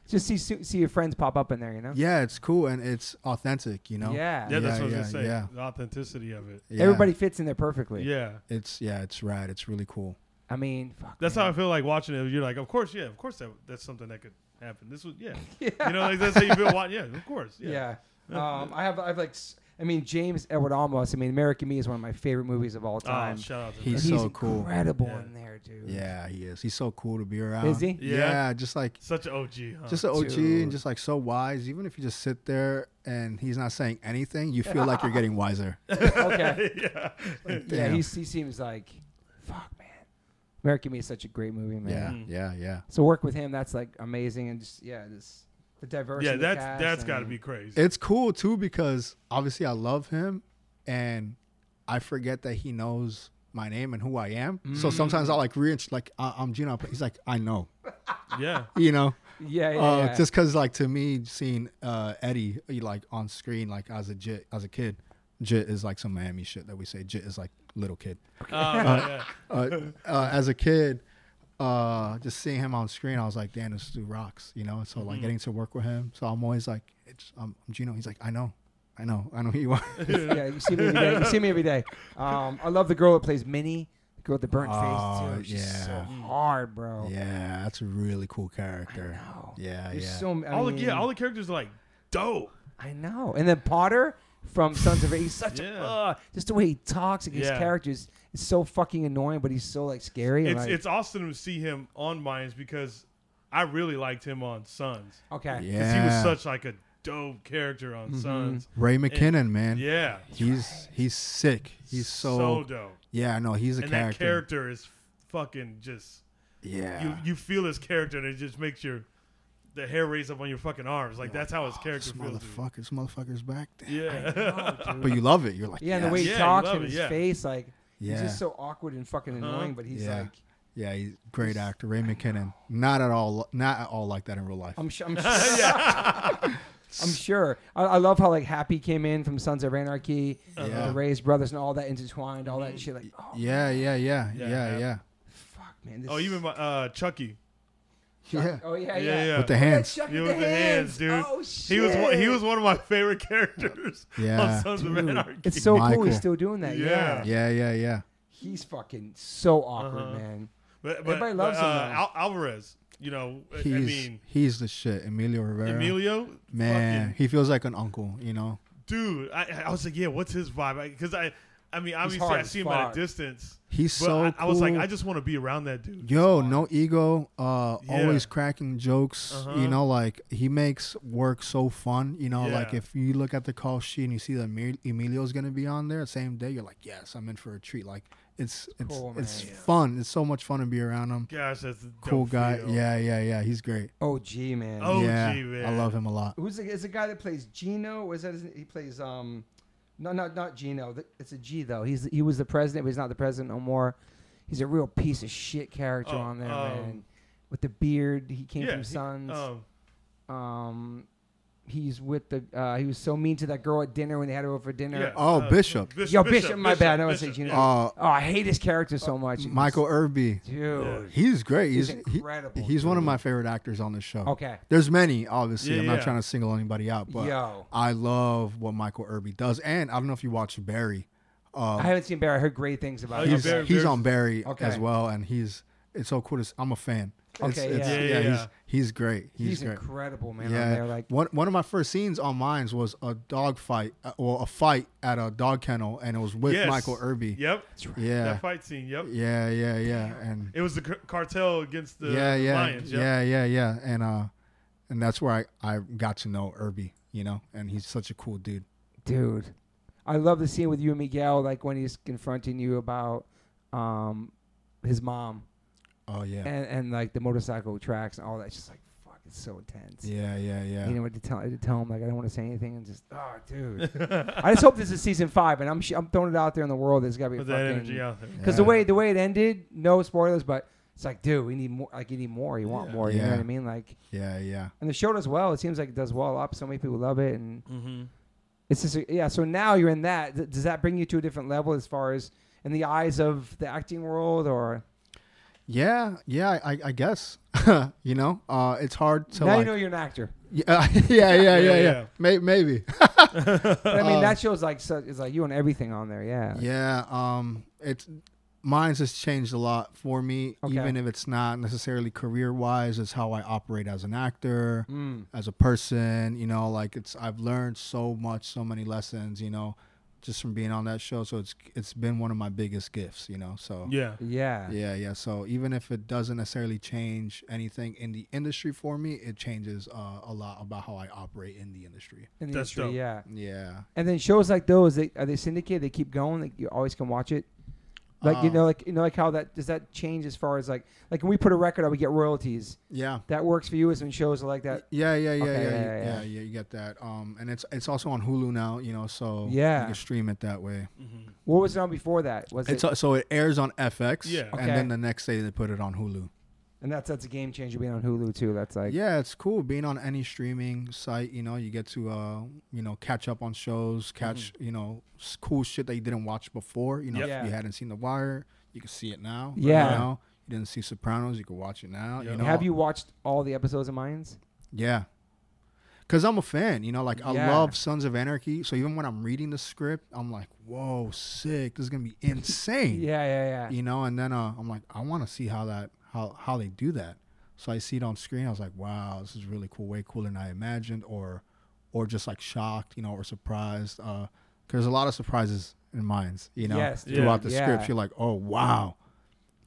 just see see see your friends pop up in there, you know.
yeah, it's cool and it's authentic. You know.
Yeah.
Yeah, that's what
Yeah,
I was
yeah,
gonna say.
yeah.
The authenticity of it.
Yeah.
Everybody fits in there perfectly.
Yeah,
It's yeah, it's rad. It's really cool.
I mean, fuck.
that's how I
man.
feel like watching it. You're like, of course, yeah, of course that that's something that could happen. This was yeah,
yeah.
you know, like that's how you feel. wa- Yeah, of course. Yeah.
Yeah. Um, I have I have like s- I mean James Edward Olmos. I mean American Me is one of my favorite movies of all
Oh,
time.
shout out to
And
He's
that.
so cool.
incredible
Yeah.
in there, dude.
Yeah, he is. He's so cool to be around.
Is he?
Yeah.
Yeah, just like
such an OG. Huh?
just an OG
Oh, Dude.
and just like so wise. Even if you just sit there and he's not saying anything, you feel like you're getting wiser.
Okay.
yeah.
Yeah,
Damn.
he's, he seems like, fuck, man. American Me is such a great movie, man.
Yeah,
Mhm.
yeah, yeah.
So work with him, that's like amazing, and just yeah, just the diversity.
yeah,
of the
that's
cast
that's got to
and-
be crazy.
It's cool too because obviously I love him and I forget that he knows my name and who I am. So sometimes
Mm.
I like reach like I, I'm Gino. He's like I know,
yeah,
you know,
Yeah, yeah,
uh,
yeah.
just because like to me seeing uh, Eddie like on screen like as a jit as a kid, jit is like some Miami shit that we say. Jit is like little kid.
uh, yeah.
Uh, uh, as a kid. Uh, just seeing him on screen, I was like, "Damn, this dude rocks," you know. And So like
Mm-hmm.
getting to work with him, so I'm always like, "It's I'm, I'm Gino." He's like, "I know, I know, I know who you are."
yeah, you see me every day. You see me every day. Um, I love the girl that plays Minnie, the girl with the burnt
Oh,
face too. She's so
yeah.
hard, bro.
Yeah, that's a really cool character.
I know.
Yeah,
There's
yeah.
so m- I
all the
mean,
yeah, all the characters are like dope.
I know. And then Potter from Sons of he's such a
Yeah.
uh, just the way he talks and his
Yeah.
characters is so fucking annoying, but he's so like scary. and,
It's
like,
it's awesome to see him on Mines because I really liked him on Sons
okay.
because
yeah.
he was such like a dope character on Sons.
Ray McKinnon, man.
Yeah,
He's he's sick. He's so,
dope,
Yeah, no, he's a
and that
character.
character is fucking just
yeah.
you you feel his character and it just makes your the hair raise up on your fucking arms like that's how his character
Oh,
feels.
this
dude.
motherfucker, this motherfucker's back. Damn.
Yeah,
Oh, dude.
But you love it. You're like,
Yeah, and the way he
Yeah, you
talks
love
and
it,
his
yeah. Uh-huh.
face, like he's
Yeah.
just so awkward and fucking annoying. But he's
Yeah.
like,
yeah, he's a great actor. Ray McKinnon, not at all, not at all like that in real life.
I'm sure, I'm sure, I'm sure. I, I love how like Happy came in from Sons of Anarchy,
Uh-huh.
Yeah.
the Ray's brothers, and all that intertwined, all
Mm-hmm.
that shit. Like, oh
yeah, yeah, yeah,
Yeah,
yeah, yeah,
yeah.
yeah.
fuck, man. This
oh, even my uh, Chucky.
oh yeah, yeah.
Yeah, yeah.
With the
Oh, yeah,
hands.
Chuck
Yeah,
with
with
the
the
hands,
hands, dude.
Oh
He
shit.
was one, he was one of my favorite characters
Yeah.
on Sons of Anarchy.
It's so cool.
Michael.
He's still doing that. Yeah.
Yeah.
Yeah, yeah, yeah.
He's fucking so awkward,
Uh-huh.
man.
But, but
Everybody loves
but,
him,
uh,
though.
Al- Alvarez. You know, I-
He's
I mean,
he's the shit. Emilio Rivera.
Emilio.
Man,
fucking-
he feels like an uncle, you know.
dude. I, I was like, yeah, what's his vibe? Because I, I mean, obviously
hard
I
as
see him at
fuck.
a distance,
He's
but
so
I, I was like,
cool.
I just want to be around that dude.
Yo, no ego. Uh,
Yeah.
always cracking jokes.
Uh-huh.
You know, like he makes work so fun. You know, like
Yeah.
if you look at the call sheet and you see that Emil- Emilio's gonna be on there same day, you're like, yes, I'm in for a treat. Like it's it's
Cool,
it's
man.
fun. It's so much fun to be around him.
Gosh, that's a
Cool
dope
guy.
feel.
Yeah, yeah, yeah. He's great.
OG, man.
Oh,
yeah,
gee, man.
I love him a lot.
Who's the, is the guy that plays Gino? Was that his, he plays? Um, no, not not Gino. Th- It's a G though. He's he was the president, but he's not the president no more. He's a real piece of shit character
Oh,
on there,
um,
man. With the beard, he came
Yeah,
from
he-
Sons.
Um,
um, he's with the. Uh, he was so mean to that girl at dinner when they had her over for dinner.
yeah,
Oh,
uh,
Bishop.
Yo, Bishop, my bad. I was
Bishop,
thinking-
yeah.
Uh,
Oh, I hate his character so much.
Michael Irby.
dude.
Yeah.
He's great.
He's
He's, he-
incredible,
he's one of
dude.
my favorite actors on this show.
Okay.
There's many, obviously.
Yeah,
I'm
yeah.
not trying to single anybody out, but
Yo.
I love what Michael Irby does. And I don't know if you watch Barry.
I
Uh,
haven't seen Barry. I heard great things about
Oh,
him.
yeah,
he's
Barry-
he's
Barry's-
on Barry
Okay.
as well, and he's it's so cool. To, s- I'm a fan. It's-
Okay,
it's-
yeah.
Yeah, yeah, yeah.
He's, he's great. He's,
He's,
great.
incredible, man. On
yeah,
there, like
one one of my first scenes on mines was a dog fight, uh, or a fight at a dog kennel, and it was with
Yes.
Michael Irby.
Yep.
Yeah,
That fight scene. Yep.
yeah, yeah, yeah, and
It was the c- cartel against the
yeah,
the
yeah,
Lions. Yep.
yeah, yeah, yeah, and uh, and that's where I I got to know Irby, you know, and he's such a cool dude.
dude i love the scene with you and miguel like when he's confronting you about um his mom
Oh yeah,
and and like the motorcycle tracks and all that it's just like fuck it's so intense
yeah, yeah, yeah.
you know what to tell to tell him like i don't want to say anything and just oh dude i just hope this is season five and i'm sh- i'm throwing it out there in the world there's got to be
Put that energy
fucking
out there.
because the way the way it ended no spoilers but it's like dude we need more like you need more you want
Yeah.
more you know
Yeah.
what i mean like
yeah, yeah,
and the show does well it seems like it does well up so many people love it and
Mm-hmm.
It's just yeah. So now you're in that. Th- Does that bring you to a different level as far as in the eyes of the acting world, or
yeah, yeah. I, I guess you know, uh, it's hard to
now
like,
you know you're an actor?
yeah, yeah, yeah, yeah,
Yeah,
yeah.
yeah.
May, maybe,
But I mean,
Um,
that show's like so, it's like you and everything on there. Yeah.
yeah. Um, it's mines has changed a lot for me,
Okay.
even if it's not necessarily career wise. It's how I operate as an actor.
Mm.
as a person you know like it's i've learned so much so many lessons you know just from being on that show so it's it's been one of my biggest gifts you know so
Yeah.
Yeah.
yeah yeah so even if it doesn't necessarily change anything in the industry for me it changes uh, a lot about how i operate in the industry
In the
That's
industry,
dope.
yeah.
yeah
And then shows like those, they, are they syndicated? They keep going. Like you always can watch it. Like you
Um,
know, like you know, like how that does that change as far as like like when we put a record out, we get royalties.
yeah
That works for you as when shows are like that.
yeah, yeah, yeah,
Okay,
yeah,
yeah,
yeah,
yeah,
yeah,
yeah.
You get that, um, and it's it's also on Hulu now, you know, so
Yeah.
you can stream it that way.
Mm-hmm.
What was it on before that? Was
It's
it?
uh, so it airs on FX,
Yeah.
Okay.
and then the next day they put it on Hulu.
and that's that's a game changer being on Hulu too. That's like
yeah it's cool being on any streaming site you know you get to uh you know catch up on shows catch you know s- cool shit that you didn't watch before you know
Yep.
if
Mm-hmm. Yeah.
you hadn't seen the wire you can see it now
Yeah.
you know you didn't see sopranos you can watch it now
Yeah.
you know
Have you watched all the episodes of Mayans?
yeah because i'm a fan you know like i
Yeah.
love sons of anarchy so even when i'm reading the script i'm like whoa sick this is gonna be insane
Yeah, yeah, yeah.
you know and then uh, i'm like i want to see how that how how they do that so i see it on screen i was like wow this is really cool way cooler than i imagined or or just like shocked you know or surprised uh 'cause there's a lot of surprises in minds you know
Yes,
dude.
throughout the
Yeah.
scripts you're like oh wow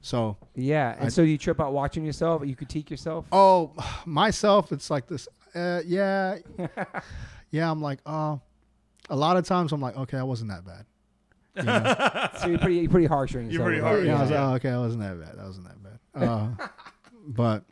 so
Yeah, and
I-
so you trip out watching yourself. You critique yourself.
oh myself it's like this uh, yeah yeah i'm like oh a lot of times i'm like okay i wasn't that bad you know?
So you're pretty, you're pretty harsh on yourself.
You're pretty
about
harsh,
it.
Yeah, I was
yeah.
like, oh, okay, that wasn't that bad. That wasn't that bad. Uh, but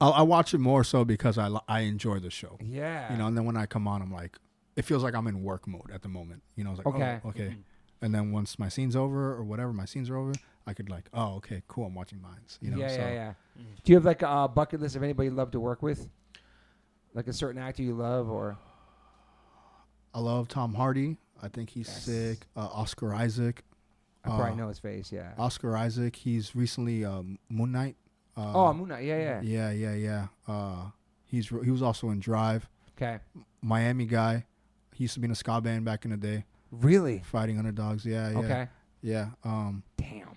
I, I watch it more so because I li- I enjoy the show,
Yeah.
you know. And then when I come on, I'm like, it feels like I'm in work mode at the moment, you know. It's like,
Okay. Mm-hmm.
oh, okay. And then once my scene's over or whatever my scenes are over, I could like, oh, okay, cool. I'm watching mines, you know.
yeah,
so,
yeah, yeah. Do you have like a uh, bucket list of anybody you love to work with? Like a certain actor you love, or
I love Tom Hardy. I think he's
Yes.
sick. Uh, Oscar Isaac.
I probably
Uh,
know his face. Yeah.
Oscar Isaac. He's recently um, Moon Knight. Uh,
oh, Moon Knight. Yeah, yeah.
yeah, yeah, yeah. Uh, he's re- he was also in Drive.
Okay.
Miami guy. He used to be in a ska band back in the day,
Really?
fighting underdogs. Yeah, yeah.
Okay.
Yeah. Um.
Damn.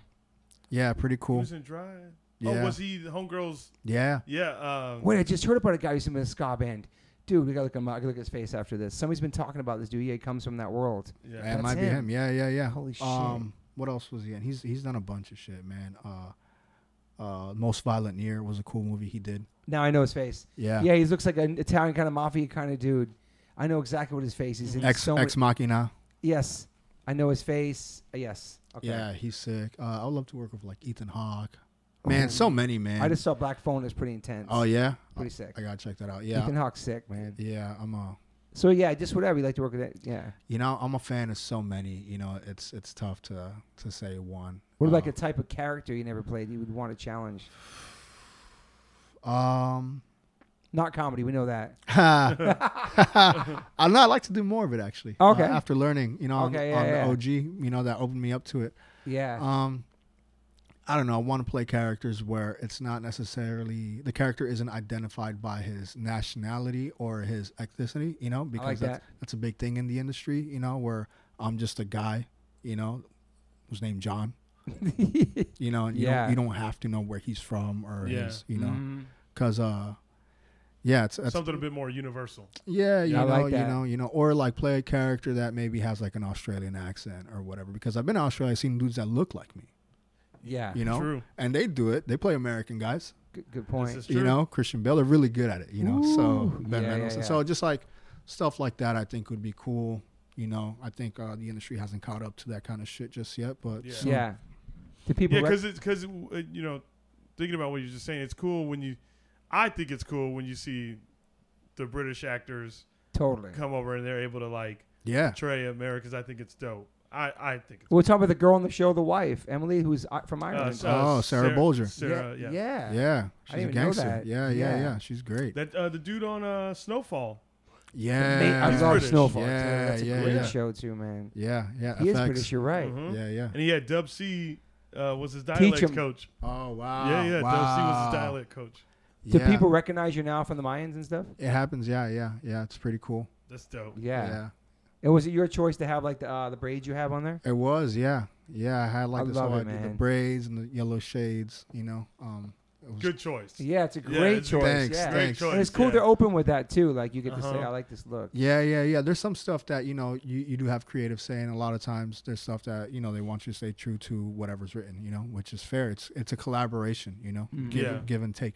Yeah. Pretty cool.
Who's in Drive?
Yeah.
Oh, was he the homegirls?
Yeah.
Yeah. Um,
Wait, I just heard about a guy who's in a ska band. Dude, we gotta look him up. I gotta look at his face after this. Somebody's been talking about this dude. Yeah, he comes from that world.
Yeah.
Yeah,
That's
it might be
him.
him. Yeah, yeah, yeah.
Holy shit.
Um, what else was he in? He's he's done a bunch of shit, man. Uh, uh, Most Violent Year was a cool movie he did.
Now I know his face.
Yeah.
Yeah, he looks like an Italian kind of mafia kind of dude. I know exactly what his face is. in
Ex
so
Ex Machina.
many- yes, I know his face. Uh, Yes. Okay.
Yeah, he's sick. Uh, I would love to work with like Ethan Hawke. Man, so many man.
Oh. I just saw Black Phone. It's pretty intense.
oh yeah,
pretty sick.
I gotta check that out. Yeah,
Ethan Hawke's sick, man.
yeah. I'm uh, a
So yeah, just whatever you like to work with. It. Yeah.
you know I'm a fan of so many. You know it's it's tough to to say one.
What about
Uh,
like a type of character you never played? You would want to challenge.
Um,
Not comedy. We know that.
I know I like to do more of it actually. Uh,
Okay.
after learning, you know, on-
Okay,
on,
yeah, yeah.
the OG, you know, that opened me up to it.
Yeah.
Um, I don't know. I want to play characters where it's not necessarily the character isn't identified by his nationality or his ethnicity. You know, because that's that's a big thing in the industry. You know, where I'm just a guy. You know, who's named John.
that.
Um, You know, and you,
Yeah.
don't, you don't have to know where he's from or
Yeah.
his. You know,
Mhm.
because uh, yeah, it's that's,
Something a bit more universal.
yeah, you
I
know,
like
you
that.
know, you know, or like play a character that maybe has like an Australian accent or whatever. Because I've been to Australia, I've seen dudes that look like me,
Yeah.
you know,
True.
and they do it. They play American guys,
Good, good
This
point.
is
you
true.
know. Christian Bale, they're really good at it, you know. so
Ooh.
Ben
Yeah, yeah,
Mendelsohn.
yeah.
So just like stuff like that, I think would be cool. You know, I think uh, the industry hasn't caught up to that kind of shit just yet, but
Yeah.
soon.
yeah. Do people?
Yeah,
rec-
because it's because you know, thinking about what you're just saying, it's cool when you. I think it's cool when you see the British actors
totally.
come over and they're able to like
yeah,
portray Americans. I think it's dope. I I think it's.
We'll talk about the girl on the show, the wife Emily, who's uh, from
Uh,
Ireland.
so-
Oh, Sarah Bolger.
Sarah, yeah.
yeah. Yeah.
yeah,
I
she's a
didn't even know
gangster.
that.
Yeah, yeah,
Yeah.
yeah, She's great.
That uh, the dude on uh, Snowfall.
Yeah,
Mate, I
He's
love
British.
Snowfall. too.
Yeah,
That's a
yeah,
great
yeah. Mm-hmm.
show too, man.
yeah, yeah.
He is
FX.
British. You're right.
Mhm.
Yeah, yeah.
And he had Dub C uh, was his
Teach
dialect
him. Ah.
coach.
Oh wow.
yeah, yeah. Dub C was
Wow.
his dialect coach.
Do
Yeah.
people recognize you now from the Mayans and stuff?
It happens. Yeah, yeah, yeah. It's pretty cool.
That's dope.
Yeah.
Yeah.
And was it your choice to have like the uh, the braids you have on there?
It was. Yeah. Yeah. I had like
I
this
love
whole
it,
idea, the
man.
braids and the yellow shades. You know. Um. It was,
Good choice.
Yeah, it's a
Yeah,
great
it's a
choice.
Thanks.
yeah.
Great
Thanks.
choice.
And it's cool
yeah.
they're open with that too. Like you get to say,
Uh-huh.
I like this look.
Yeah, yeah, yeah. There's some stuff that you know you, you do have creative say, and a lot of times there's stuff that you know they want you to stay true to whatever's written. You know, which is fair. It's it's a collaboration. You know,
Mhm.
give,
Yeah.
give and take.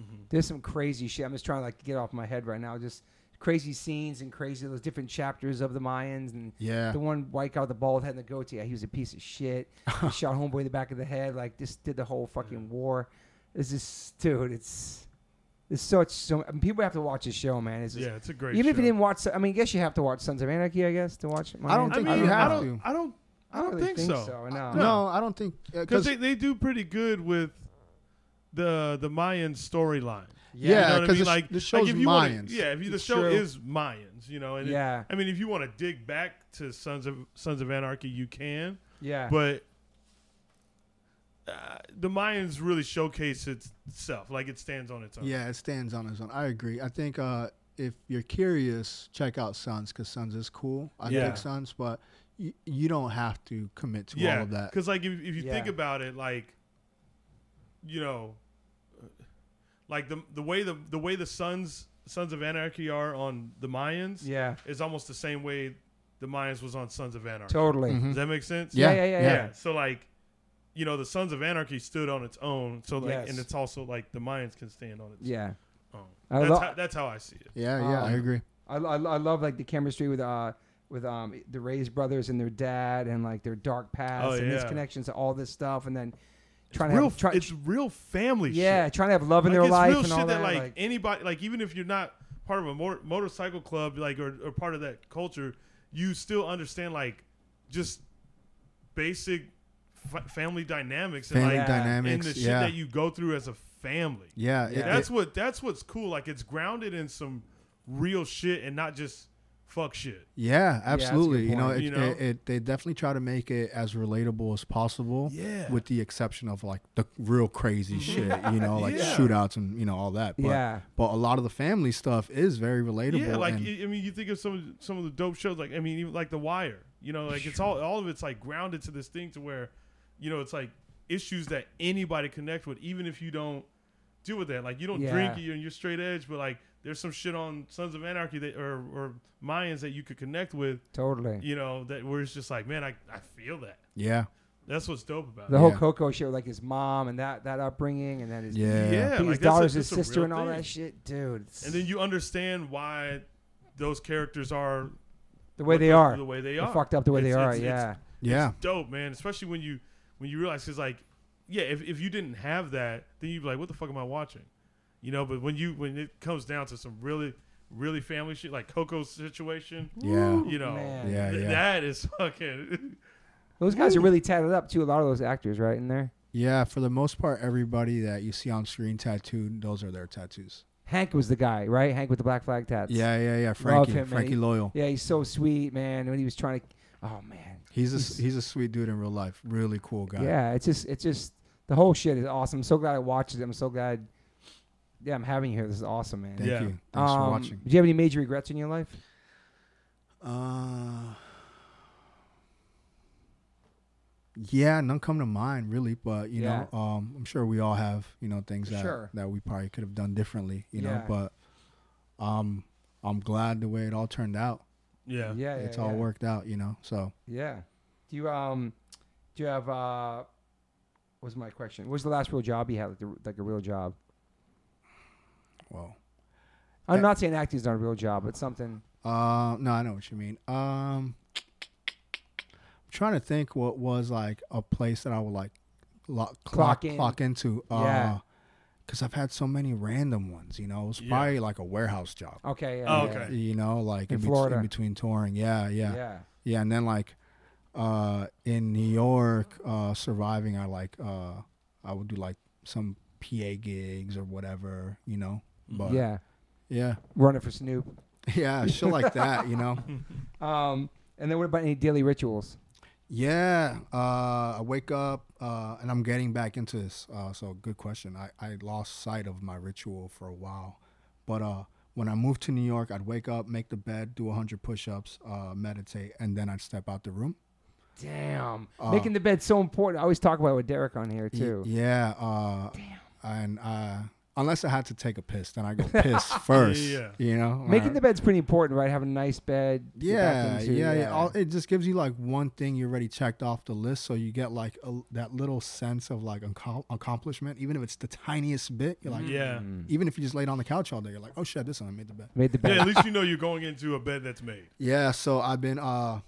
Mhm.
There's some crazy shit. I'm just trying to like get off my head right now. Just crazy scenes and crazy those different chapters of the Mayans and
Yeah.
the one white guy with the bald head and the goatee. He was a piece of shit. He shot homeboy in the back of the head. Like this did the whole fucking war. This is dude. It's it's such so I mean, people have to watch this show, man. It's just,
Yeah, it's a great.
even if
show.
you didn't watch. I mean, I guess you have to watch Sons of Anarchy. I guess to watch.
I don't
Mayans.
I mean,
think you
I
have
don't.
to.
I don't. I don't
really
think so.
No.
no, I don't think uh,
because
because
they, they do pretty good with the the Mayan storyline.
Yeah,
you know what I mean.
'cause the sh-
like
the
like,
show's
if you wanna-
Mayans.
yeah, if you, the
It's
show
true.
is Mayans, you know. And it-
Yeah.
I mean, if you want to dig back to Sons of Sons of Anarchy, you can,
Yeah.
but. Uh, the Mayans really showcase itself, like it stands on its own.
Yeah, it stands on its own. I agree. I think uh, if you're curious, check out Sons because Sons is cool. I
Yeah.
think Sons, but you, you don't have to commit to all of that.
Because like if, if you think
Yeah.
about it, like you know, like the the way the the way the sons Sons of Anarchy are on the Mayans
yeah.
is almost the same way the Mayans was on Sons of Anarchy.
Totally.
Mhm.
Does that make sense?
Yeah, yeah,
Yeah,
yeah, yeah.
Yeah. So like, you know, the Sons of Anarchy stood on its own. So like,
Yes.
and it's also like the Mayans can stand on its
Yeah.
own.
I
That's,
lo-
how, that's how I see it.
Yeah, yeah, I
Um,
agree.
I, I, I love like the chemistry with uh with um the Ray's brothers and their dad and like their dark past
Oh,
and his
yeah.
connections to all this stuff and then
It's
trying to
real,
have try,
it's real family.
yeah
shit.
trying to have love in
Like,
their
it's
life
real
and
shit
all that,
like,
like
anybody, like even if you're not part of a mor- motorcycle club, like or, or part of that culture, you still understand like just basic f- family dynamics and
Family
like
Yeah.
and
dynamics.
the shit
yeah.
that you go through as a family.
yeah, it-
Yeah.
That's
it-
what that's what's cool. Like it's grounded in some real shit and not just fuck shit.
Yeah,
that's a good
absolutely. you know,
point.
it,
You know?
It, it, they definitely try to make it as relatable as possible.
Yeah. Mm-hmm.
with the exception of like the real crazy shit. You know, like
Yeah.
shootouts and you know all that. But,
Yeah.
but a lot of the family stuff is very relatable.
Yeah, like
and-
I I mean, you think of some some of the dope shows, like I mean, even like The Wire. You know, like it's all all of it's like grounded to this thing to where, you know, it's like issues that anybody connect with, even if you don't deal with that. Like you don't
Yeah.
drink, you're, you're straight edge, but like there's some shit on Sons of Anarchy that or or Mayans that you could connect with.
Totally.
You know, that where it's just like, man, I I feel that.
yeah,
That's what's dope about
The
it.
whole
Yeah.
Coco shit, with, like his mom and that that upbringing, and then his
yeah,
Yeah,
his
like, that's a-
daughter's his
that's a
sister
real
and all
thing.
that shit, dude. It's
And then you understand why those characters are
the way
what
they
the-
are,
the way they
They're
are.
fucked up the way they
It's-
are.
it's- it's-
yeah,
yeah.
dope, man. Especially when you when you realize because like, yeah, if, if you didn't have that, then you'd be like, what the fuck am I watching? You know. But when you when it comes down to some really really family shit like Coco's situation,
Yeah.
you know,
Man.
Yeah,
th-
yeah.
that is fucking.
those guys are really tatted up too. A lot of those actors, right in there.
Yeah, for the most part, everybody that you see on screen tattooed, those are their tattoos.
Hank was the guy, right? Hank with the black flag tats.
Yeah, yeah, yeah. Frankie,
him, man.
Frankie Loyal.
yeah, he's so sweet, man. When he was trying to, oh man,
He's a he's a sweet dude in real life. Really cool guy.
yeah. It's just, it's just the whole shit is awesome. I'm so glad I watched it. I'm so glad. Yeah, I'm having you here. This is awesome, man.
Thank
Yeah.
you. Thanks for
Um,
watching.
Do you have any major regrets in your life?
Uh, yeah, none come to mind really, but you
Yeah.
know, um, I'm sure we all have you know things that
Sure.
that we probably could have done differently, you
Yeah.
know. But um, I'm glad the way it all turned out.
Yeah.
yeah,
it's
yeah,
all
yeah.
worked out, you know. So
Yeah. Do you um, do you have uh, what was my question? What was the last real job you had, like, the, like a real job?
well,
I'm
Uh,
not saying acting's not a real job, but something.
uh, no, I know what you mean. Um, I'm trying to think what was like a place that I would like lock, clock
Clock in.
clock into. Uh,
Yeah.
Because I've had so many random ones, you know. It was
Yeah.
probably like a warehouse job.
Okay. Yeah,
Oh,
yeah,
okay.
you know, like
In
in, bet-
Florida.
in between touring. Yeah, yeah,
Yeah.
yeah, And then like uh, in New York, uh, surviving, I like uh, I would do like some PA gigs or whatever, you know. But yeah,
Yeah.
yeah,
Running for Snoop.
yeah, shit like that, you know.
Um, and then what about any daily rituals?
Yeah, uh, I wake up uh, and I'm getting back into this. Uh, so good question. I, I lost sight of my ritual for a while, but uh, when I moved to New York, I'd wake up, make the bed, do 100 push-ups, uh, meditate, and then I'd step out the room.
Damn.
Uh,
Making the bed so important. I always talk about it with Derek on here
Y-
too.
Yeah. Uh, And uh, unless I had to take a piss, then I go piss first.
Yeah.
You know. Uh,
Making
Or-
the bed's pretty important, right? Having a nice bed. to get back
yeah,
into,
yeah, yeah. All, it just gives you like one thing you already checked off the list, so you get like a, that little sense of like accom- accomplishment, even if it's the tiniest bit. You're like, mm.
Yeah.
Even if you just laid on the couch all day, you're like, oh shit, this one I made the bed.
Mm. Made the
Yeah,
bed.
at least you know you're going into a bed that's made.
Yeah, so I've been uh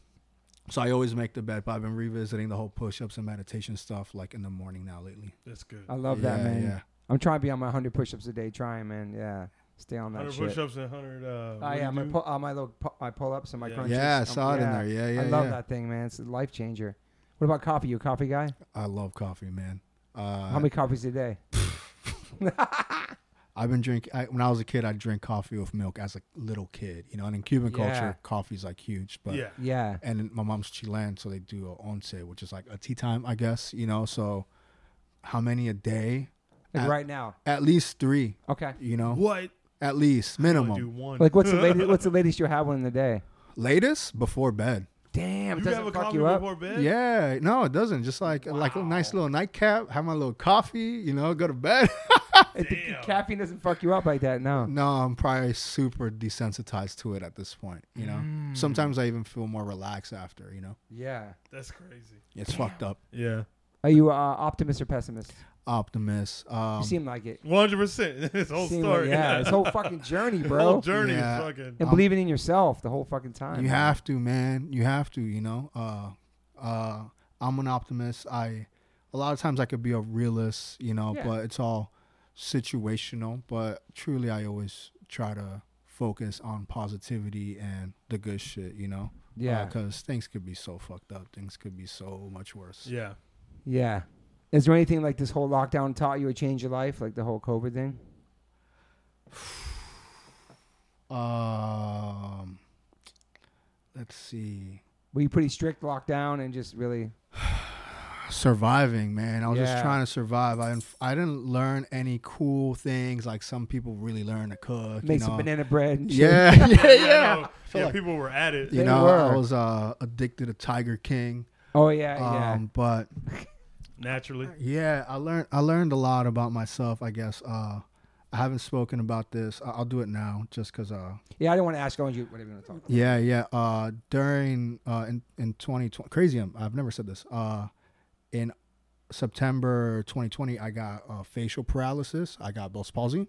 so I always make the bed, but I've been revisiting the whole push ups and meditation stuff like in the morning now lately.
That's good.
I love that,
Yeah,
man.
yeah.
I'm trying to be on my 100 push-ups a day. Trying, man. Yeah. Stay on that
100
shit.
push-ups and 100. Uh, what
I
do you
am my
do?
pu- uh, my little pu- my pull-ups and my
Yeah.
crunches.
Yeah, I
Um,
saw it in there. Yeah, yeah.
I love
yeah.
that thing, man. It's a life changer. What about coffee? You a coffee guy?
I love coffee, man. Uh,
How many coffees a day?
I've been drinking. I, when I was a kid, I drank coffee with milk as a little kid, you know. And in Cuban
Yeah.
culture, coffee's like huge. But
yeah.
Yeah.
and my mom's Chilean, so they do a once, which is like a tea time, I guess. You know, so how many a day?
Like
At-
right now.
At least three.
Okay.
You know,
What?
at least
I do
minimum.
one.
Like what's the latest? What's the latest you'll have one in the day?
Latest before bed.
Damn, it
you
doesn't
have a
fuck
coffee
you up.
before bed?
Yeah, no, it doesn't. Just like like a nice little nightcap, have my little coffee, you know, go to bed.
It- the
Damn.
caffeine doesn't fuck you up like that. No.
no, I'm probably super desensitized to it at this point. You know,
Mm.
sometimes I even feel more relaxed after. You know,
Yeah.
That's crazy.
it's fucked up.
Yeah.
Are you uh, optimist or pessimist?
Optimist. Um,
You seem like it.
100%. This whole
Seem like-
story.
yeah. This whole fucking journey,
The whole
bro.
journey
Yeah.
is fucking.
And believing in yourself the whole fucking time.
You
man.
have to, man. You have to, you know. Uh uh I'm an optimist. I a lot of times I could be a realist, you know,
Yeah.
but it's all situational, but truly I always try to focus on positivity and the good shit, you know.
Yeah.
Because things could be so fucked up. Things could be so much worse.
Yeah.
Yeah. Is there anything like this whole lockdown taught you or changed your life, like the whole COVID thing?
Um let's see.
Were you pretty strict, locked down, and just really?
Surviving, man. I was
Yeah.
just trying to survive. I didn't, I didn't learn any cool things like some people really learn to cook.
Make
you
some
know?
banana bread. And shit.
Yeah, yeah,
I
yeah.
know.
feel
yeah
like-
people were at it.
You
They
know, I
were.
was uh, addicted to Tiger King.
Oh yeah, yeah.
Um, but
naturally.
yeah, I learned I learned a lot about myself. I guess uh, I haven't spoken about this. I- I'll do it now, just because. Uh,
yeah, I don't want to ask. I want you whatever you want to talk. About.
yeah, yeah. Uh, during uh, in in 2020, crazy. I'm- I've never said this. Uh, in September 2020, I got uh, facial paralysis. I got Bell's palsy.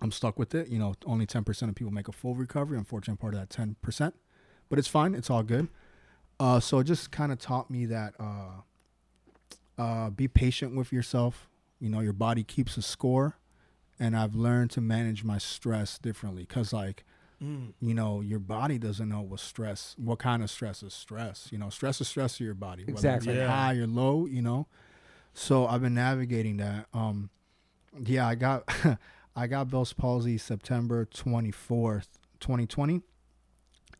I'm stuck with it. You know, only 10% of people make a full recovery. Unfortunately, part of that 10%, but it's fine. It's all good. Uh, so it just kind of taught me that uh, uh, be patient with yourself. You know, your body keeps a score. And I've learned to manage my stress differently because, like,
Mm.
you know, your body doesn't know what stress, what kind of stress is stress. You know, stress is stress to your body, whether
Exactly.
it's like
Yeah.
high or low. You know, so I've been navigating that. Um, yeah, I got, I got Bell's palsy September twenty fourth, twenty twenty,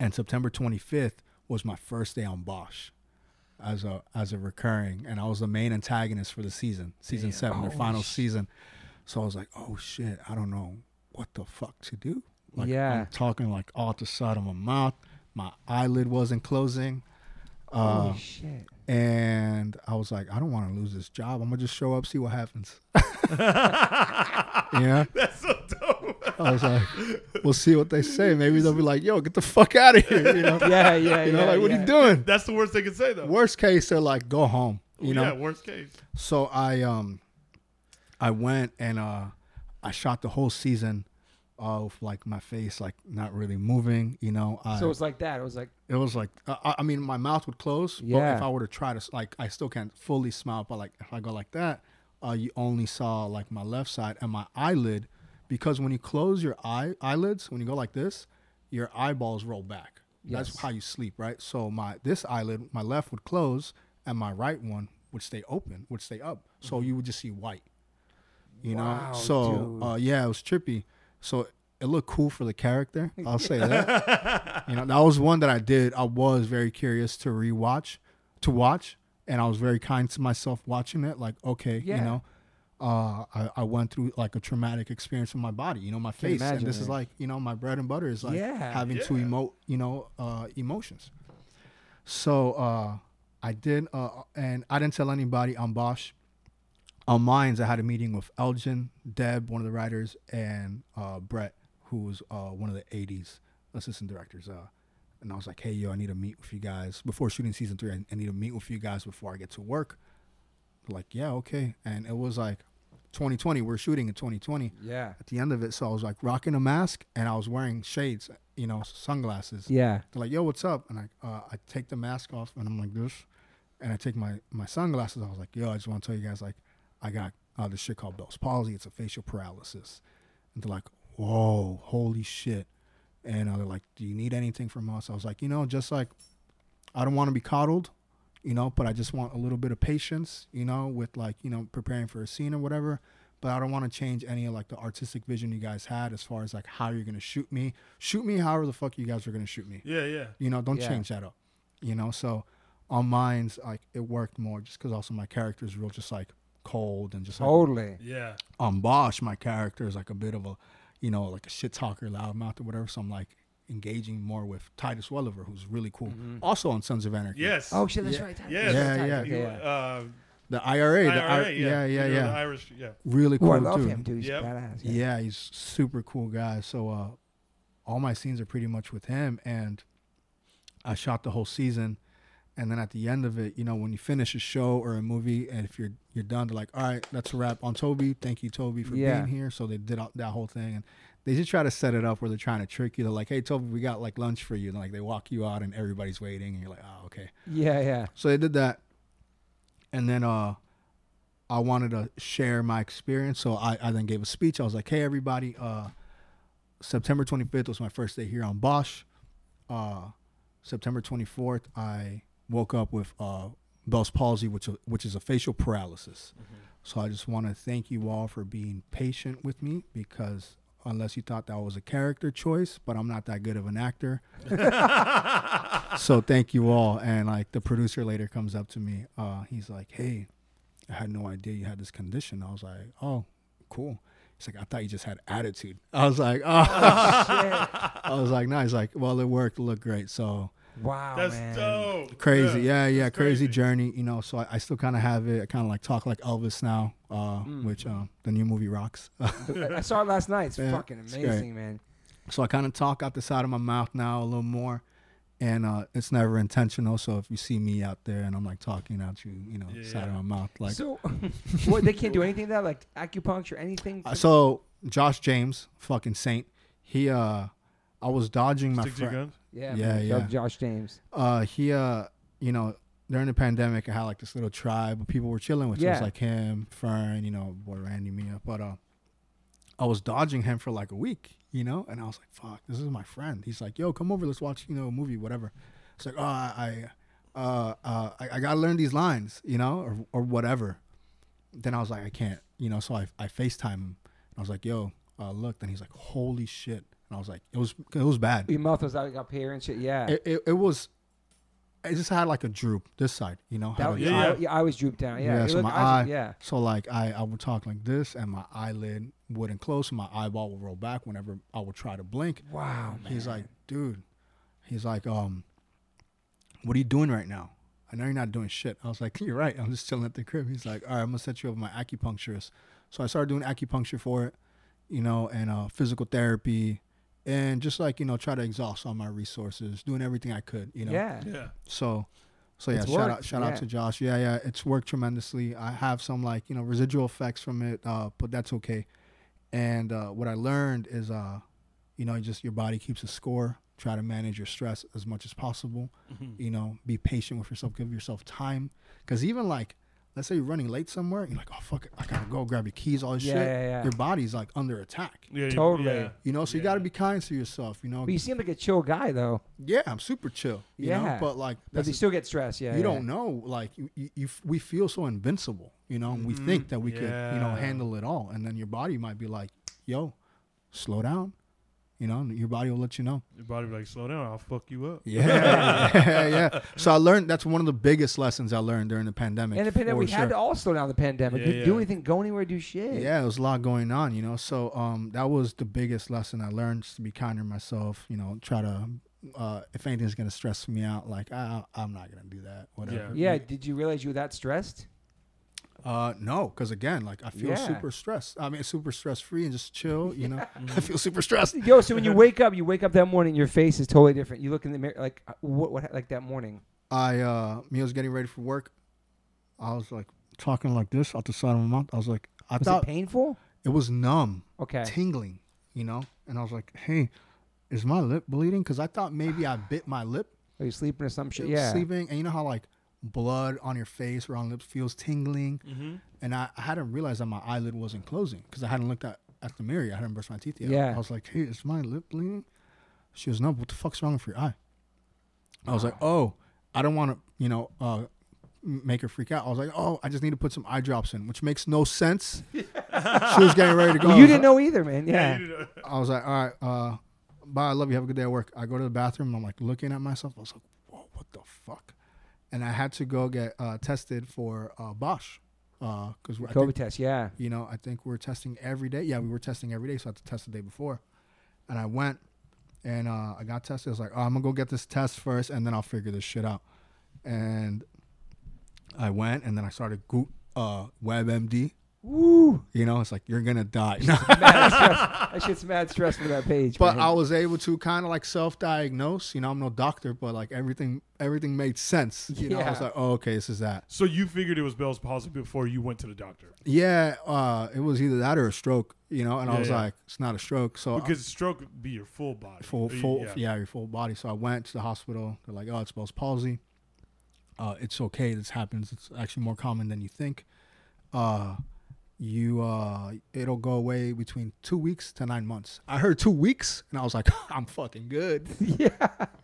and September twenty fifth was my first day on Bosch, as a as a recurring, and I was the main antagonist for the season, season seven, their
Oh,
final
sh-
season. So I was like, oh shit, I don't know what the fuck to do. Like,
Yeah.
I'm talking like all at the side of my mouth. My eyelid wasn't closing. Uh,
Holy shit.
and I was like, I don't want to lose this job. I'm gonna just show up, see what happens. yeah,
Mm. That's so dope.
I was like, we'll see what they say. Maybe they'll be like, Yo, get the fuck out of here. You know,
Yeah, yeah,
you know,
yeah.
like what
yeah.
are you doing?
That's the worst they could say though.
Worst case, they're like, go home. You know,
yeah, worst case.
So I um I went and uh I shot the whole season of like my face like not really moving, you know. I,
So it was like that. It was like
it was like I, I- I mean my mouth would close, but
Yeah.
if I were to try to s- like I still can't fully smile, but like if I go like that, uh you only saw like my left side and my eyelid because when you close your eye eyelids, when you go like this, your eyeballs roll back.
Yes.
That's how you sleep, right? So my this eyelid, my left would close and my right one would stay open, would stay up. So you would just see white. You
Mm-hmm. Wow,
know? So
dude.
uh yeah, it was trippy. So it looked cool for the character. I'll say that. you know, that was one that I did. I was very curious to rewatch, to watch, and I was very kind to myself watching it. Like, okay,
Yeah.
you know, uh, I, I went through like a traumatic experience with my body. You know, my face, and
imagine
this is
that.
like, you know, my bread and butter is like
Yeah.
having to emote, you know, uh, emotions. So uh, I did, uh, and I didn't tell anybody on Bosch. On Minds, I had a meeting with Elgin, Deb, one of the writers, and uh, Brett, who was uh, one of the 80s assistant directors. Uh, and I was like, hey, yo, I need to meet with you guys. Before shooting season three, I, I need to meet with you guys before I get to work. They're like, yeah, okay. And it was like 2020, we're shooting in 2020
yeah,
at the end of it. So I was like rocking a mask and I was wearing shades, you know, sunglasses.
yeah.
They're like, "Yo, what's up?" And I, uh, I take the mask off, and I'm like this, and I take my my sunglasses. I was like, "Yo, I just want to tell you guys, like, I got uh, this shit called Bell's palsy. It's a facial paralysis." And they're like, "Whoa, holy shit!" And uh, they're like, "Do you need anything from us?" I was like, "You know, just like, I don't want to be coddled, you know, but I just want a little bit of patience, you know, with like, you know, preparing for a scene or whatever." But I don't want to change any of like the artistic vision you guys had as far as like how you're gonna shoot me. Shoot me however the fuck you guys are gonna shoot me.
Yeah, yeah.
You know, don't
Yeah.
change that up. You know, so on mine's like it worked more just because also my character is real, just like cold and just like
Totally.
Yeah.
on Bosch. My character is like a bit of a, you know, like a shit talker, loudmouth or whatever. So I'm like engaging more with Titus Welliver, who's really cool. Also on Sons of Anarchy.
Yes.
Oh shit, that's
Yeah.
right. That-
Yes.
Yeah,
that's
yeah.
right.
You, uh,
The IRA. The
IRA,
I-
yeah,
yeah, yeah,
You know, the
yeah.
Irish, yeah.
Really cool
Ooh, Oh, I love
too.
him, dude. He's
Yep.
badass. Yeah.
Yeah, he's super cool guy. So uh, all my scenes are pretty much with him, and I shot the whole season. And then at the end of it, you know, when you finish a show or a movie, and if you're you're done, they're like, "All right, that's a wrap on Toby. Thank you, Toby, for
Yeah.
being here." So they did all, that whole thing, and they just try to set it up where they're trying to trick you. They're like, "Hey, Toby, we got like lunch for you." And like they walk you out, and everybody's waiting, and you're like, "Oh, okay."
yeah, yeah.
So they did that, and then uh, I wanted to share my experience. So I, I then gave a speech. I was like, "Hey, everybody! Uh, September 25th was my first day here on Bosch. Uh, September 24th, I woke up with uh, Bell's palsy, which which is a facial paralysis. So I just want to thank you all for being patient with me because." unless you thought that was a character choice, but I'm not that good of an actor. so thank you all. And like the producer later comes up to me. Uh, he's like, hey, I had no idea you had this condition. I was like, oh, cool. He's like, I thought you just had attitude. I was like, oh, I was like, no. He's like, well, it worked. It looked great. So
Wow,
That's
man.
dope.
Oh, crazy. Yeah, yeah,
that's
crazy, journey. You know, so I, I still kind of have it. I kind of like talk like Elvis now, uh, which uh, the new movie rocks.
I saw it last night. It's
Yeah,
fucking
it's great.
amazing, man.
so I kind of talk out the side of my mouth now a little more. And uh, it's never intentional. So if you see me out there and I'm like talking out you, you know, side of my mouth, like so,
so, what they can't do anything to that, like acupuncture, anything.
uh, so Josh James, fucking saint. He, uh, I was dodging my
Stick to your
friend.
guns.
yeah,
yeah,
man. Love
yeah.
Josh James.
uh he uh you know during the pandemic I had like this little tribe of people were chilling with so it was
Yeah.
like him, Fern, you know, boy Randy Mia. But uh I was dodging him for like a week, you know, and I was like, fuck, this is my friend. He's like, yo, come over, let's watch, you know, a movie, whatever. It's like, oh I I, uh, uh, I, I gotta learn these lines, you know, or, or whatever. Then I was like, I can't, you know. So I, I Facetime him. I was like, Yo, uh, look. Then he's like, Holy shit! And I was like, It was, it was bad
Your mouth was like up here and shit. Yeah,
it, it, it was it just had like a droop this side you know had
that,
a
yeah,
yeah,
I,
yeah.
yeah, I was drooped down. Yeah,
Oh, yeah,
it
so
looked-
my
I
eye,
was- yeah.
so like I, I would talk like this, and my eyelid wouldn't close, so my eyeball would roll back whenever I would try to blink.
Wow, man.
He's like, dude, he's like, um, what are you doing right now? I know you're not doing shit. I was like, you're right. I'm just chilling at the crib. He's like, all right, I'm gonna set you up with my acupuncturist. So I started doing acupuncture for it, you know, and uh, physical therapy, and just like you know, try to exhaust all my resources, doing everything I could, you know.
yeah.
Yeah.
So, so yeah,
It's
shout
worked,
out, shout
yeah.
out to Josh. Yeah, yeah, it's worked tremendously. I have some like you know residual effects from it, uh, but that's okay. And uh, what I learned is, uh, you know, just your body keeps a score. Try to manage your stress as much as possible.
Mm-hmm.
You know, be patient with yourself. Give yourself time. Because even like, let's say you're running late somewhere, you're like, oh fuck, it, I gotta go grab your keys, all this
Yeah,
shit.
yeah, yeah.
Your body's like under attack.
Yeah, you-
Totally.
Yeah.
You know, so you
Yeah.
gotta be kind to yourself. You know,
But you seem like a chill guy though.
yeah, I'm super chill. You know,
Yeah.
but like
But
that's
you
the-
still get stressed. Yeah,
you
yeah.
don't know like you, you, you f- we feel so invincible you know and we
Mm-hmm.
think that we could you know
Yeah.
handle it all and then your body might be like yo slow down you know and your body will let you know
Your body be like, slow down. I'll fuck you up.
yeah yeah, yeah. so i learned that's one of the biggest lessons i learned during the pandemic
And the pandemic,
for
we
sure.
had to all slow down the pandemic.
Yeah,
Didn't do
yeah.
anything, go anywhere, do shit.
yeah, there was a lot going on, you know. So um, that was the biggest lesson I learned: just to be kinder to myself. You know, try to uh, if anything's gonna stress me out, like I, I'm not gonna do that. Whatever.
Yeah. Did you realize you were that stressed?
Uh, no, because again, like I feel
Yeah.
super stressed. I mean, super stress free and just chill. You know, I feel super stressed.
Yo, so when you wake up, you wake up that morning, your face is totally different. You look in the mirror, like uh, what, what, like that morning.
I uh, me was getting ready for work. I was like talking like this out the side of my mouth. I was like, I
Was
thought
it painful?
it was numb,
Okay.
tingling. You know, and I was like, hey, is my lip bleeding? Because I thought maybe I bit my lip.
Are you sleeping or some shit?
It was
Yeah.
sleeping, and you know how like blood on your face or on lips feels tingling.
Mm-hmm.
And I, I hadn't realized that my eyelid wasn't closing because I hadn't looked at, at the mirror. yet. I hadn't brushed my teeth yet.
Yeah.
I was like, hey, is my lip bleeding? She was, no, what the fuck's wrong with your eye? I was like, oh, I don't want to, you know, uh, m- make her freak out. I was like, oh, I just need to put some eye drops in, which makes no sense. she was getting ready to go. I
you
was
didn't
like-
know either, man. Yeah.
You know,
I was like, all right, uh, bye. I love you. Have a good day at work. I go to the bathroom. I'm like looking at myself. I was like, whoa, what the fuck? And I had to go get uh, tested for uh, Bosch because I
COVID
think,
test. Yeah.
you know I think we're testing every day. Yeah, we were testing every day, so I had to test the day before. And I went and uh, I got tested. I was like, oh, I'm gonna go get this test first, and then I'll figure this shit out. And I went, and then I started Go- uh, WebMD.
Woo.
You know, it's like you're gonna die.
Mad stress. That shit's mad stress for that page.
But
man.
I was able to kind of like self-diagnose. You know, I'm no doctor, but like everything, everything made sense. You know, I was
Yeah.
like, oh, okay, this is that.
So you figured it was Bell's palsy before you went to the doctor
Yeah, uh, it was either that or a stroke. You know, and I
Yeah,
was
yeah.
like, it's not a stroke. So
because stroke would be your full body.
Uh, full,
Uh, y-
full, yeah.
yeah.
your full body. So I went to the hospital. They're like, oh, it's Bell's palsy. Uh, it's okay. This happens. It's actually more common than you think. Uh, you, uh, it'll go away between two weeks to nine months. I heard two weeks, and I was like, I'm fucking good.
yeah.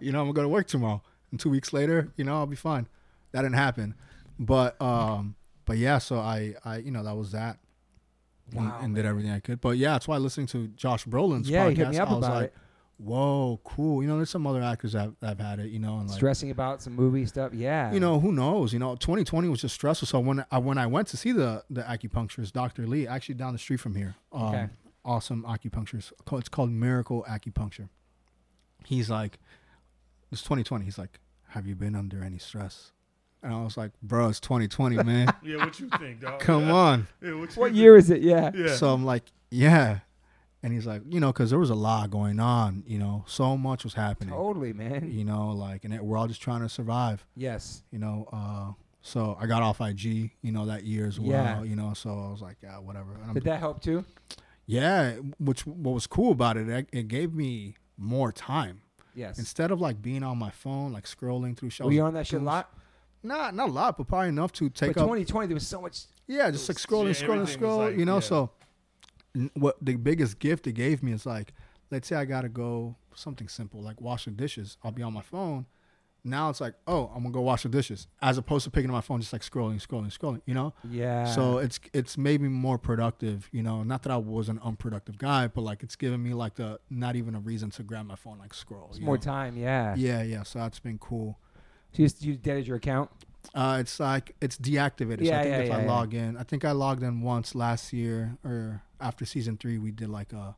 you know, I'm gonna go to work tomorrow. And two weeks later, you know, I'll be fine. That didn't happen. But um but yeah, so I I you know, that was that. and,
Wow,
and did everything I could. But yeah, that's why listening to Josh Brolin's
Yeah, he
podcast,
hit me up
I was
about
like,
it.
whoa, cool. You know, there's some other actors that that have had it, you know, and like,
Stressing about some movie stuff. Yeah.
you know, who knows? You know, 2020 was just stressful. So when I when I went to see the the acupuncturist, Dr. Lee, actually down the street from here, um,
Okay.
awesome acupuncturist. Called- It's called Miracle Acupuncture. He's like, it's 2020. He's like, have you been under any stress? And I was like, bro, it's 2020, man.
Yeah, what you think, dog?
Come on.
Yeah, what, you
What
think?
year is it? Yeah.
Yeah.
So I'm like, yeah. And he's like, you know, because there was a lot going on, you know, so much was happening,
Totally, man.
you know, like, and it, we're all just trying to survive,
Yes.
you know. Uh, so I got off IG, you know, that year as well,
Yeah.
you know. So I was like, yeah, whatever. And I'm-
Did that help too?
yeah, which what was cool about it, it, it gave me more time
Yes.
instead of like being on my phone, like scrolling through. shows. Mm,
Were you on that shit a lot?
Not not a lot, but probably enough to
But
take up
2020, there was so much.
Yeah, just like
yeah,
scrolling,
everything
scrolling,
was
scroll.
like-
you know,
yeah.
so n- what the biggest gift it gave me is like, let's say I gotta go something simple like wash the dishes. I'll be on my phone. Now it's like, oh, I'm gonna go wash the dishes, as opposed to picking up my phone, just like scrolling, scrolling, scrolling. You know,
Yeah.
so it's it's made me more productive. You know, not that I was an unproductive guy, but like it's given me like the not even a reason to grab my phone, like scroll.
it's
you
more
know?
time. Yeah.
Yeah, yeah. So that's been cool.
So you, you deaded your account.
Uh, it's like it's deactivated. so
Yeah,
I think
yeah,
if
yeah,
I
yeah.
log in, I think I logged in once last year or after season three, we did like a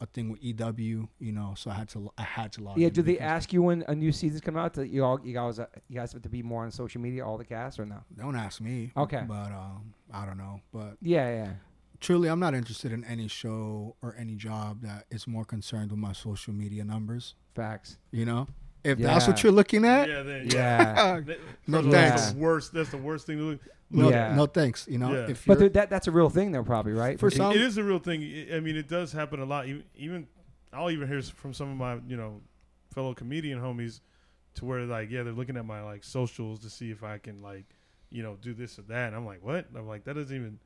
a thing with EW, you know. So I had to I had to log.
Yeah.
in
Do they
because-
ask you when a new season's coming out? That you all you guys uh, you guys have to be more on social media, all the cast, or no?
Don't ask me.
Okay.
But um, I don't know. But
Yeah. Yeah.
truly, I'm not interested in any show or any job that is more concerned with my social media numbers.
Facts.
You know, if that's
Yeah.
what you're looking at,
Yeah, then,
Yeah.
That- first
No,
of all, that's
thanks.
the worst. That's the worst thing to look.
no,
Yeah.
no thanks. You know,
Yeah.
if you're
But there- that that's a real thing though, probably right?
For
It-
some-
It is a real thing. I- I mean, it does happen a lot. Even, even I'll even hear from some of my you know fellow comedian homies to where like yeah they're looking at my like socials to see if I can like you know do this or that. And I'm like what? I'm like that doesn't even.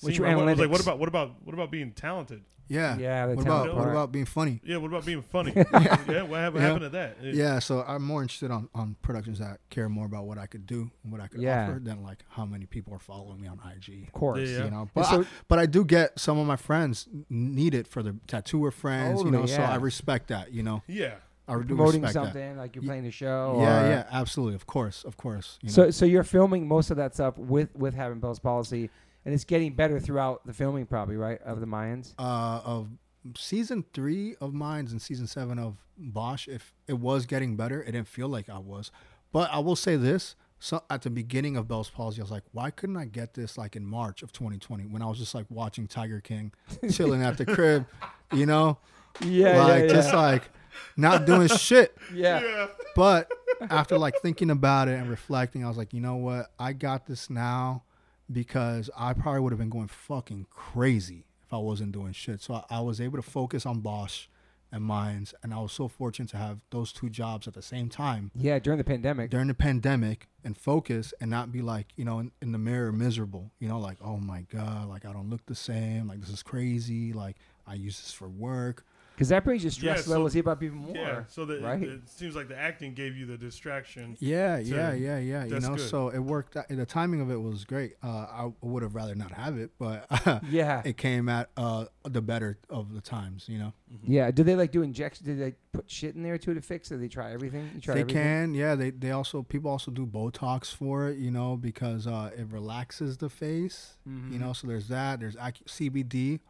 What's
seem
your
right. I was like,
analytics?
what about what about what about being talented?
yeah.
Yeah. The
What
talent
about what
part.
about being funny?
Yeah, what about being funny? yeah, what happened,
Yeah.
happened to that?
Yeah, so I'm more interested on, on productions that care more about what I could do and what I could
Yeah.
offer than like how many people are following me on IG.
Of course.
Yeah.
You know, but
so-
I, but I do get some of my friends need it for their tattooer friends.
Totally,
you know, so
yeah.
I respect that. You know,
yeah.
I do
Promoting
respect
something like you're
Ye-
playing the
that.
show.
Yeah,
or-
yeah, absolutely, of course, of course. You know?
So, so you're filming most of that stuff with with having Bell's policy, and it's getting better throughout the filming, probably right of the Mayans.
uh, of season three of Mines and season seven of Bosch, if it was getting better, it didn't feel like I was. But I will say this: so at the beginning of Bell's Palsy, I was like, why couldn't I get this like in March of 2020 when I was just like watching Tiger King, chilling at the crib, you know,
Yeah,
like just like not doing shit.
yeah,
Yeah.
But after like thinking about it and reflecting, I was like, you know what? I got this now because I probably would have been going fucking crazy if I wasn't doing shit. So I, I was able to focus on Bosch and Mines, and I was so fortunate to have those two jobs at the same time
yeah. During the pandemic,
during the pandemic and focus and not be like you know in, in the mirror miserable you know like oh my god like i don't look the same like this is crazy like i use this for work
because that brings your stress
Yeah, so-
levels up even more.
Yeah, so that
right?
it, it seems like the acting gave you the distraction.
Yeah,
So
yeah, yeah, yeah. You
that's
know,
good.
so it worked. Out. The timing of it was great. Uh, I would have rather not have it, but
yeah,
it came at uh, the better of the times. You know,
yeah. Do they like do injections? Do they put shit in there too to fix it? They try everything. You try
they
everything?
can. Yeah, they they also people also do Botox for it. You know, because uh, it relaxes the face.
Mm-hmm.
You know, so there's that. There's acu- CBD.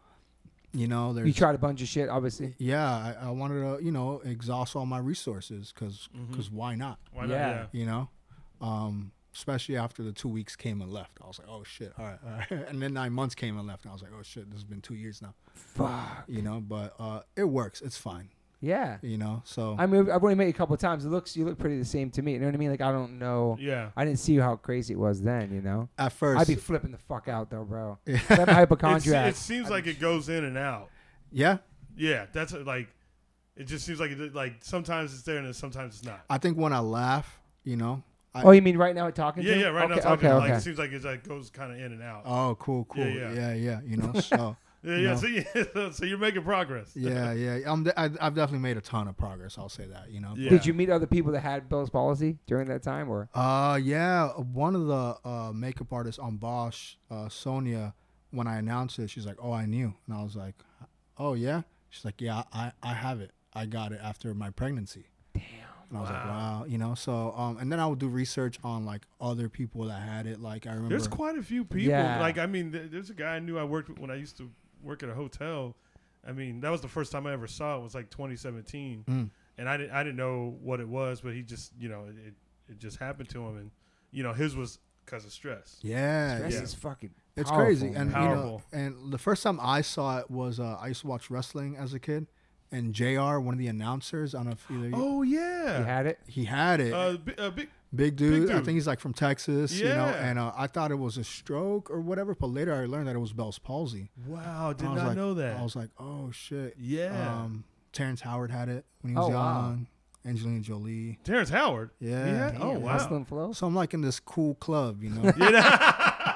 You know, there's
You tried a bunch of shit, obviously.
yeah. I, I wanted to you know exhaust all my resources because
Mm-hmm.
why not?
Why not?
Yeah.
Yeah.
you know um especially after the two weeks came and left i was like oh shit all right, all right. and then nine months came and left and i was like oh shit this has been two years now
Fuck.
you know but uh it works it's fine
Yeah.
you know so
I mean, I've only met you a couple of times. It looks you look pretty the same to me. You know what I mean? Like I don't know.
Yeah.
I didn't see how crazy it was then. You know.
at 1st
I'd be flipping the fuck out though, bro. I'm a hypochondriac.
It's- It seems like it goes in and out.
yeah
Yeah, that's uh, like, it just seems like it, like sometimes it's there and then sometimes it's not.
i think when i laugh you know I,
Oh, you mean right now talking?
Yeah,
to
yeah. Right
okay,
now, talking
okay,
like
okay.
it seems like it like goes kind of in and out.
oh cool cool
Yeah,
yeah yeah,
yeah.
you know so
yeah,
you
yeah.
know.
So, yeah, so you're making progress.
yeah yeah i'm de- I, i've definitely made a ton of progress i'll say that you know
Yeah.
Did you meet other people that had Bell's policy during that time, or
Uh, yeah. One of the uh, makeup artists on Bosch, uh, Sonia, when I announced it, she's like, "Oh, I knew," and I was like, "Oh yeah." She's like, "Yeah, I I have it. I got it after my pregnancy." Damn. And I was like, "Wow," you know. So um, and then I would do research on like other people that had it. Like I remember.
There's quite a few people.
Yeah.
Like I mean, th- there's a guy I knew I worked with when I used to work at a hotel. I mean, that was the first time I ever saw it. Was like 2017,
Mm.
and I didn't I didn't know what it was, but he just you know it it, it just happened to him, and you know his was because of stress.
yeah,
Stress
yeah.
is fucking.
It's
powerful,
crazy,
man.
and
Powerful.
you know, and the first time I saw it was uh, I used to watch wrestling as a kid, and Jr. one of the announcers, I don't know if either
Oh yeah.
you had it.
he had it,
Uh, bi- uh, big,
big, dude, I
dude.
think he's like from Texas, you know,
Yeah.
and uh, I thought it was a stroke or whatever, but later I learned that it was Bell's palsy.
wow, did
I was
not
like-
know that.
I was like, oh shit,
yeah,
Um, Terrence Howard had it when he was
Oh, wow.
young, Angelina Jolie,
Terrence Howard.
yeah.
Yeah. Oh,
Damn,
wow.
Hustling flow.
So I'm like in this cool club, you know,
You know?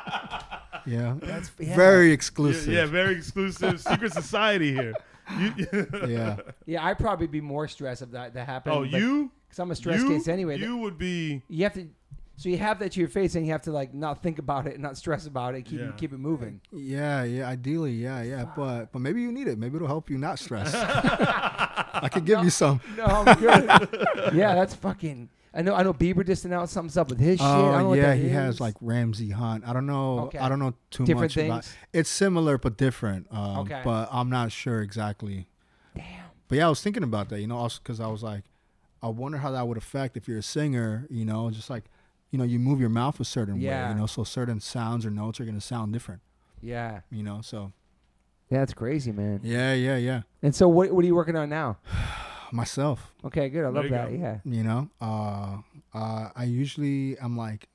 yeah,
That's
very
yeah,
exclusive,
yeah, very exclusive secret society here. You,
yeah.
Yeah, I'd probably be more stressed if that that happened.
oh, you,
Because I'm a stress
you,
case anyway.
You would be
you have to so you have that to your face and you have to like not think about it and not stress about it keep
Yeah.
keep it moving
Yeah, yeah, ideally, yeah, yeah, but but maybe you need it. Maybe it'll help you not stress. I could give you some.
no i'm good yeah that's fucking i know i know bieber just announced something's up with his shit I don't know
Oh
what
yeah,
that
he
is.
has like Ramsey Hunt. I don't know.
Okay.
I don't know too
Different
much about.
things?
It's similar but different. Um,
Okay.
But I'm not sure exactly.
damn
But yeah, I was thinking about that. You know, also because I was like, I wonder how that would affect if you're a singer. You know, just like, you know, you move your mouth a certain way.
Yeah.
You know, so certain sounds or notes are gonna sound different.
yeah
You know, so
yeah that's crazy man
yeah, yeah, yeah.
and so what, what are you working on now
Myself.
okay good i love
you
that
go.
yeah
you know uh, uh i usually i'm like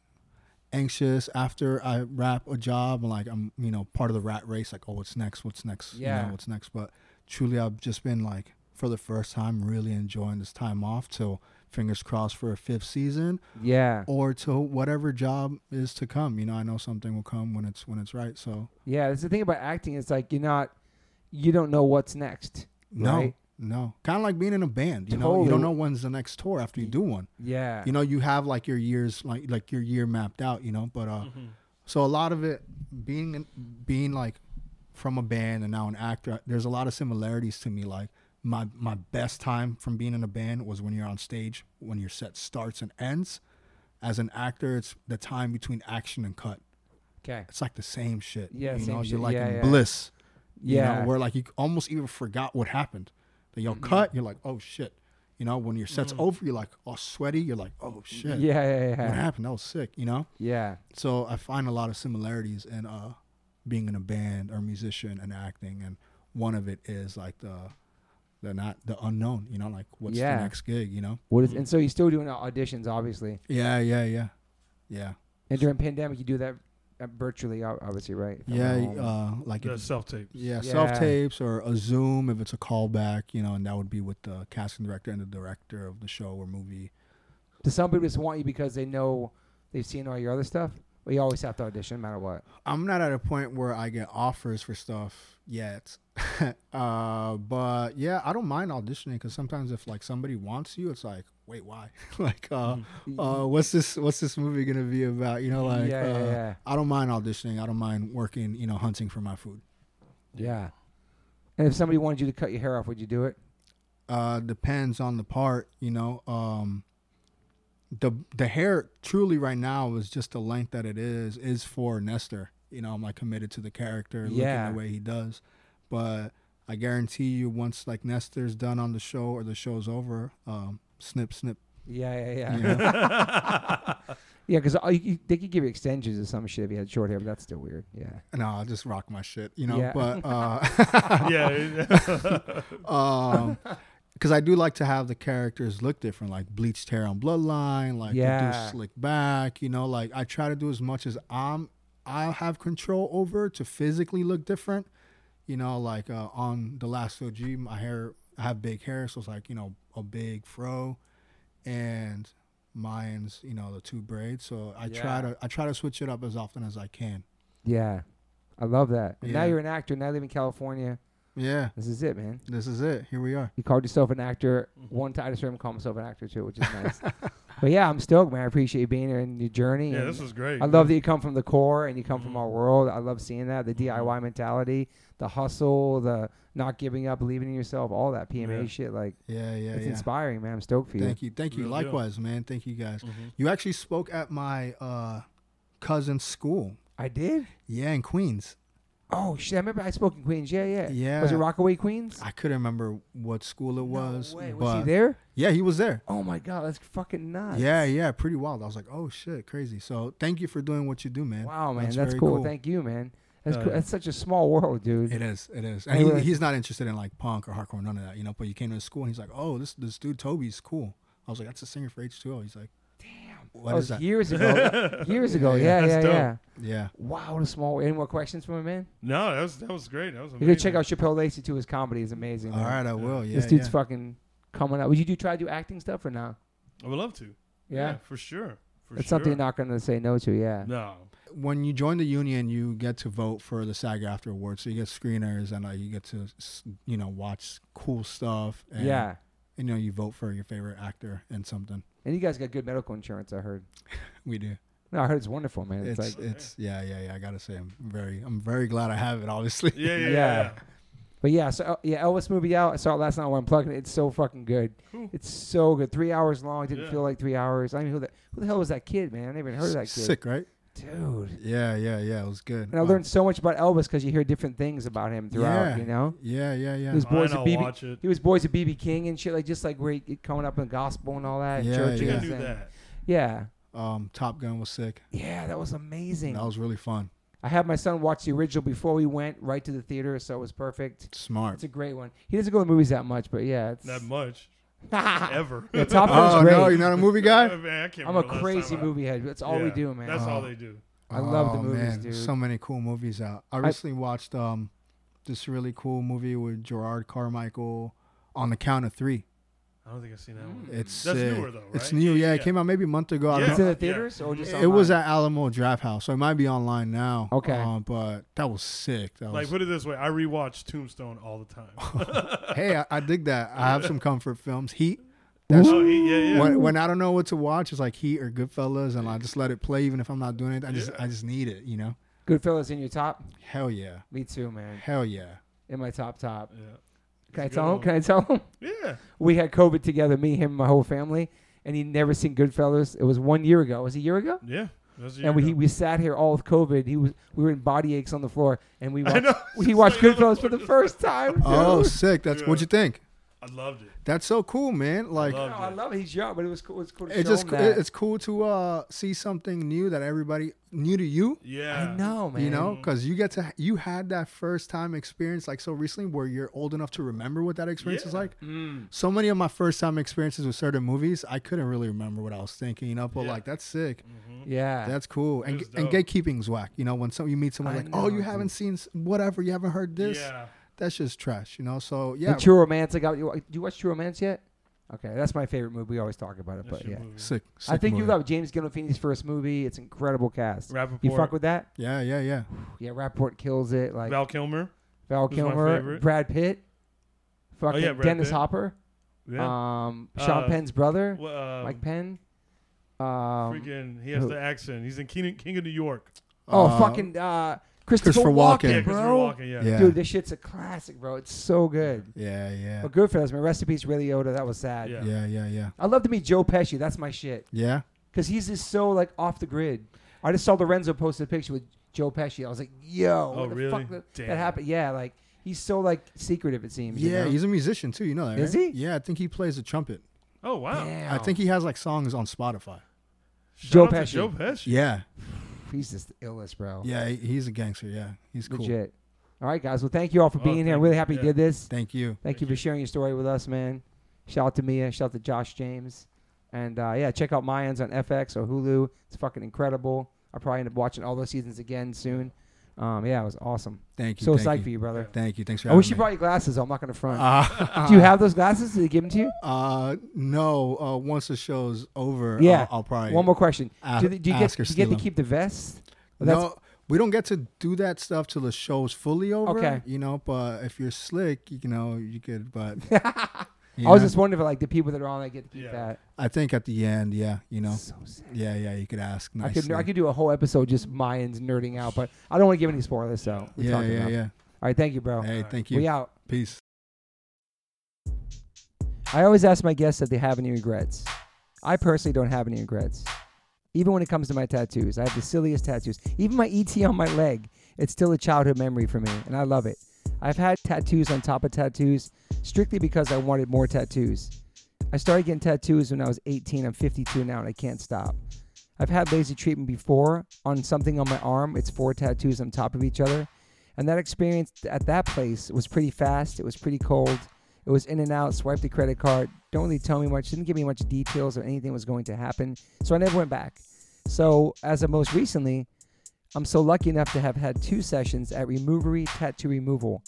anxious after i wrap a job and like i'm you know part of the rat race like oh what's next what's next you know,
Yeah.
what's next but truly i've just been like for the first time really enjoying this time off till fingers crossed for a fifth season
yeah
or till whatever job is to come you know i know something will come when it's when it's right so
yeah that's the thing about acting it's like you're not you don't know what's next
no
right
no kind of like being in a band you know you
Totally.
don't know when's the next tour after you do one
yeah
you know you have like your years like like your year mapped out you know but uh so a lot of it being in- being like from a band and now an actor there's a lot of similarities to me like my my best time from being in a band was when you're on stage when your set starts and ends as an actor it's the time between action and cut
okay
it's like the same shit
Yeah,
you
same
know
shit.
you're like
Yeah,
in
yeah.
bliss you know,
yeah Mm-hmm.
where like you almost even forgot what happened. Then you'll cut, you're like, oh shit. You know, when your set's over, you're like all sweaty, you're like, oh shit.
Mm. yeah yeah
What
yeah,
happened? That was sick, you know?
yeah.
So I find a lot of similarities in uh being in a band or musician and acting and one of it is like the the not the unknown, you know, like what's
Yeah.
the next gig, you know?
What is, and so you're still doing auditions obviously
Yeah, yeah, yeah. Yeah.
And during pandemic, you do that uh, virtually, ob- obviously, right? From
Yeah,
home.
uh like
the
if,
self tape.
yeah,
Yeah.
self tapes or a Zoom if it's a callback, you know, and that would be with the casting director and the director of the show or movie.
Do some people just want you because they know they've seen all your other stuff? Well, you always have to audition, no matter what.
I'm not at a point where I get offers for stuff yet. uh, but yeah, I don't mind auditioning because sometimes if like somebody wants you, it's like, wait, why? like, uh, uh, what's this? What's this movie gonna be about? You know, like,
Yeah, yeah,
uh,
yeah.
I don't mind auditioning. I don't mind working. You know, hunting for my food.
Yeah. And if somebody wanted you to cut your hair off, would you do it?
Uh, depends on the part. You know, um, the the hair truly right now is just the length that it is is for Nestor. You know, I'm like committed to the character,
Yeah.
looking the way he does. But I guarantee you, once like Nestor's done on the show or the show's over, um, snip snip.
Yeah, yeah, yeah.
You
Yeah,
know?
because they could give you extensions or some shit if you had short hair, but that's still weird. Yeah.
no, I'll just rock my shit. You know,
Yeah.
but. Uh,
yeah.
um because i do like to have the characters look different like bleached hair on bloodline like yeah.
Yeah.
do slick back you know like i try to do as much as i'm i have control over to physically look different you know like uh, on the last og my hair i have big hair so it's like you know a big fro and mine's you know the two braids so i
Yeah.
try to i try to switch it up as often as i can
Yeah. I love that. And Now
Yeah.
you're an actor. Now you live in California.
yeah
This is it, man.
this is it here we are
Mm-hmm.
You called yourself an actor one time. I just heard him call himself an actor too, which is nice. But yeah, I'm stoked, man. I appreciate you being here and your journey.
Yeah,
and
this was great.
I love that you come from the core and you come
Mm-hmm.
from our world. I love seeing that the DIY mentality, the hustle, the not giving up, believing in yourself, all that PMA
Yeah.
shit. Like
Yeah, yeah,
it's
yeah.
inspiring, man. I'm stoked for you.
Thank you, thank you.
Real deal.
Likewise, man. Thank you guys.
Mhm.
You actually spoke at my uh, cousin's school.
I did.
Yeah, in Queens.
Oh shit! I remember I spoke in Queens. Yeah, yeah.
Yeah.
Was it Rockaway Queens?
I couldn't remember what school it was,
No way. Was
but
he there?
yeah, he was there.
Oh my god, that's fucking nuts.
Yeah, yeah, pretty wild. I was like, oh shit, crazy. So thank you for doing what you do, man.
Wow, man, that's,
very
cool. Thank you, man. That's
Oh,
cool.
yeah.
that's such a small world, dude.
It is, it is.
Hey,
And he,
look.
he's not interested in like punk or hardcore, none of that, you know. But you came to his school and he's like, oh, this this dude Toby's cool. I was like, that's a singer for H2O. He's like, damn,
that
what
was
is that?
Oh, years ago. years ago. Yeah, yeah, yeah.
That's dope.
Yeah,
Wow, what a small. Any more questions for me, man?
No, that was that was great. That was amazing.
You can check out Chappelle Lacey too. His comedy is amazing.
all
man.
right, I will. Yeah,
this dude's
yeah.
fucking coming out. Would you do try to do acting stuff or not?
I would love to.
Yeah,
for sure. For
that's
sure.
something you're not going to say no to. Yeah.
No.
when you join the union, you get to vote for the SAG After Awards. So you get screeners and like you get to, s- you know, watch cool stuff. And,
Yeah.
You know, you vote for your favorite actor and something.
And you guys got good medical insurance. I heard.
We do.
No, I heard it's wonderful, man.
It's
It's,
it's,
like,
yeah yeah yeah. I gotta say, I'm very I'm very glad I have it. Obviously.
Yeah, yeah, yeah.
Yeah.
yeah.
but yeah, so uh, yeah, Elvis movie out. I saw it last night when I'm plugging it. It's so fucking good.
Cool.
It's so good. Three hours long. It didn't
Yeah.
feel like three hours. I mean, who the who the hell was that kid, man? I never even heard of that kid,
Sick, right?
dude.
Yeah yeah yeah. It was good.
And I
Wow.
learned so much about Elvis because you hear different things about him throughout.
Yeah.
You know,
Um, Yeah yeah yeah.
Those boys at
Fine, I'll
BB
watch it.
he was boys of BB King and shit, like just like where he coming up in gospel and all that,
Yeah,
churches.
I think I
yeah.
knew
and-
that.
Yeah.
Um, Top Gun was sick.
Yeah, that was amazing.
That was really fun.
I had my son watch the original before we went right to the theater, so it was perfect.
Smart.
It's a great one. He doesn't go to the movies that much, but yeah, it's
That much. Ever.
Yeah, Top Gun's
Oh
great.
no, you're not a movie guy.
Man, I can't
I'm
remember
a
the last
crazy
time I-
movie head. That's all we
Yeah,
do, man.
That's
Oh.
all they do.
I love the
Oh,
movies,
man.
dude.
So many cool movies out. I recently watched um this really cool movie with Gerard Carmichael on the count of three.
I don't think I've seen that one.
It's
Mm-hmm. That's
sick.
newer though, right?
It's new. Yeah, it came out maybe a month ago. I don't
Yeah.
It's in the
Yeah.
theaters or just
It was
online?
at Alamo Draft House, so it might be online now.
Okay.
uh, but that was sick. That
Like
was,
put it this way, I rewatch Tombstone all the time.
hey, I, I dig that. I have some comfort films. Heat. That's
oh, he- yeah, yeah.
when, when I don't know what to watch. It's like Heat or Goodfellas, and I just let it play, even if I'm not doing it. I just
Yeah.
I just need it. You know.
Goodfellas in your top.
Hell yeah.
Me too, man.
Hell yeah.
In my top top. Can I
It's a
tell
good
him?
one.
Can I tell him?
Yeah. yeah.
We had COVID together, me, him, my whole family, and he'd never seen Goodfellas. It was one year ago. Was it a year ago?
Yeah. That's
and we, he,
year
we sat here all with COVID. He was we were in body aches on the floor, and we watched,
know.
he watched
Like,
Goodfellas for the first time. dude.
Oh, sick. That's
Yeah.
what you think.
ago. I loved it.
That's so cool, man. Like
No,
Loved
I
it.
love it. He's young, but it was cool. It's cool to
it's
show
just
him
co-
that.
it's cool to uh see something new that everybody new to you.
Yeah.
I know, man.
You know, because you get to you had that first time experience like so recently where you're old enough to remember what that experience is
Yeah.
like.
Mm.
So many of my first time experiences with certain movies, I couldn't really remember what I was thinking. You know, but
Yeah.
like that's sick.
Mm-hmm. Mm.
Yeah,
That's cool. And
was dope.
and gatekeeping's whack. You know, when some you meet someone
I
like, oh,
know,
you haven't seen s- whatever, you haven't heard this.
Yeah.
That's just trash. You know. So yeah,
And True Romance. I got you. Do you watch True Romance yet? Okay, that's my favorite movie. We always talk about it,
That's
but
your
yeah,
movie.
sick.
I
sick
think you
movie.
love it. James Gandolfini's first movie. It's incredible cast. You
Rappaport.
fuck with that?
Yeah, yeah, yeah.
Yeah, Rapport kills it. Like Val,
Val Kilmer. who's my
Kilmer,
favorite? Oh,
Brad Pitt, fucking
yeah, Brad
Dennis
Pitt.
Hopper,
Yeah.
um, Sean
Uh,
Penn's brother,
Well, um,
Mike Penn. Um,
freaking, he has
who?
the accent. He's in King, King of New York.
Oh,
Uh,
fucking uh, Christopher,
Christopher
Walken,
Walken.
Yeah, Christopher
bro.
Walken. Yeah.
Yeah.
Dude, this shit's a classic, bro. It's so good.
Yeah, yeah.
But Goodfellas, man. Recipes, really Yoda. That was sad.
Yeah.
Yeah, yeah, yeah.
I'd love to meet Joe Pesci. That's my shit.
Yeah.
Because he's just so, like, off the grid. I just saw Lorenzo post a picture with Joe Pesci. I was like, yo.
Oh,
what the
really?
Fuck that, that
Damn.
happened. Yeah, like, he's so, like, secretive, it seems. you
Yeah,
know?
he's a musician too, you know that.
Is
right?
he?
Yeah, I think he plays the trumpet.
Oh wow.
Damn.
I think he has like songs on Spotify.
Shout
Joe
out to
Pesci.
Joe Pesci.
Yeah.
he's just the illest, bro.
Yeah, he- he's a gangster. Yeah. He's cool.
Legit. All right, guys. Well, thank you all for
Oh,
being here. I'm
thank
really
you.
happy you
Yeah.
did this.
Thank you.
Thank, you for sharing your story with us, man. Shout out to Mia. Shout out to Josh James. And uh, yeah, check out Mayans on FX or Hulu. It's fucking incredible. I'll probably end up watching all those seasons again soon. Um, yeah, it was awesome.
Thank you.
so
thank
psyched
you.
for you, brother.
Thank you. Thanks for
I
having
wish you
me.
brought your glasses. Though. I'm not gonna front.
uh,
Do you have those glasses? Did they give them to you?
uh, no, uh, once the show's over,
Yeah.
I'll, I'll probably
One more question.
a-
do, they- do you get
ask
do
or
you get
steal
to
'em.
keep the vest? Well, that's-
No, we don't get to do that stuff till the show's fully over.
Okay.
You know, but if you're slick, you know, you could but You
I was
know?
just wondering if like the people that are on, I get to keep
Yeah.
that.
I think at the end, yeah, you know,
So sad.
yeah, yeah, you could ask
I could
nicely.
I could do a whole episode just Mayans nerding out, but I don't want to give any spoilers. So we
yeah,
talked
yeah,
enough.
yeah.
All right, thank you, bro.
Hey,
Alright.
thank you.
we out.
Peace.
I always ask my guests if they have any regrets. I personally don't have any regrets. Even when it comes to my tattoos, I have the silliest tattoos. Even my ET on my leg, it's still a childhood memory for me, and I love it. I've had tattoos on top of tattoos strictly because I wanted more tattoos. I started getting tattoos when I was 18. I'm 52 now, and I can't stop. I've had lazy treatment before on something on my arm. It's four tattoos on top of each other. And that experience at that place was pretty fast. It was pretty cold. It was in and out, swipe the credit card. Don't really tell me much. Didn't give me much details of anything was going to happen. So I never went back. So as of most recently, I'm so lucky enough to have had two sessions at Removery Tattoo Removal.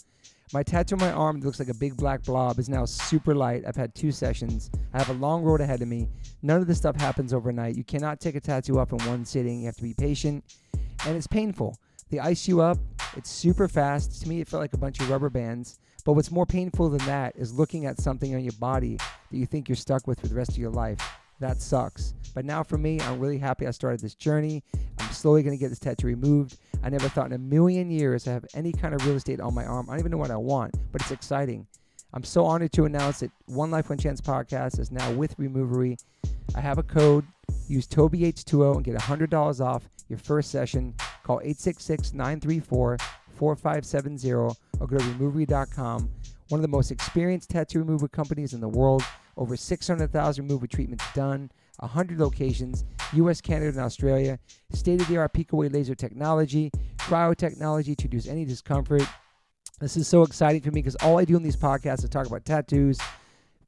My tattoo on my arm that looks like a big black blob is now super light. I've had two sessions. I have a long road ahead of me. None of this stuff happens overnight. You cannot take a tattoo up in one sitting. You have to be patient, and it's painful. They ice you up. It's super fast. To me, it felt like a bunch of rubber bands. But what's more painful than that is looking at something on your body that you think you're stuck with for the rest of your life. That sucks. But now for me, I'm really happy I started this journey. I'm slowly going to get this tattoo removed. I never thought in a million years I have any kind of real estate on my arm. I don't even know what I want, but it's exciting. I'm so honored to announce that One Life One Chance podcast is now with Removery. I have a code. Use TobyH20 and get $100 off your first session. Call 866 934 4570 or go to removery.com. One of the most experienced tattoo removal companies in the world. Over 600,000 removal treatments done, 100 locations, US, Canada, and Australia. State of the art peak away laser technology, cryotechnology to reduce any discomfort. This is so exciting for me because all I do in these podcasts is talk about tattoos.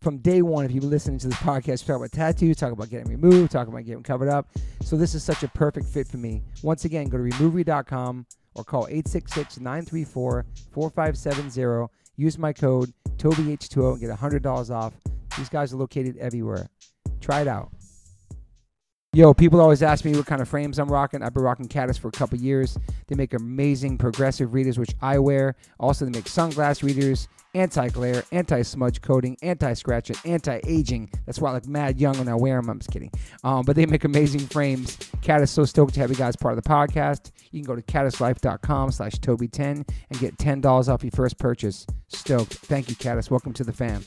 From day one, if you've been listening to this podcast, we talk about tattoos, talk about getting removed, talk about getting covered up. So this is such a perfect fit for me. Once again, go to removery.com or call 866-934-4570. Use my code TobyH20 and get $100 off. These guys are located everywhere. Try it out. Yo, people always ask me what kind of frames I'm rocking. I've been rocking Caddis for a couple years. They make amazing progressive readers, which I wear. Also, they make sunglass readers, anti glare, anti smudge coating, anti scratch, and anti aging. That's why I look mad young when I wear them. I'm just kidding. Um, but they make amazing frames. Cat is so stoked to have you guys part of the podcast. You can go to caddislife.com slash Toby10 and get $10 off your first purchase. Stoked. Thank you, Caddis. Welcome to the fam.